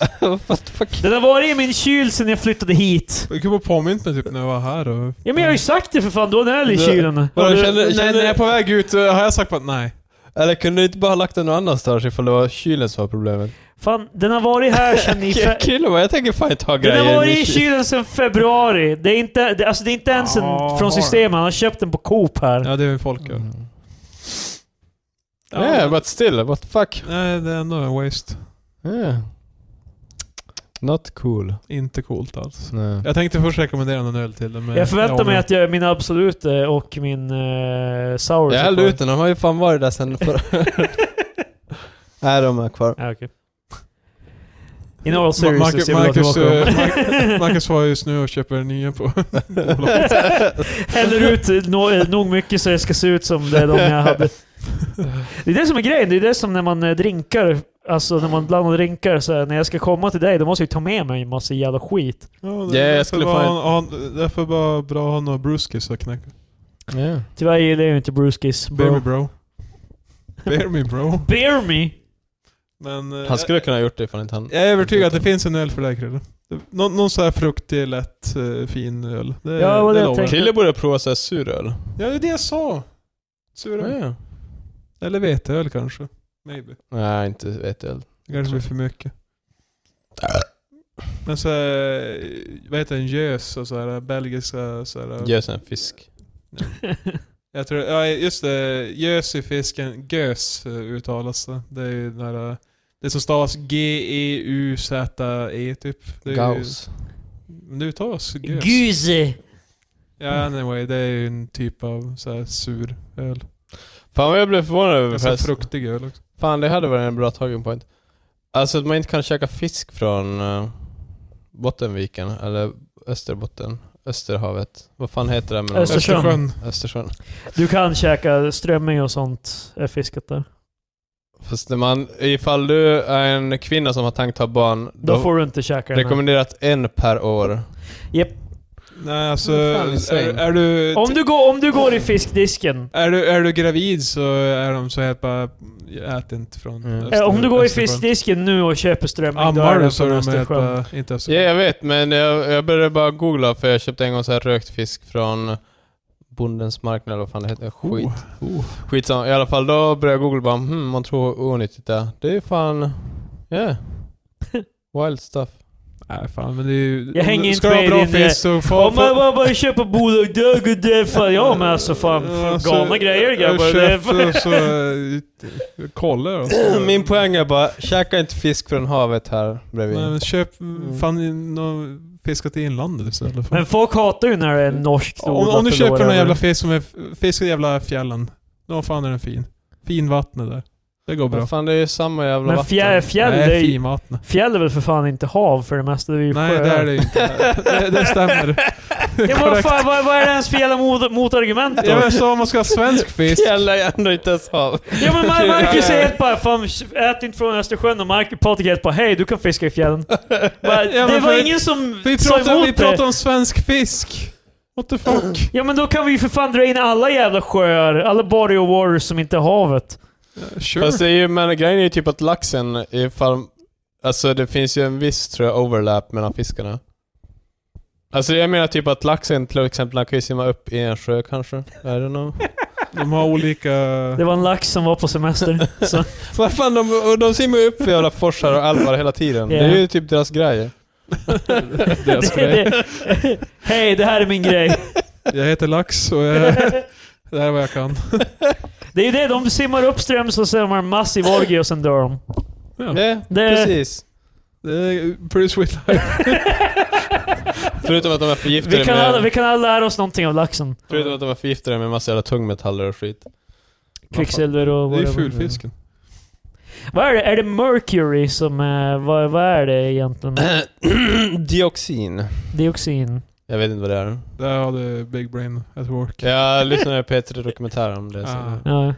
Den har varit i min kyl sedan jag flyttade hit. Jag kunde bara påminna mig typ när jag var här och... Ja men jag har ju sagt det för fan, du har en öl i Du- kylen. Vadå, Nej, känner- nej, känner- när jag är på väg ut eh, har jag sagt bara nej. Eller kunde du inte bara ha lagt den någon annanstans ifall det var kylen som var problemet? Fan, den har varit här sedan i... fe- Krille bara, jag tänker fan inte ha grejer Den har varit min i kyl. kylen sedan februari. Det är inte, det, alltså det är inte ens en Ja, har från systemet. Han har köpt den på Coop här. Ja, det är ju en folköl. Mm. Yeah, but still, what the fuck? Nej, det är ändå en waste. Yeah. Not cool. Inte coolt alls. Nej. Jag tänkte först rekommendera någon öl till det, men... Jag förväntar Ja, mig men- att jag, min Absolut eh, och min uh, Sour Jag ska hällde kvar. ut den, de har ju fan varit där sen förra... Nej, de är kvar. Ja, okej. In all Ma- seriousness, Marcus- jag vill ha Marcus, tillbaka dem. eh, Mar- Marcus var just nu och köper nya på... Häller ut no, eh, nog mycket så det ska se ut som det de jag hade. Det är det som är grejen. Det är det som när man eh, drinkar, alltså när man blandar drinkar, så här, när jag ska komma till dig, då måste jag ju ta med mig en massa jävla skit. Ja, Ja, jag därför skulle var fan- han- han- Därför var bra att ha några brewskis att knäcka. Ja. Tyvärr gillar jag ju inte Bruskis. Bear me Bro. bro. Bear me bro. Bear me! Men, eh, Han skulle kunna ha gjort det ifall inte han... Jag är övertygad att det finns en öl för dig Krille. Någon, någon så här fruktig, lätt, eh, fin öl. Det, Ja, vad det jag lovar jag. tänkte. Krille borde prova såhär suröl. Ja, det är det jag sa. Sura. Ja. Eller veteöl kanske. Maybe. Nej, inte vet jag. Det kanske blir för mycket. Men så här, eh, vad heter den? Gös och så här belgiska så här, Gös en fisk. Jag tror, ja just det, gös i fisken, gös eh, uttalas det. Det är ju den här, eh, det som stavas G-E-U-Z-E typ. Det är Gaus. Ju, men det uttalas gös. Guse! Ja, anyway, det är ju en typ av så här sur öl. Fan vad jag blev förvånad över Ganska förresten. fruktig öl också. Fan det hade varit en bra talking point. Alltså att man inte kan käka fisk från eh, Bottenviken, eller Österbotten, Österhavet. Vad fan heter det? med namn? Östersjön. Östersjön. Du kan käka strömming och sånt, är fiskat där. Fast när man, ifall du är en kvinna som har tänkt ha barn, Då då, får du inte käka den här. rekommenderat en per år. Nej alltså, Vad fan är är, säng? är, du, Om du, går, om du går i fiskdisken, är, du, är du gravid så är de så här bara, ät inte från Mm. eh, Öster- om du går i Östersjön. fiskdisken nu och köper strömming, då Ammar är du det så från är de Östersjön. äta, inte Ja, Östersjön. jag vet, men jag, jag började bara googla för jag köpte en gång så här rökt fisk från Bondens marknad eller vad fan det heter. Skit. Oh, oh. Skitsamma. I alla fall, då började jag googla bara, hmm, man tror onyttigt det är. Det är ju fan, yeah. Wild stuff. Nej fan men det är ju... Jag hänger om du inte ska ha med i bra din, eh, fisk så få... Om man bara börjar köpa bolag, dög och dög, fan ja men alltså fan, fan galna grejer grabbar. Det är fan- och så... eh, Kolla då. Min poäng är bara, käka inte fisk från havet här bredvid. Nej, men köp Mm. fan in- någon fiskat i inlandet istället. för- Men folk hatar ju när det är norskt om, om du odlat eller köper någon whatever. jävla fisk som är f- fisk i jävla fjällen. Då fan är den fin. Finvattnet där. Det går bra. Vad fan, det är ju samma jävla Men vatten. fjär, fjäll, det är, Nej, ju- finvattnet. fjäll är väl för fan inte hav för det mesta, det är ju Nej, sjöar. det är det ju inte. Det, det stämmer. Ja, men vad, Korrekt. fan, vad, vad är det ens för jävla mot, motargument då? Ja, men så om man ska ha svensk fisk. Fjäll är ju ändå inte ens hav. Ja men Mar- Marcus Ja, är ja, ja. helt bara fan, ät inte från Östersjön och Marcus, Patrik är helt bara hej du kan fiska i fjällen. Bara, Ja, det men var för- ingen som Vi sa pratar, emot vi det. pratar om svensk fisk. What the fuck? Ja men då kan vi ju för fan dra in alla jävla sjöar, alla body of water som inte är havet. Eh, Sure. Fast det är ju, men grejen är ju typ att laxen, ifall... Alltså det finns ju en viss, tror jag, overlap mellan fiskarna. Alltså jag menar typ att laxen till exempel, han kan ju simma upp i en sjö kanske. I don't know. De har olika... Det var en lax som var på semester. Så, Vad fan, de, och de simmar ju upp för jävla forsar och älvar hela tiden. Ja. Det är ju typ deras grej. Deras det, grej. det, hej, det här är min grej. Jag heter Lax och jag, det här är vad jag kan. Det är ju det, de simmar uppströms och sen har de massiv orgie och sen dör de. Ja, Ja, Det- precis. det är pretty sweet life. Förutom att de är förgiftade Vi kan, med... alla, vi kan alla lära oss någonting av laxen. Förutom att de är förgiftade med massa jävla tungmetaller och skit. Kvicksilver och Det är ju whatever. fulfisken. Vad är det? Är det mercury som är... Vad, vad är det egentligen? Eh. Dioxin. Dioxin? Jag vet inte vad det är. Där har du big brain at work. Jag lyssnade på P3 Dokumentär om det. Ah. Så Ja.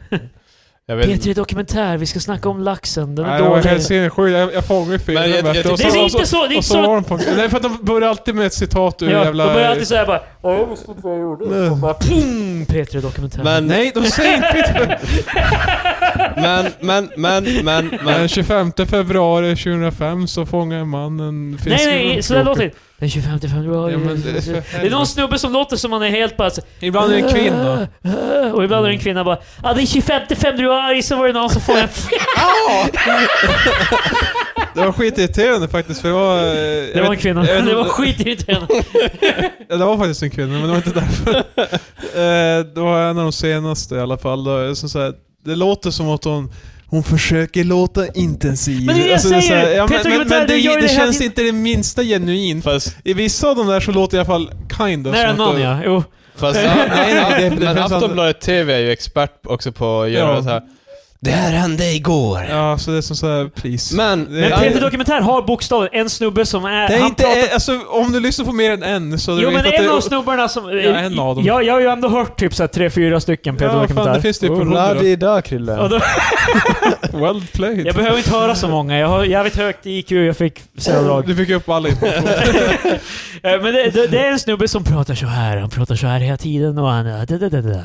jag vet inte. P3 Dokumentär, vi ska snacka om laxen. Den är Nej, det var dålig. helt sinnessjukt. Jag, jag fångade ju filmen. Men jag- jag vet tycker- du. Och Det så- är och så- inte så... Det är Och inte så var så de på... Nej, för att de börjar alltid med ett citat ur ja, de jävla... börjar alltid såhär bara... "Ja, Jag visste inte vad jag gjorde. Och bara pum! P3 Dokumentär. Men, Nej, de säger inte men, men, men, men, men. Den 25 februari 2005 så fångade en man en fisk. nej, i nej, en så där krok. låter det inte. Den 25 februari... Ja, men det är för det är någon helvete. snubbe som låter som man är helt bara... så- Ibland är det en kvinna. Och ibland är det en kvinna bara ah, den 25 februari så var det någon som får en Det var skitirriterande faktiskt för det var... eh, jag Det var en vet- kvinna. jag vet- Det var skitirriterande. Ja, det var faktiskt en kvinna, men det var inte därför. eh, det var en av de senaste i alla fall. Då, är det som så här, det låter som att hon, hon försöker låta intensiv. Alltså, Men det är det jag är säger! Peter såhär, men, men, Gilbertell, men du det, gör ju det, det hela känns tiden. inte det minsta genuint. Fast, I vissa av de där så låter det i alla fall kind of Nära som att- någon ja. Jo. fast Nej, nej, det- det men finns alltså- Aftonbladet TV är ju expert också på att göra Ja. så här. Det här hände igår. Ja, så det är som såhär, please. Men, Det Men är- Peter Dokumentär har bokstavligen en snubbe som är... det är han inte, pratar- alltså, om du lyssnar på mer än en så... Jo är det men inte att en det- av snubbarna som... Ja, en av dem. Jag, jag har ju ändå hört typ såhär tre, fyra stycken Peter Ja, Dokumentär. fan, det finns typ hundra. idag Krille. Och då, Well played. jag behöver inte höra så många. Jag har jävligt högt IQ, jag fick celdrag. Du fick upp all information. Eh, Men det, det, det är en snubbe som pratar så här, han pratar så här hela tiden och han... eh, Da, da, da, da.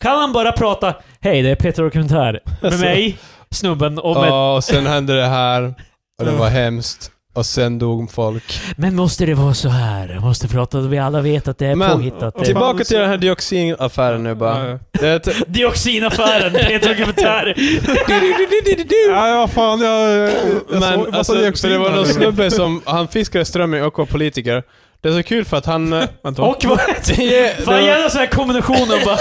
Kan han bara prata Hej, det är Peter Dokumentär. Med Alltså. mig, snubben och med... Ja, och sen hände det här. Och det var hemskt. Och sen dog folk. Men måste det vara så här? Måste prata, vi alla vet att det är Men- påhittat. Det är Tillbaka- Tillbaka till den här dioxinaffären nu ja, bara. ja. Det är ett- Dioxinaffären, Peter Dokumentär. ja, ja, fan jag... jag såg- Men massa alltså, för dioxiner det var någon här. snubbe som, han fiskade strömming och var politiker. Det är så kul för att han... eh, Vänta. Och vad... det Fan var- gärna sån här kombination och bara...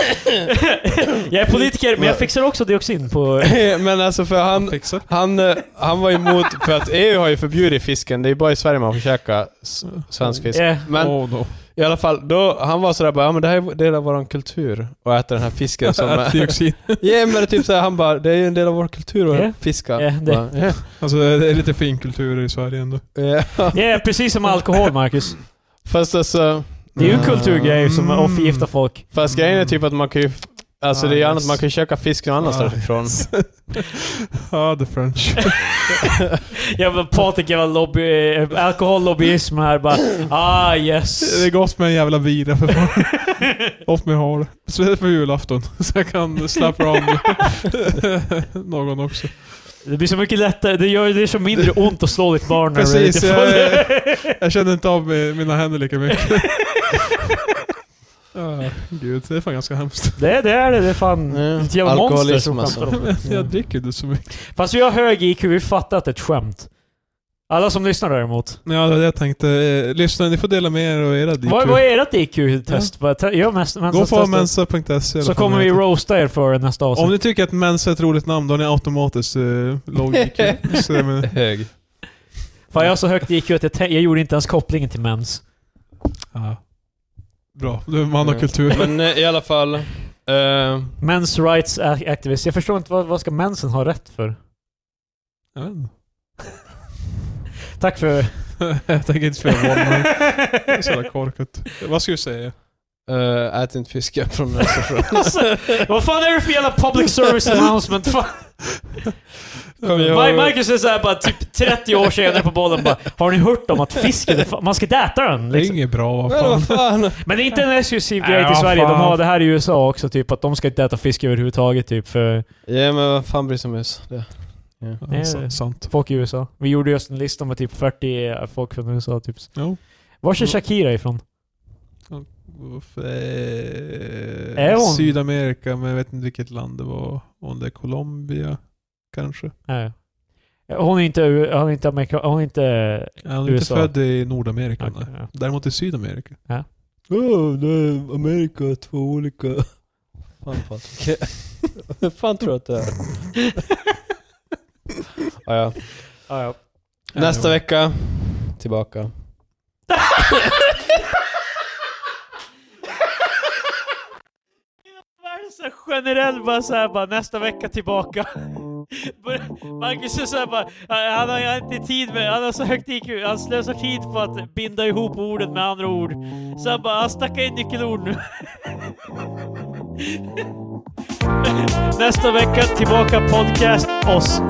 jag är politiker, men jag fixar också dioxin på... Men alltså för han, Fixar. han, eh, han var emot, för att EU har ju förbjudit fisken, det är ju bara i Sverige man får käka s- svensk fisk. Yeah. Men oh, no. i alla fall, då, han var sådär bara, ja men det här är en del av våran kultur, att äta den här fisken som Ät typ. är... dioxin. Ja men det är typ såhär, han bara, det är ju en del av vår kultur att Ja. fiska. Ja, det- Bara, ja. Alltså det är lite finkulturer i Sverige ändå. Ja. Ja, precis som alkohol, Marcus. Fast alltså... Det är ju en Mm. kulturgrej som att förgifta folk. Fast grejen är typ att man kan ju... Alltså Ah, det är ju yes. annat, man kan ju käka fisk någon annanstans Ah, ifrån. Ah, the French. Jag var Patrik, jag var lobby... eh, Alkohollobbyism här bara. Ah, yes. Det är gott med en jävla vira för fan. Upp med hår. Speciellt på julafton. Så jag kan slappa av någon också. Det blir så mycket lättare. Det gör det är så mindre ont att slå ditt barn när du är Precis, lite full. Jag känner inte av mi- mina händer lika mycket. Ah, Gud, det är fan ganska hemskt. Det, det är det. Det är fan... Ja. Ett jävla monster som Alkoholism skämtar alltså. om det. Jag dricker inte så mycket. Fast vi har hög IQ, vi fattar att det är ett skämt. Alla som lyssnar däremot. Ja, det var det jag tänkte. Eh, Lyssna, ni får dela med er av era DQ. Vad, vad är ert IQ-test? Bara te- Gör mest, Gå på testet. mensa.se. Så kommer vi roasta er för det nästa Om avsnitt. ni tycker att Mensa är ett roligt namn, då har ni automatiskt eh, låg IQ. Så, men, Hög. Fan jag har så högt IQ att jag, tän- jag gjorde inte ens kopplingen till mens. ja. Bra, du är man och Ja. kultur. Men eh, i alla fall... eh, Mens rights a- activist. Jag förstår inte vad, vad ska mensen ha rätt för? Jag vet inte. Tack för... Jag tänker inte spela boll, men det är så jävla korkat. Vad ska du säga? eh, ät inte fisken från Mönstersjön. Alltså, vad fan är det för jävla public service announcement? Fan. Kom ihåg- Ma- Marcus är såhär bara typ 30 år senare på bollen bara Har ni hört om att fisken är fa- Man ska inte äta den Det är liksom. inget bra, vad Men fan. vad fan. Men det är inte en exklusiv Nej, grej till vad Sverige. De fan. har det här i USA också typ att de ska inte äta fisk överhuvudtaget typ för... Ja men vad fan bryr sig om oss? Det. Ja, Nej, sa- det- Sant. Folk i USA. Vi gjorde just en lista med typ 40 folk från USA. Typ. Jo. Var är Shakira ifrån? Uff, Är Eh, hon- Sydamerika, men jag vet inte vilket land det var. Om det är Colombia, kanske. Nej. Hon är inte, U- hon är inte amerikan... Hon är inte... Han är inte USA. född i Nordamerika. Okej, nej. ja. Däremot i Sydamerika. Oh, det är Amerika, två olika... Fan Patrik. Vad fan tror du att det är? ah, ja. Ja, ja. Nästa vecka, tillbaka. Världen så här generell bara såhär bara nästa vecka tillbaka. Bör- Marcus är såhär bara, han har, han har inte tid med, han har så högt IQ, han slösar tid på att binda ihop orden med andra ord. Så han bara, han stackar in nyckelord nu. nästa vecka tillbaka podcast oss.